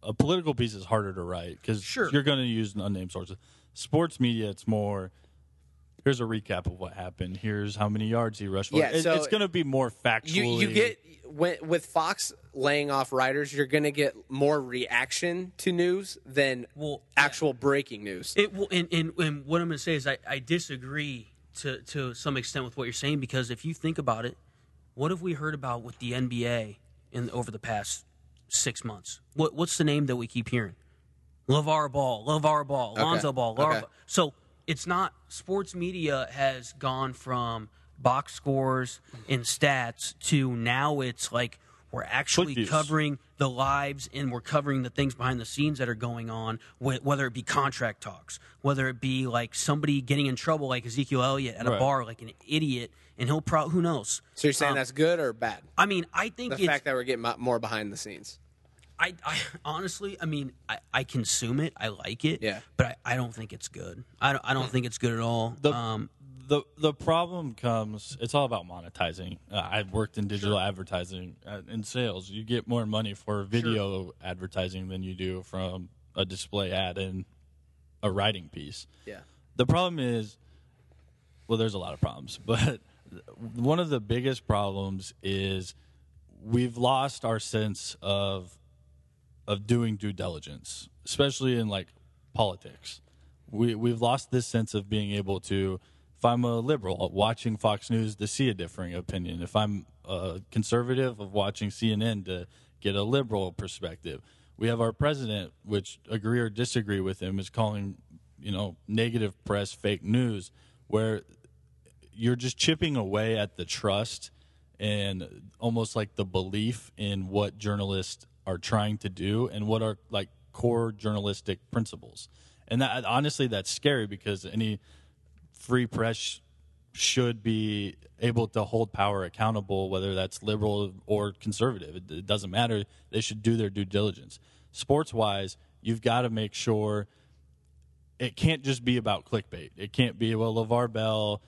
Speaker 4: A political piece is harder to write because
Speaker 3: Sure.
Speaker 4: you're going to use unnamed sources. Sports media, it's more. Here's a recap of what happened. Here's how many yards he rushed for.
Speaker 2: Yeah,
Speaker 4: It-
Speaker 2: so-
Speaker 4: it's going to be more
Speaker 2: you
Speaker 4: factually.
Speaker 2: you get when, with Fox laying off writers, you're going to get more reaction to news than
Speaker 3: Well, yeah.
Speaker 2: actual breaking news.
Speaker 3: It will, and, and, and what I'm going to say is I, I disagree to, to some extent with what you're saying because if you think about it, what have we heard about with the NBA in over the past six months? What what's the name that we keep hearing? LeVar Ball, LeVar Ball, Lonzo Ball, LeVar
Speaker 2: Okay.
Speaker 3: Ball. So it's not sports media has gone from box scores and stats to now it's like we're actually
Speaker 4: Click views.
Speaker 3: covering covering the lives and we're covering the things behind the scenes that are going on, wh- whether it be contract talks, whether it be like somebody getting in trouble, like Ezekiel Elliott at a
Speaker 4: Right.
Speaker 3: bar, like an idiot, and he'll probably who knows.
Speaker 2: so you're saying that's good or bad?
Speaker 3: I mean, I think
Speaker 2: The
Speaker 3: it's
Speaker 2: fact that we're getting mo- more behind the scenes.
Speaker 3: I, I honestly, I mean, I, I consume it, I like it,
Speaker 2: Yeah. Hmm.
Speaker 3: but I, I don't think it's good. I don't, I don't think it's good at all.
Speaker 4: The-
Speaker 3: um,
Speaker 4: the the problem comes it's all about monetizing uh, i've worked in digital advertising uh, in sales you get more money for video advertising than you do from a display ad and a writing piece
Speaker 2: Yeah.
Speaker 4: the problem is well there's a lot of problems but one of the biggest problems is we've lost our sense of of doing due diligence especially in like politics we we've lost this sense of being able to if I'm a liberal watching Fox News to see a differing opinion if I'm a conservative of watching CNN to get a liberal perspective we have our president which agree or disagree with him is calling you know negative press fake news where you're just chipping away at the trust and almost like the belief in what journalists are trying to do and what are like core journalistic principles. And that honestly, that's scary because any free press should be able to hold power accountable, whether that's liberal or conservative. It, it doesn't matter. They should do their due diligence. Sports wise, you've got to make sure it can't just be about clickbait. It can't be, well, LeVar Bell,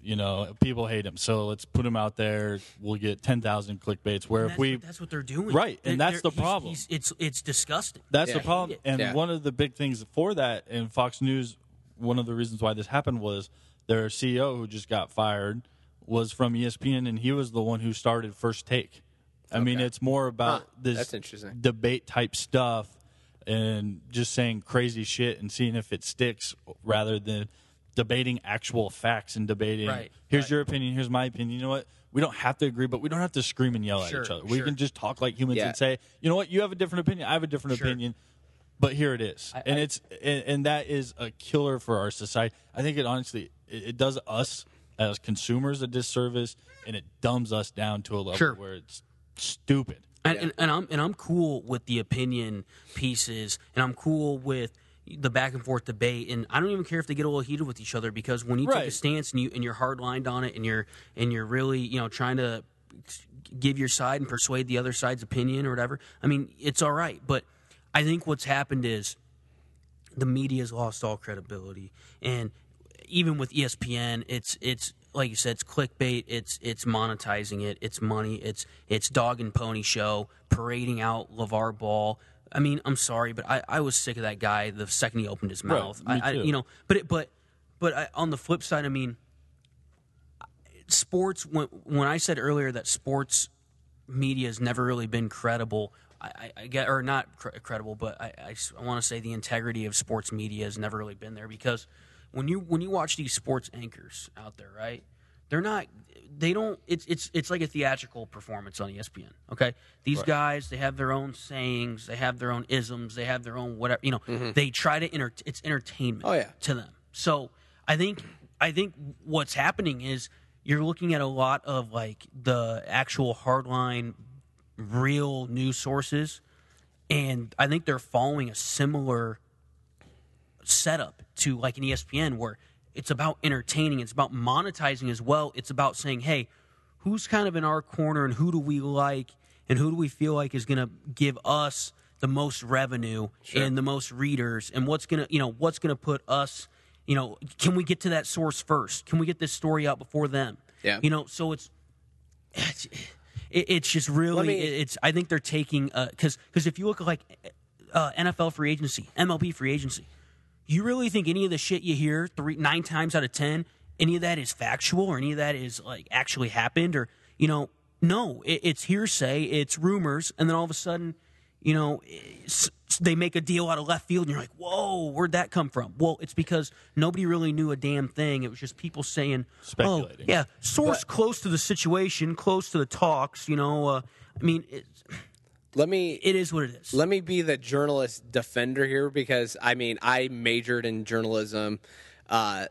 Speaker 4: you know, people hate him. So let's put him out there. We'll get 10,000 clickbaits. Where
Speaker 3: That's,
Speaker 4: if we.
Speaker 3: what- that's what they're doing,
Speaker 4: Right, and
Speaker 3: They're-
Speaker 4: that's
Speaker 3: they're-
Speaker 4: the
Speaker 3: he's-
Speaker 4: problem.
Speaker 3: he's- it's it's disgusting.
Speaker 4: That's
Speaker 2: Yeah.
Speaker 4: the problem. And
Speaker 2: Yeah.
Speaker 4: one of the big things for that, and Fox News, one of the reasons why this happened was their CEO who just got fired was from E ESPN, and he was the one who started First Take. I mean, it's more about
Speaker 2: Huh.
Speaker 4: this
Speaker 2: That's interesting.
Speaker 4: debate type stuff and just saying crazy shit and seeing if it sticks rather than debating actual facts and debating
Speaker 3: Right,
Speaker 4: here's
Speaker 3: right.
Speaker 4: your opinion here's my opinion you know what we don't have to agree but we don't have to scream and yell
Speaker 3: Sure,
Speaker 4: at each other we
Speaker 3: sure.
Speaker 4: can just talk like humans
Speaker 2: Yeah.
Speaker 4: and say you know what you have a different opinion i have a different
Speaker 3: Sure.
Speaker 4: opinion but here it is and it's and, and that is a killer for our society i think it honestly it, it does us as consumers a disservice and it dumbs us down to a level
Speaker 3: Sure.
Speaker 4: where it's stupid
Speaker 3: And, and, and I'm and I'm cool with the opinion pieces, and I'm cool with the back and forth debate, and I don't even care if they get a little heated with each other because when you take a
Speaker 4: Right.
Speaker 3: stance and you and you're hard lined on it, and you're and you're really you know trying to give your side and persuade the other side's opinion or whatever. I mean, it's all right, but I think what's happened is the media's lost all credibility and even with E ESPN it's it's like you said it's clickbait it's it's monetizing it it's money it's it's dog and pony show parading out LeVar Ball I mean I'm sorry but I, I was sick of that guy the second he opened his mouth
Speaker 4: me
Speaker 3: I, I
Speaker 4: too.
Speaker 3: you know but it, but but I, on the flip side I mean sports when when I said earlier that sports media has never really been credible. I, I, I get or not cre- credible, but I, want to say the integrity of sports media has never really been there because when you when you watch these sports anchors out there, right? They're not. They don't. It's it's it's like a theatrical performance on E ESPN. Okay, these guys they have their own sayings, they have their own isms, they have their own whatever. You know, they try to enter. It's entertainment
Speaker 2: Mm-hmm. Oh, yeah.
Speaker 3: to them. So I think I think what's happening is you're looking at a lot of like the actual hardline real news sources and I think they're following a similar setup to like an E ESPN where it's about entertaining, it's about monetizing as well. It's about saying, hey, who's kind of in our corner and who do we like and who do we feel like is going to give us the most revenue and the most readers and what's going to, you know, what's going to put us, you know, can we get to that source first? Can we get this story out before them?
Speaker 2: Yeah.
Speaker 3: You know, so it's it's, it, it's just really
Speaker 2: me-
Speaker 3: it- it's i think they're taking because because if you look at like uh, nfl free agency mlb free agency you really think any of the shit you hear three nine times out of ten any of that is factual or any of that is like actually happened or you know no it, it's hearsay it's rumors and then all of a sudden you know s s- they make a deal out of left field and you're like whoa where'd that come from well it's because nobody really knew a damn thing it was just people saying oh
Speaker 4: Speculating.
Speaker 3: yeah source close to the situation, close to the talks. You know, uh, I mean, it,
Speaker 2: Let me
Speaker 3: it is what it is.
Speaker 2: Let me be the journalist defender here because I mean I majored in journalism. Uh,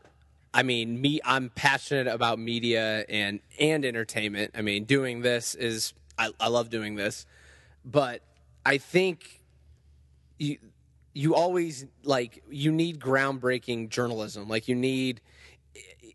Speaker 2: I mean me, I'm passionate about media and and entertainment. I mean doing this is I, I love doing this, but I think you you always like you need groundbreaking journalism. Like you need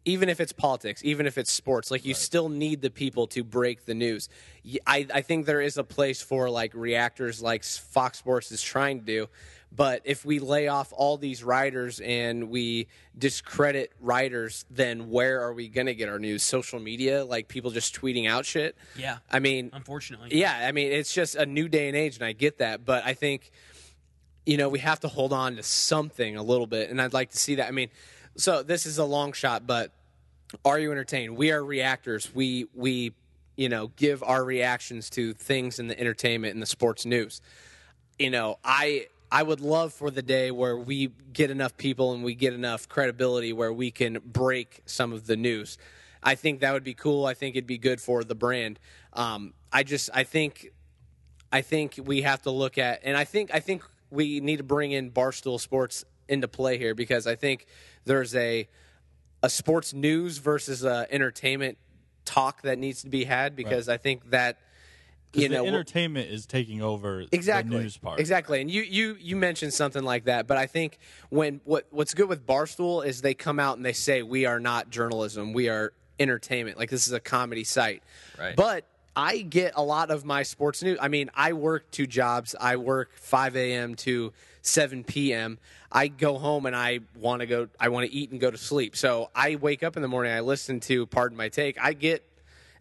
Speaker 2: even if it's politics, even if it's sports, like you still need the people to break the news. Y- I, I think there is a place for like reactors like s- Fox Sports is trying to do. But if we lay off all these writers and we discredit writers, then where are we going to get our news? Social media, like people just tweeting out shit.
Speaker 3: Yeah.
Speaker 2: I mean,
Speaker 3: Unfortunately,
Speaker 2: yeah, I mean, it's just a new day and age, and I get that. But I think, you know, we have to hold on to something a little bit, and I'd like to see that. I mean, so this is a long shot, but are you entertained? We are reactors. We we you know give our reactions to things in the entertainment and the sports news. You know, I I would love for the day where we get enough people and we get enough credibility where we can break some of the news. I think that would be cool. I think it'd be good for the brand. Um, I just I think I think we have to look at, and I think I think we need to bring in Barstool Sports into play here because I think there's a a sports news versus uh, entertainment talk that needs to be had because I think that you
Speaker 4: the
Speaker 2: know we'll-
Speaker 4: entertainment is taking over
Speaker 2: exactly
Speaker 4: the news part.
Speaker 2: exactly and you you you mentioned something like that but i think when what what's good with barstool is they come out and they say we are not journalism we are entertainment like this is a comedy site
Speaker 5: Right.
Speaker 2: but i get a lot of my sports news i mean i work two jobs i work 5 a.m to 7 p.m i go home and i want to go i want to eat and go to sleep so i wake up in the morning i listen to pardon my take i get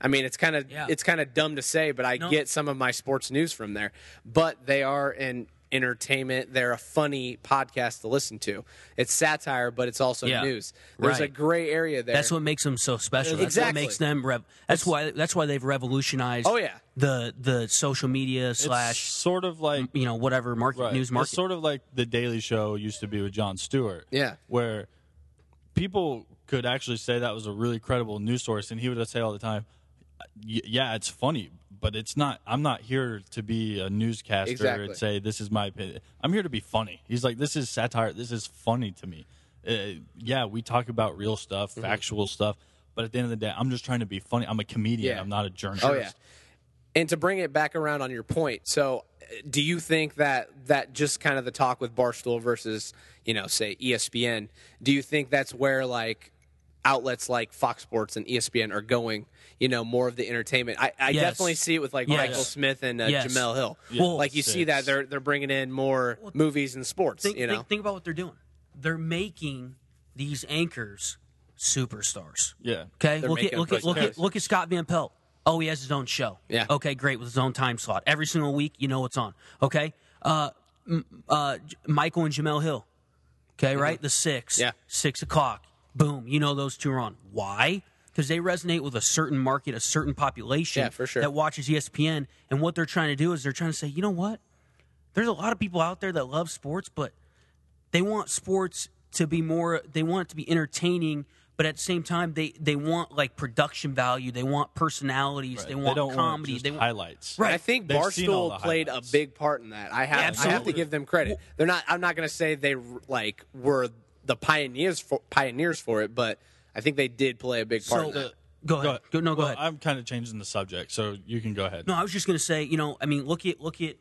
Speaker 2: I mean, it's kind of
Speaker 3: Yeah.
Speaker 2: it's kind of dumb to say, but I get some of my sports news from there. But they are an entertainment. They're a funny podcast to listen to. It's satire, but it's also
Speaker 3: Yeah.
Speaker 2: news. There's a
Speaker 3: Right.
Speaker 2: gray area there.
Speaker 3: That's what makes them so special. That's
Speaker 2: Exactly.
Speaker 3: what makes them. Rev- that's why. That's why they've revolutionized.
Speaker 2: Oh, yeah.
Speaker 3: The the social media
Speaker 4: It's
Speaker 3: slash
Speaker 4: sort of like
Speaker 3: you know whatever market
Speaker 4: Right.
Speaker 3: news
Speaker 4: It's
Speaker 3: market.
Speaker 4: sort of like the Daily Show used to be with Jon Stewart.
Speaker 2: Yeah.
Speaker 4: Where people could actually say that was a really credible news source, and he would say all the time, "Y- "Yeah, it's funny, but it's not. I'm not here to be a newscaster
Speaker 2: Exactly.
Speaker 4: and say this is my opinion. I'm here to be funny." He's like, "This is satire. This is funny to me. Uh, yeah, we talk about real stuff, factual stuff." But at the end of the day, I'm just trying to be funny. I'm a comedian.
Speaker 2: Yeah.
Speaker 4: I'm not a journalist.
Speaker 2: Oh yeah. And to bring it back around on your point, so uh, do you think that that just kind of the talk with Barstool versus you know say E ESPN? Do you think that's where like outlets like Fox Sports and E ESPN are going? You know more of the entertainment. I, I
Speaker 3: Yes.
Speaker 2: definitely see it with like
Speaker 3: Yes.
Speaker 2: Michael Smith and uh,
Speaker 3: Yes.
Speaker 2: Jamel Hill.
Speaker 3: Yeah. Well,
Speaker 2: like you see that
Speaker 4: it's-
Speaker 2: they're they're bringing in more movies and sports.
Speaker 3: think,
Speaker 2: you know.
Speaker 3: think, think about what they're doing. They're making these anchors superstars.
Speaker 4: Yeah.
Speaker 3: Okay,
Speaker 2: They're
Speaker 3: look at
Speaker 2: making
Speaker 3: look at look
Speaker 2: personalities.
Speaker 3: at look at Scott Van Pelt. Oh, he has his own show.
Speaker 2: Yeah.
Speaker 3: Okay, great with his own time slot every single week. You know what's on. Okay. Uh, m- uh, J- Michael and Jamel Hill. Okay, right. The six.
Speaker 2: Mm-hmm. Yeah.
Speaker 3: Six o'clock. Boom. You know those two are on. Why? Because they resonate with a certain market, a certain population
Speaker 2: Yeah, for sure.
Speaker 3: that watches E ESPN. And what they're trying to do is they're trying to say, you know what? There's a lot of people out there that love sports, but they want sports to be more they want it to be entertaining but at the same time they they want like production value they want personalities they want
Speaker 4: they don't
Speaker 3: comedy
Speaker 4: want just
Speaker 3: they want
Speaker 4: highlights.
Speaker 3: Right.
Speaker 2: I think
Speaker 4: They've seen all
Speaker 2: Barstool
Speaker 4: the
Speaker 2: played a
Speaker 4: highlights.
Speaker 2: big part in that. I have I have to
Speaker 3: Absolutely.
Speaker 2: give them credit. They're not. I'm not going to say they like were the pioneers for pioneers for it, but I think they did play a big part.
Speaker 3: so
Speaker 2: in that.
Speaker 3: go ahead Go- no go
Speaker 4: Well,
Speaker 3: ahead
Speaker 4: I'm kind of changing the subject, so you can go ahead.
Speaker 3: no i was just going to say you know i mean look at look at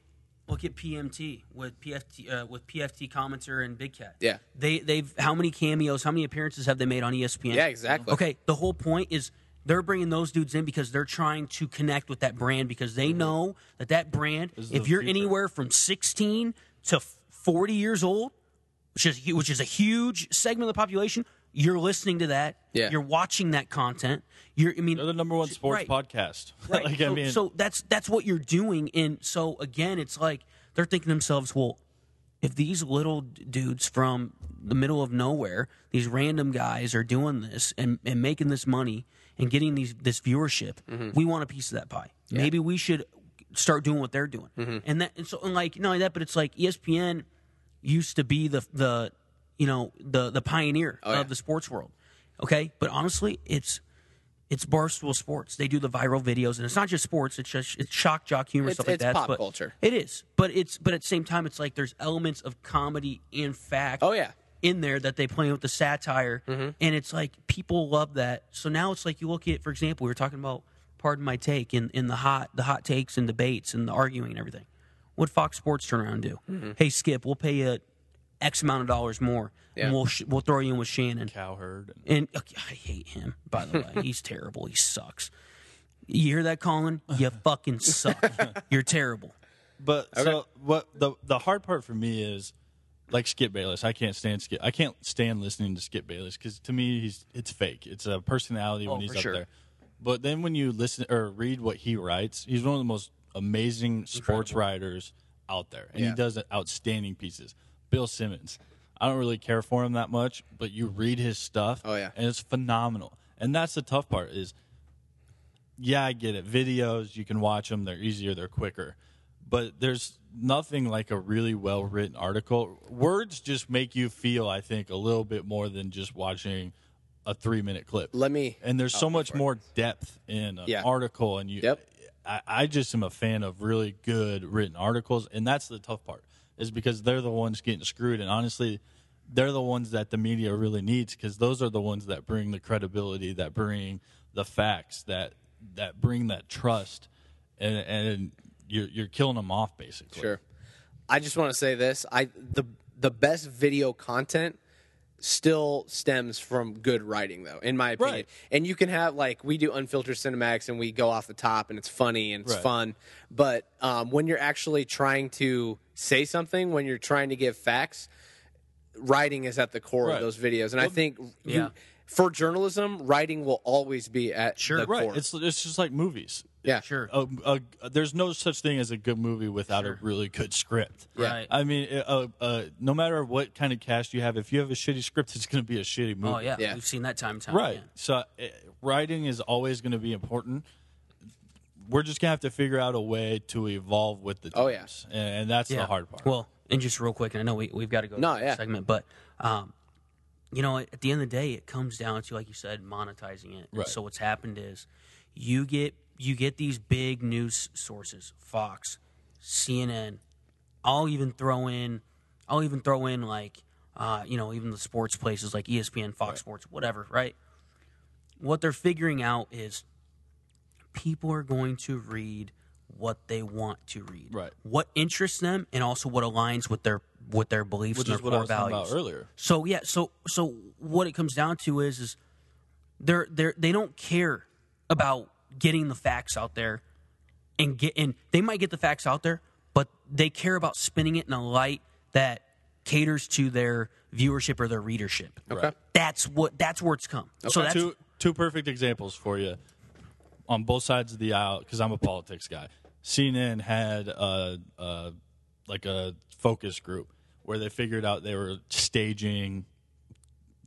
Speaker 3: look at pmt with pft uh, with pft commenter and big cat
Speaker 2: Yeah.
Speaker 3: they they've how many cameos how many appearances have they made on E espn
Speaker 2: Yeah, exactly.
Speaker 3: okay the whole point is they're bringing those dudes in because they're trying to connect with that brand because they know that that brand
Speaker 4: Mm-hmm. is
Speaker 3: if
Speaker 4: the
Speaker 3: you're
Speaker 4: future.
Speaker 3: anywhere from 16 to 40 years old which is hu- which is a huge segment of the population you're listening to that
Speaker 2: Yeah.
Speaker 3: you're watching that content you're i mean
Speaker 4: They're the number one sports
Speaker 3: right.
Speaker 4: podcast.
Speaker 3: Right.
Speaker 4: like,
Speaker 3: so,
Speaker 4: I mean,
Speaker 3: so that's that's what you're doing, and so again, it's like they're thinking to themselves, well, if these little d- dudes from the middle of nowhere, these random guys are doing this and, and making this money and getting these this viewership,
Speaker 4: Mm-hmm.
Speaker 3: we want a piece of that pie. Maybe we should start doing what they're doing,
Speaker 4: Mm-hmm.
Speaker 3: and that and so and like not only that, but it's like E ESPN used to be the the you know the the pioneer
Speaker 2: Oh, yeah.
Speaker 3: of the sports world. Okay, but honestly, it's it's Barstool Sports. They do the viral videos, and it's not just sports. It's just it's shock jock humor
Speaker 2: It's-
Speaker 3: stuff like
Speaker 2: it's
Speaker 3: that.
Speaker 2: pop
Speaker 3: but
Speaker 2: culture.
Speaker 3: It is, but it's but at the same time, it's like there's elements of comedy and fact.
Speaker 2: Oh, yeah. Mm-hmm.
Speaker 3: in there that they play with the satire, and it's like people love that. So now it's like you look at, for example, we were talking about pardon my take in in the hot the hot takes and debates and the arguing and everything. What Fox Sports turn around and do?
Speaker 2: Mm-hmm.
Speaker 3: Hey Skip, we'll pay you X amount of dollars more,
Speaker 2: Yeah.
Speaker 3: and we'll sh- we'll throw you in with Shannon.
Speaker 4: Cowherd. And,
Speaker 3: And okay, I hate him, by the way. He's terrible. He sucks. You hear that, Colin? You fucking suck. You're terrible.
Speaker 4: but so what? The the hard part for me is like Skip Bayless. I can't stand Skip. I can't stand listening to Skip Bayless because to me he's it's fake. It's a personality when he's
Speaker 3: for
Speaker 4: up
Speaker 3: sure.
Speaker 4: there. But then when you listen or read what he writes, he's one of the most amazing sports writers out there, and he does outstanding pieces. Bill Simmons. I don't really care for him that much, but you read his stuff,
Speaker 2: Oh, yeah.
Speaker 4: and it's phenomenal. And that's the tough part is yeah, I get it. Videos, you can watch them. They're easier, they're quicker. But there's nothing like a really well written article. Words just make you feel, I think, a little bit more than just watching a three minute clip.
Speaker 2: Let me-
Speaker 4: And there's so much more depth in an
Speaker 2: Yeah.
Speaker 4: article. And you,
Speaker 2: Yep.
Speaker 4: I, I just am a fan of really good written articles. And that's the tough part, is because they're the ones getting screwed. And honestly, they're the ones that the media really needs because those are the ones that bring the credibility, that bring the facts, that that bring that trust, and and you're you're killing them off basically.
Speaker 2: Sure. I just want to say this: I the the best video content still stems from good writing, though, in my opinion.
Speaker 4: Right.
Speaker 2: And you can have like we do unfiltered cinematics, and we go off the top, and it's funny and it's
Speaker 4: Right.
Speaker 2: fun. But um, when you're actually trying to say something, when you're trying to give facts, writing is at the core
Speaker 4: Right.
Speaker 2: of those videos, and I think
Speaker 3: yeah.
Speaker 2: you, for journalism, writing will always be at
Speaker 3: Sure.
Speaker 2: the
Speaker 4: Right.
Speaker 2: core.
Speaker 4: It's it's just like movies.
Speaker 2: yeah,
Speaker 3: Sure.
Speaker 4: A, a- there's no such thing as a good movie without a really good script.
Speaker 2: yeah.
Speaker 3: Right.
Speaker 4: I mean, uh, uh, no matter what kind of cast you have, if you have a shitty script, it's going to be a shitty movie.
Speaker 3: Oh yeah.
Speaker 2: Yeah.
Speaker 3: We've seen that time and time.
Speaker 4: Right.
Speaker 3: again.
Speaker 4: So uh, writing is always going to be important. We're just gonna have to figure out a way to evolve with the.
Speaker 2: Oh, yeah.
Speaker 4: times. and, and that's the hard part.
Speaker 3: Well, and just real quick, and I know we, we've got to go to
Speaker 2: No,
Speaker 3: the
Speaker 2: yeah.
Speaker 3: segment, but um, you know, at the end of the day, it comes down to like you said, monetizing it.
Speaker 4: Right.
Speaker 3: So what's happened is you get you get these big news sources, Fox, CNN. I'll even throw in, I'll even throw in like, uh, you know, even the sports places like E ESPN, Fox Sports, whatever. Right. What they're figuring out is people are going to read what they want to read,
Speaker 4: Right.
Speaker 3: What interests them, and also what aligns with their with their beliefs
Speaker 4: which
Speaker 3: and
Speaker 4: is
Speaker 3: their
Speaker 4: what
Speaker 3: core
Speaker 4: I was talking
Speaker 3: values.
Speaker 4: about earlier.
Speaker 3: So yeah, so so what it comes down to is is they're they're they don't care about getting the facts out there and get and they might get the facts out there, but they care about spinning it in a light that caters to their viewership or their readership.
Speaker 2: Okay.
Speaker 3: That's what that's where it's come. So that's
Speaker 4: two two perfect examples for you on both sides of the aisle because I'm a politics guy. CNN had a, a like a focus group where they figured out they were staging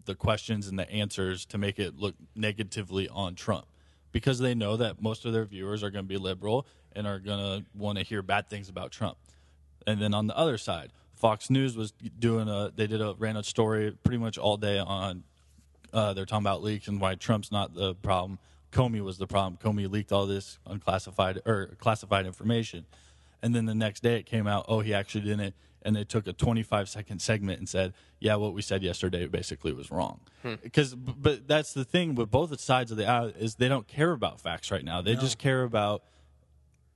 Speaker 4: the questions and the answers to make it look negatively on Trump because they know that most of their viewers are going to be liberal and are going to want to hear bad things about Trump. And then on the other side, Fox News was doing a they did a ran a story pretty much all day on uh, they're talking about leaks and why Trump's not the problem. Comey was the problem. Comey leaked all this unclassified or classified information. And then the next day it came out, oh, he actually didn't. And they took a 25 second segment and said, yeah, what we said yesterday basically was wrong. Because, but that's the thing with both sides of the aisle is they don't care about facts right now. They just care about,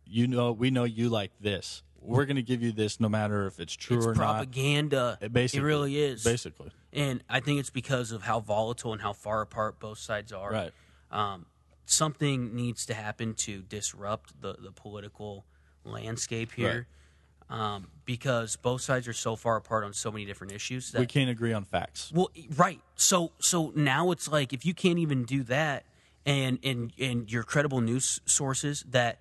Speaker 4: you know, we know you like this. We're going to give you this no matter if it's true
Speaker 3: it's
Speaker 4: or
Speaker 3: propaganda.
Speaker 4: not. Basically,
Speaker 3: it really is.
Speaker 4: Basically.
Speaker 3: And I think it's because of how volatile and how far apart both sides are.
Speaker 4: Right.
Speaker 3: Um, something needs to happen to disrupt the, the political landscape here um, because both sides are so far apart on so many different issues. That,
Speaker 4: We can't agree on facts.
Speaker 3: well, e, right. So so now it's like if you can't even do that, and and and your credible news sources that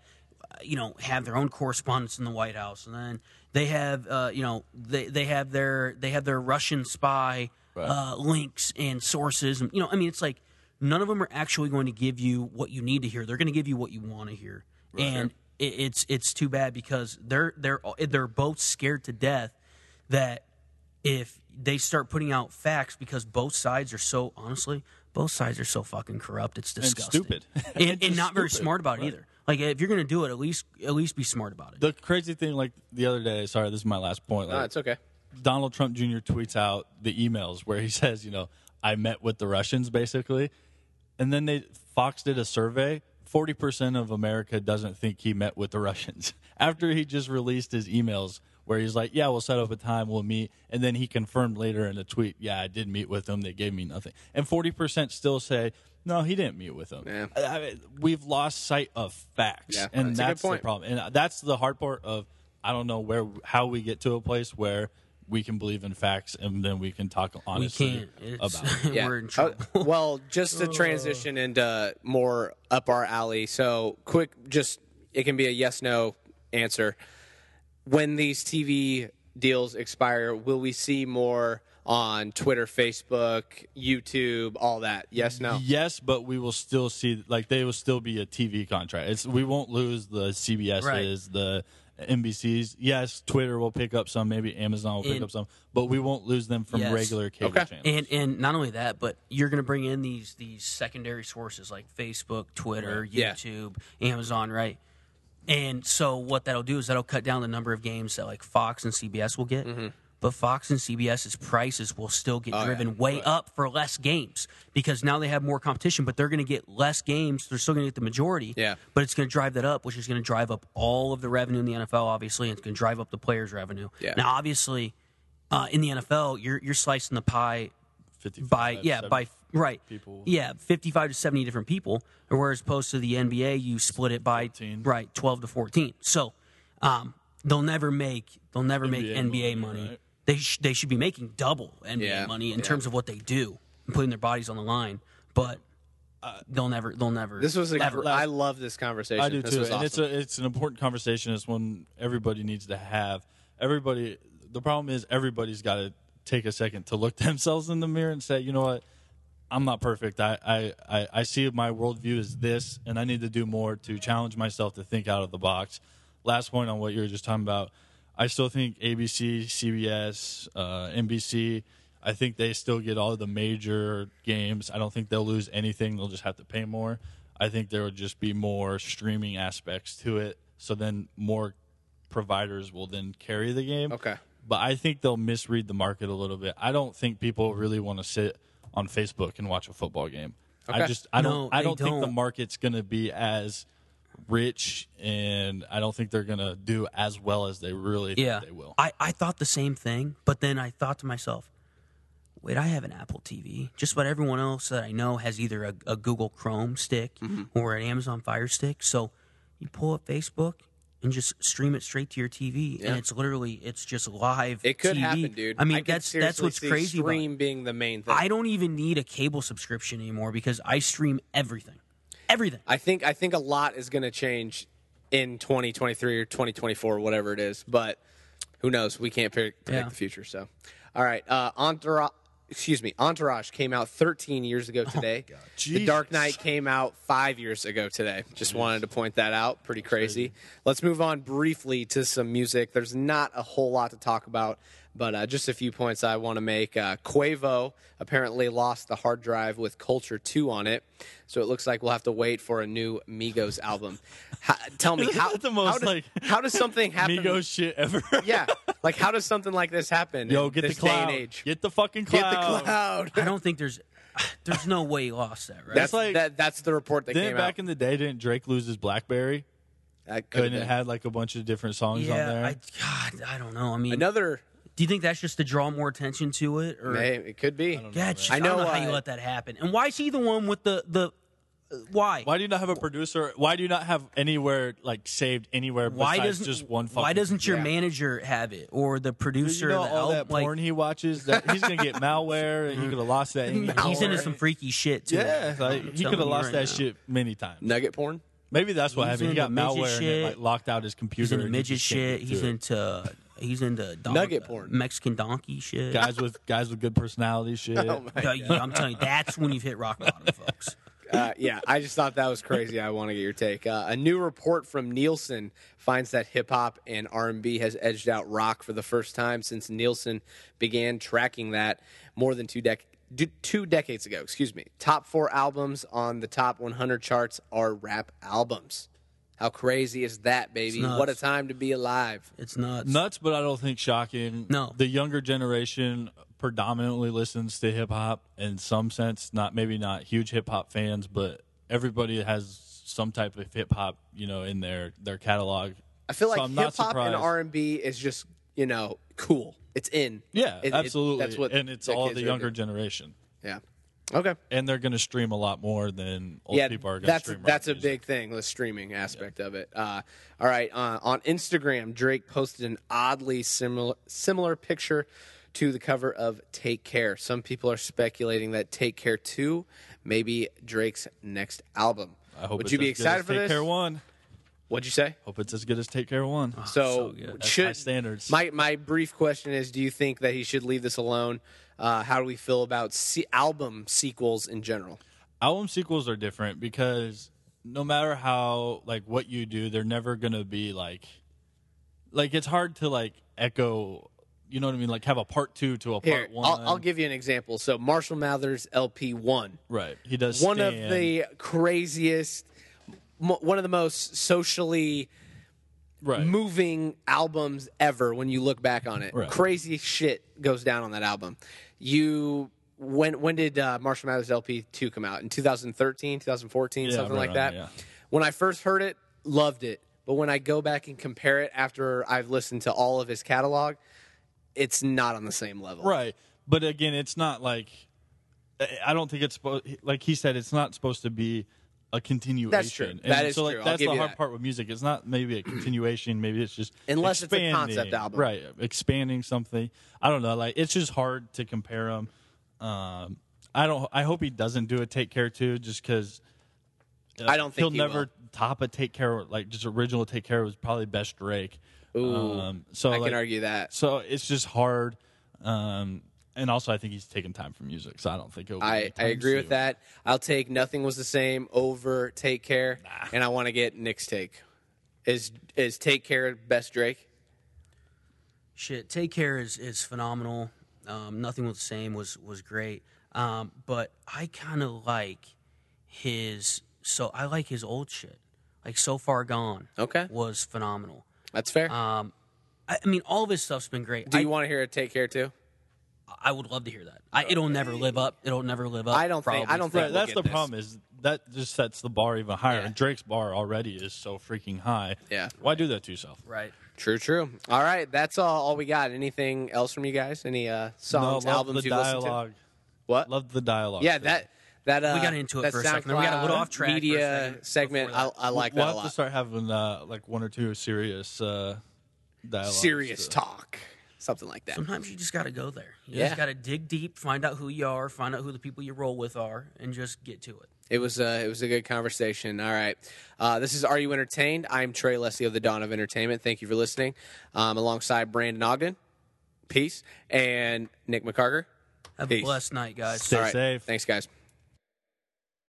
Speaker 3: uh, you know have their own correspondents in the White House, and then they have uh, you know they they have their they have their Russian spy uh, links and sources, and you know I mean it's like none of them are actually going to give you what you need to hear. They're going to give you what you want to hear, and it, it's it's too bad because they're they're they're both scared to death that if they start putting out facts because both sides are so honestly both sides are so fucking corrupt it's
Speaker 4: And
Speaker 3: disgusting
Speaker 4: stupid.
Speaker 3: and,
Speaker 4: It's
Speaker 3: and
Speaker 4: just
Speaker 3: not very
Speaker 4: stupid.
Speaker 3: smart about it
Speaker 4: Right.
Speaker 3: either like if you're gonna do it at least at least be smart about it
Speaker 4: The crazy thing, like the other day, sorry, this is my last point.
Speaker 2: No,
Speaker 4: like,
Speaker 2: it's okay.
Speaker 4: Donald Trump Jr. tweets out the emails where he says, you know, I met with the Russians basically. And then they Fox did a survey. 40% of America doesn't think he met with the Russians after he just released his emails where he's like, yeah, we'll set up a time, we'll meet. And then he confirmed later in a tweet, yeah, I did meet with them. They gave me nothing. And 40% still say, no, he didn't meet with them.
Speaker 2: Yeah.
Speaker 4: I- I- we've lost sight of facts.
Speaker 2: Yeah,
Speaker 4: and
Speaker 2: that's a good
Speaker 4: that's the
Speaker 2: point.
Speaker 4: problem problem. And that's the hard part of I don't know where how we get to a place where we can believe in facts and then we can talk
Speaker 3: we
Speaker 4: honestly
Speaker 3: can't it's,
Speaker 4: about it.
Speaker 2: Yeah.
Speaker 3: we're in
Speaker 2: Oh,
Speaker 3: trouble Oh.
Speaker 2: well, just to transition into more up our alley. So quick, just it can be a yes no answer. When these TV deals expire, will we see more on Twitter, Facebook, YouTube, all that? Yes, no.
Speaker 4: Yes, but we will still see like they will still be a TV contract. It's we won't lose the CBS's,
Speaker 3: Right.
Speaker 4: the NBC's. Yes, Twitter will pick up some, maybe Amazon will pick
Speaker 3: And-
Speaker 4: up some, but we won't lose them from
Speaker 3: Yes.
Speaker 4: regular cable
Speaker 2: Okay.
Speaker 4: channels.
Speaker 3: and and not only that but you're gonna bring in these these secondary sources like facebook twitter
Speaker 2: Yeah.
Speaker 3: youtube amazon right and so what that'll do is that'll cut down the number of games that like fox and cbs will get but Fox and CBS's prices will still get
Speaker 2: Mm-hmm. Oh, yeah,
Speaker 3: driven way up for less games because now they have more competition, but they're going to get less games. They're still going to get the majority,
Speaker 2: Yeah.
Speaker 3: but it's going to drive that up, which is going to drive up all of the revenue in the NFL, obviously, and it's going to drive up the players' revenue.
Speaker 2: Yeah.
Speaker 3: Now, obviously, uh, in the NFL, you're you're slicing the pie
Speaker 4: 55,
Speaker 3: by yeah by right
Speaker 4: people.
Speaker 3: yeah 55 to 70 different people whereas opposed to the nba you split it by
Speaker 4: 14.
Speaker 3: right 12 to 14 so um, they'll never make they'll never make
Speaker 4: NBA
Speaker 3: nba money,
Speaker 4: money, right?
Speaker 3: they, sh- they should be making double nba
Speaker 2: Yeah,
Speaker 3: money in
Speaker 2: yeah.
Speaker 3: terms of what they do and putting their bodies on the line but they'll never they'll never
Speaker 2: Uh, This was a
Speaker 3: ever.
Speaker 2: gr- I love this conversation.
Speaker 4: I do
Speaker 2: this
Speaker 4: too,
Speaker 2: Was awesome.
Speaker 4: and it's a it's an important conversation. It's one everybody needs to have. Everybody, the problem is everybody's got to take a second to look themselves in the mirror and say, you know what, I'm not perfect. I I I, I see my worldview is this, and I need to do more to challenge myself to think out of the box. Last point on what you were just talking about. I still think ABC, CBS, uh, NBC. I think they still get all the major games. I don't think they'll lose anything. They'll just have to pay more. I think there will just be more streaming aspects to it. So then more providers will then carry the game.
Speaker 2: Okay.
Speaker 4: But I think they'll misread the market a little bit. I don't think people really want to sit on Facebook and watch a football game.
Speaker 2: Okay.
Speaker 4: I just I
Speaker 3: No,
Speaker 4: don't I
Speaker 3: they
Speaker 4: don't, think the
Speaker 3: don't.
Speaker 4: market's going to be as rich and I don't think they're going to do as well as they really
Speaker 3: yeah
Speaker 4: think they will.
Speaker 3: I, I thought the same thing but then i thought to myself wait i have an apple tv just about everyone else that i know has either a, a google chrome stick
Speaker 2: Mm-hmm.
Speaker 3: or an amazon fire stick so you pull up facebook and just stream it straight to your tv
Speaker 2: Yeah.
Speaker 3: and it's literally it's just live
Speaker 2: It could
Speaker 3: TV.
Speaker 2: happen, dude.
Speaker 3: i mean
Speaker 2: could
Speaker 3: that's that's
Speaker 2: seriously
Speaker 3: what's
Speaker 2: see
Speaker 3: crazy about it.
Speaker 2: Stream being the main thing.
Speaker 3: i don't even need a cable subscription anymore because i stream everything everything
Speaker 2: I think I think a lot is going to change in 2023 or 2024, whatever it is. But who knows? We can't pre- predict
Speaker 3: Yeah.
Speaker 2: the future. So, all right, uh, Entourage. Excuse me, Entourage came out 13 years
Speaker 4: Oh
Speaker 2: ago today. the Dark Knight came out five years ago today. Just wanted to point that out. Pretty crazy. Let's move on briefly to some music. There's not a whole lot to talk about, but uh, just a few points I want to make. Uh, Quavo apparently lost the hard drive with Culture 2 on it, so it looks like we'll have to wait for a new Migos album. How, tell me, how,
Speaker 4: that the most,
Speaker 2: how, does,
Speaker 4: like,
Speaker 2: how does something happen?
Speaker 4: Migos shit ever.
Speaker 2: Yeah, like how does something like this happen?
Speaker 4: Yo,
Speaker 2: in
Speaker 4: get the
Speaker 2: this
Speaker 4: cloud.
Speaker 2: Day and age?
Speaker 4: Get the fucking
Speaker 2: Get
Speaker 4: cloud.
Speaker 2: the cloud.
Speaker 3: i don't think there's there's no way he lost that right
Speaker 2: That's
Speaker 4: like-
Speaker 2: that, that's the report that
Speaker 4: Then
Speaker 2: came
Speaker 4: back
Speaker 2: out.
Speaker 4: in the day, didn't Drake lose his BlackBerry?
Speaker 2: That could've
Speaker 4: And it
Speaker 2: been.
Speaker 4: had like a bunch of different songs on there.
Speaker 3: yeah I, god i don't know i mean
Speaker 2: another
Speaker 3: Do you think that's just to draw more attention to it, or
Speaker 2: May- it could be.
Speaker 3: yeah, it's just-
Speaker 2: I
Speaker 3: I,
Speaker 2: know
Speaker 3: don't know how
Speaker 2: why-
Speaker 3: you let that happen? And why is he the one with the the uh, why?
Speaker 4: Why do you not have a producer? Why do you not have anywhere like saved anywhere
Speaker 3: Why
Speaker 4: besides
Speaker 3: doesn't
Speaker 4: just one? Fucking
Speaker 3: Why doesn't your
Speaker 2: Yeah.
Speaker 3: manager have it or the
Speaker 4: Do
Speaker 3: producer?
Speaker 4: you know
Speaker 3: of the
Speaker 4: all
Speaker 3: album?
Speaker 4: that
Speaker 3: Like,
Speaker 4: porn he watches? That he's gonna get malware, and he could have lost that. and he-
Speaker 3: He's into some freaky shit too.
Speaker 4: yeah,
Speaker 3: I'm
Speaker 4: like, he
Speaker 3: telling
Speaker 4: could have
Speaker 3: you
Speaker 4: lost
Speaker 3: right
Speaker 4: that
Speaker 3: now.
Speaker 4: shit many times.
Speaker 2: Nugget porn.
Speaker 4: Maybe that's what
Speaker 3: He's
Speaker 4: happened. He got
Speaker 3: into midget
Speaker 4: malware and it,
Speaker 3: shit.
Speaker 4: like locked out his computer.
Speaker 3: He's into
Speaker 4: and he
Speaker 3: midget
Speaker 4: just
Speaker 3: shit.
Speaker 4: can't get
Speaker 3: He's
Speaker 4: to it.
Speaker 3: into he's into don-
Speaker 2: Nugget porn.
Speaker 3: Mexican donkey shit.
Speaker 4: guys with guys with good
Speaker 3: Oh
Speaker 4: personality shit.
Speaker 3: Yeah, yeah, I'm telling you, that's when you've hit rock bottom, folks.
Speaker 2: Uh, yeah, I just thought that was crazy. I want to get your take. Uh, a new report from Nielsen finds that hip hop and R and B has edged out rock for the first time since Nielsen began tracking that more than two dec- d- two decades ago. Excuse me. Top four albums on the top 100 charts are rap albums. How crazy is that, baby?
Speaker 3: nuts.
Speaker 2: What a time to be alive.
Speaker 3: It's nuts.
Speaker 4: nuts, but I don't think shocking.
Speaker 3: No.
Speaker 4: the younger generation predominantly listens to hip hop in some sense. Not maybe not huge hip hop fans, but everybody has some type of hip hop, you know, in their their catalog.
Speaker 2: I feel like
Speaker 4: I'm not
Speaker 2: hip hop and
Speaker 4: surprised.
Speaker 2: R and B is just you know cool. It's in.
Speaker 4: Yeah,
Speaker 2: It- it-
Speaker 4: absolutely.
Speaker 2: that's what
Speaker 4: and it's
Speaker 2: the
Speaker 4: all
Speaker 2: kids
Speaker 4: the
Speaker 2: are
Speaker 4: younger
Speaker 2: doing.
Speaker 4: generation,
Speaker 2: Yeah. Okay.
Speaker 4: and they're going to stream a lot more than old
Speaker 2: yeah,
Speaker 4: people are going to
Speaker 2: that's
Speaker 4: stream. rap
Speaker 2: that's a
Speaker 4: music.
Speaker 2: big thing, the streaming aspect of it. Uh, all right, uh, on Instagram, Drake posted an oddly similar similar picture to the cover of "Take Care." Some people are speculating that "Take Care" two may be Drake's next album.
Speaker 4: I hope
Speaker 2: Would
Speaker 4: it's
Speaker 2: you be
Speaker 4: as good as
Speaker 2: excited for
Speaker 4: Take
Speaker 2: this?
Speaker 4: Care One.
Speaker 2: What'd you say?
Speaker 4: Hope it's as good as Take Care One.
Speaker 2: So,
Speaker 4: That's high
Speaker 2: should
Speaker 4: standards.
Speaker 2: my my brief question is: Do you think that he should leave this alone? Uh, how do we feel about se- album sequels in general?
Speaker 4: album sequels are different because no matter how like what you do they're never gonna be like like it's hard to like echo you know what i mean like have a part two to a part
Speaker 2: Here,
Speaker 4: one
Speaker 2: I'll, I'll give you an example. So, Marshall Mathers LP one,
Speaker 4: right he does
Speaker 2: one of
Speaker 4: Stan.
Speaker 2: the craziest, mo- one of the most socially
Speaker 4: Right.
Speaker 2: moving albums ever when you look back on it.
Speaker 4: Right.
Speaker 2: Crazy shit goes down on that album. You when when did uh, Marshall Mathers LP 2 come out? In 2013, 2014,
Speaker 4: Yeah,
Speaker 2: something
Speaker 4: right
Speaker 2: like
Speaker 4: around
Speaker 2: that.
Speaker 4: there, yeah.
Speaker 2: When I first heard it, loved it. But when I go back and compare it after I've listened to all of his catalog, it's not on the same level.
Speaker 4: Right. But again, it's not like I- I don't think it's supposed like he said it's not supposed to be a continuation. And
Speaker 2: That is
Speaker 4: so, like,
Speaker 2: true. I'll
Speaker 4: That's
Speaker 2: give
Speaker 4: the
Speaker 2: you
Speaker 4: hard
Speaker 2: that.
Speaker 4: part with music. It's not maybe a continuation. Maybe it's just
Speaker 2: Unless it's a concept
Speaker 4: expanding.
Speaker 2: album.
Speaker 4: right? Expanding something. I don't know. Like it's just hard to compare them. Um, I don't. I hope he doesn't do a Take Care too, just because.
Speaker 2: I don't think
Speaker 4: he'll
Speaker 2: he
Speaker 4: never
Speaker 2: will.
Speaker 4: top a Take Care. Like just original Take Care was probably best Drake. Um,
Speaker 2: Ooh,
Speaker 4: so
Speaker 2: I
Speaker 4: like,
Speaker 2: can argue that.
Speaker 4: so it's just hard. Um, and also, I think he's taking time from music, so I don't think it'll. be
Speaker 2: I,
Speaker 4: anytime
Speaker 2: I agree with
Speaker 4: soon.
Speaker 2: that. I'll take nothing was the same over take care, and I want to get Nick's take. Is is take care best Drake?
Speaker 3: Shit, Take Care is is phenomenal. Um, Nothing was the same was was great. Um, but I kind of like his so I like his old shit. Like so far gone.
Speaker 2: Okay.
Speaker 3: was phenomenal.
Speaker 2: That's fair.
Speaker 3: Um, I, I mean, all of his stuff's been great.
Speaker 2: Do
Speaker 3: I,
Speaker 2: you want to hear a take care too?
Speaker 3: I would love to hear that. I, it'll never live up. It'll never live up.
Speaker 2: I don't think- I
Speaker 3: probably.
Speaker 2: don't think-
Speaker 4: Right, that's
Speaker 2: Look
Speaker 4: the
Speaker 2: at this.
Speaker 4: problem is that just sets the bar even higher.
Speaker 2: Yeah.
Speaker 4: And Drake's bar already is so freaking high.
Speaker 2: Yeah.
Speaker 4: Why do that to yourself?
Speaker 3: Right.
Speaker 2: True, true. All right, that's all, all we got. Anything else from you guys? Any uh, songs,
Speaker 4: no, love
Speaker 2: albums
Speaker 4: the
Speaker 2: you listened to?
Speaker 4: dialogue.
Speaker 2: What?
Speaker 4: Love the dialogue.
Speaker 2: yeah,
Speaker 4: today.
Speaker 2: that that uh,
Speaker 3: We got into it
Speaker 2: that
Speaker 3: for a second there. We got a little
Speaker 2: SoundCloud
Speaker 3: off track for a
Speaker 2: media
Speaker 3: second
Speaker 2: segment.
Speaker 3: before
Speaker 2: I,
Speaker 3: that.
Speaker 2: I like that a
Speaker 4: we'll have to
Speaker 2: lot.
Speaker 4: start having uh, like one or two serious uh, dialogue.
Speaker 2: Serious talk, something like that.
Speaker 3: Sometimes you just got to go there. You
Speaker 2: Yeah.
Speaker 3: just got to dig deep, find out who you are, find out who the people you roll with are, and just get to it.
Speaker 2: It was a it was a good conversation. All right, uh, this is Are You Entertained? I'm Trey Leslie of the Dawn of Entertainment. Thank you for listening, um, alongside Brandon Ogden, peace, and Nick McCarger.
Speaker 3: Have
Speaker 2: Peace.
Speaker 3: a blessed night, guys.
Speaker 4: Stay
Speaker 2: All right,
Speaker 4: safe.
Speaker 2: Thanks, guys.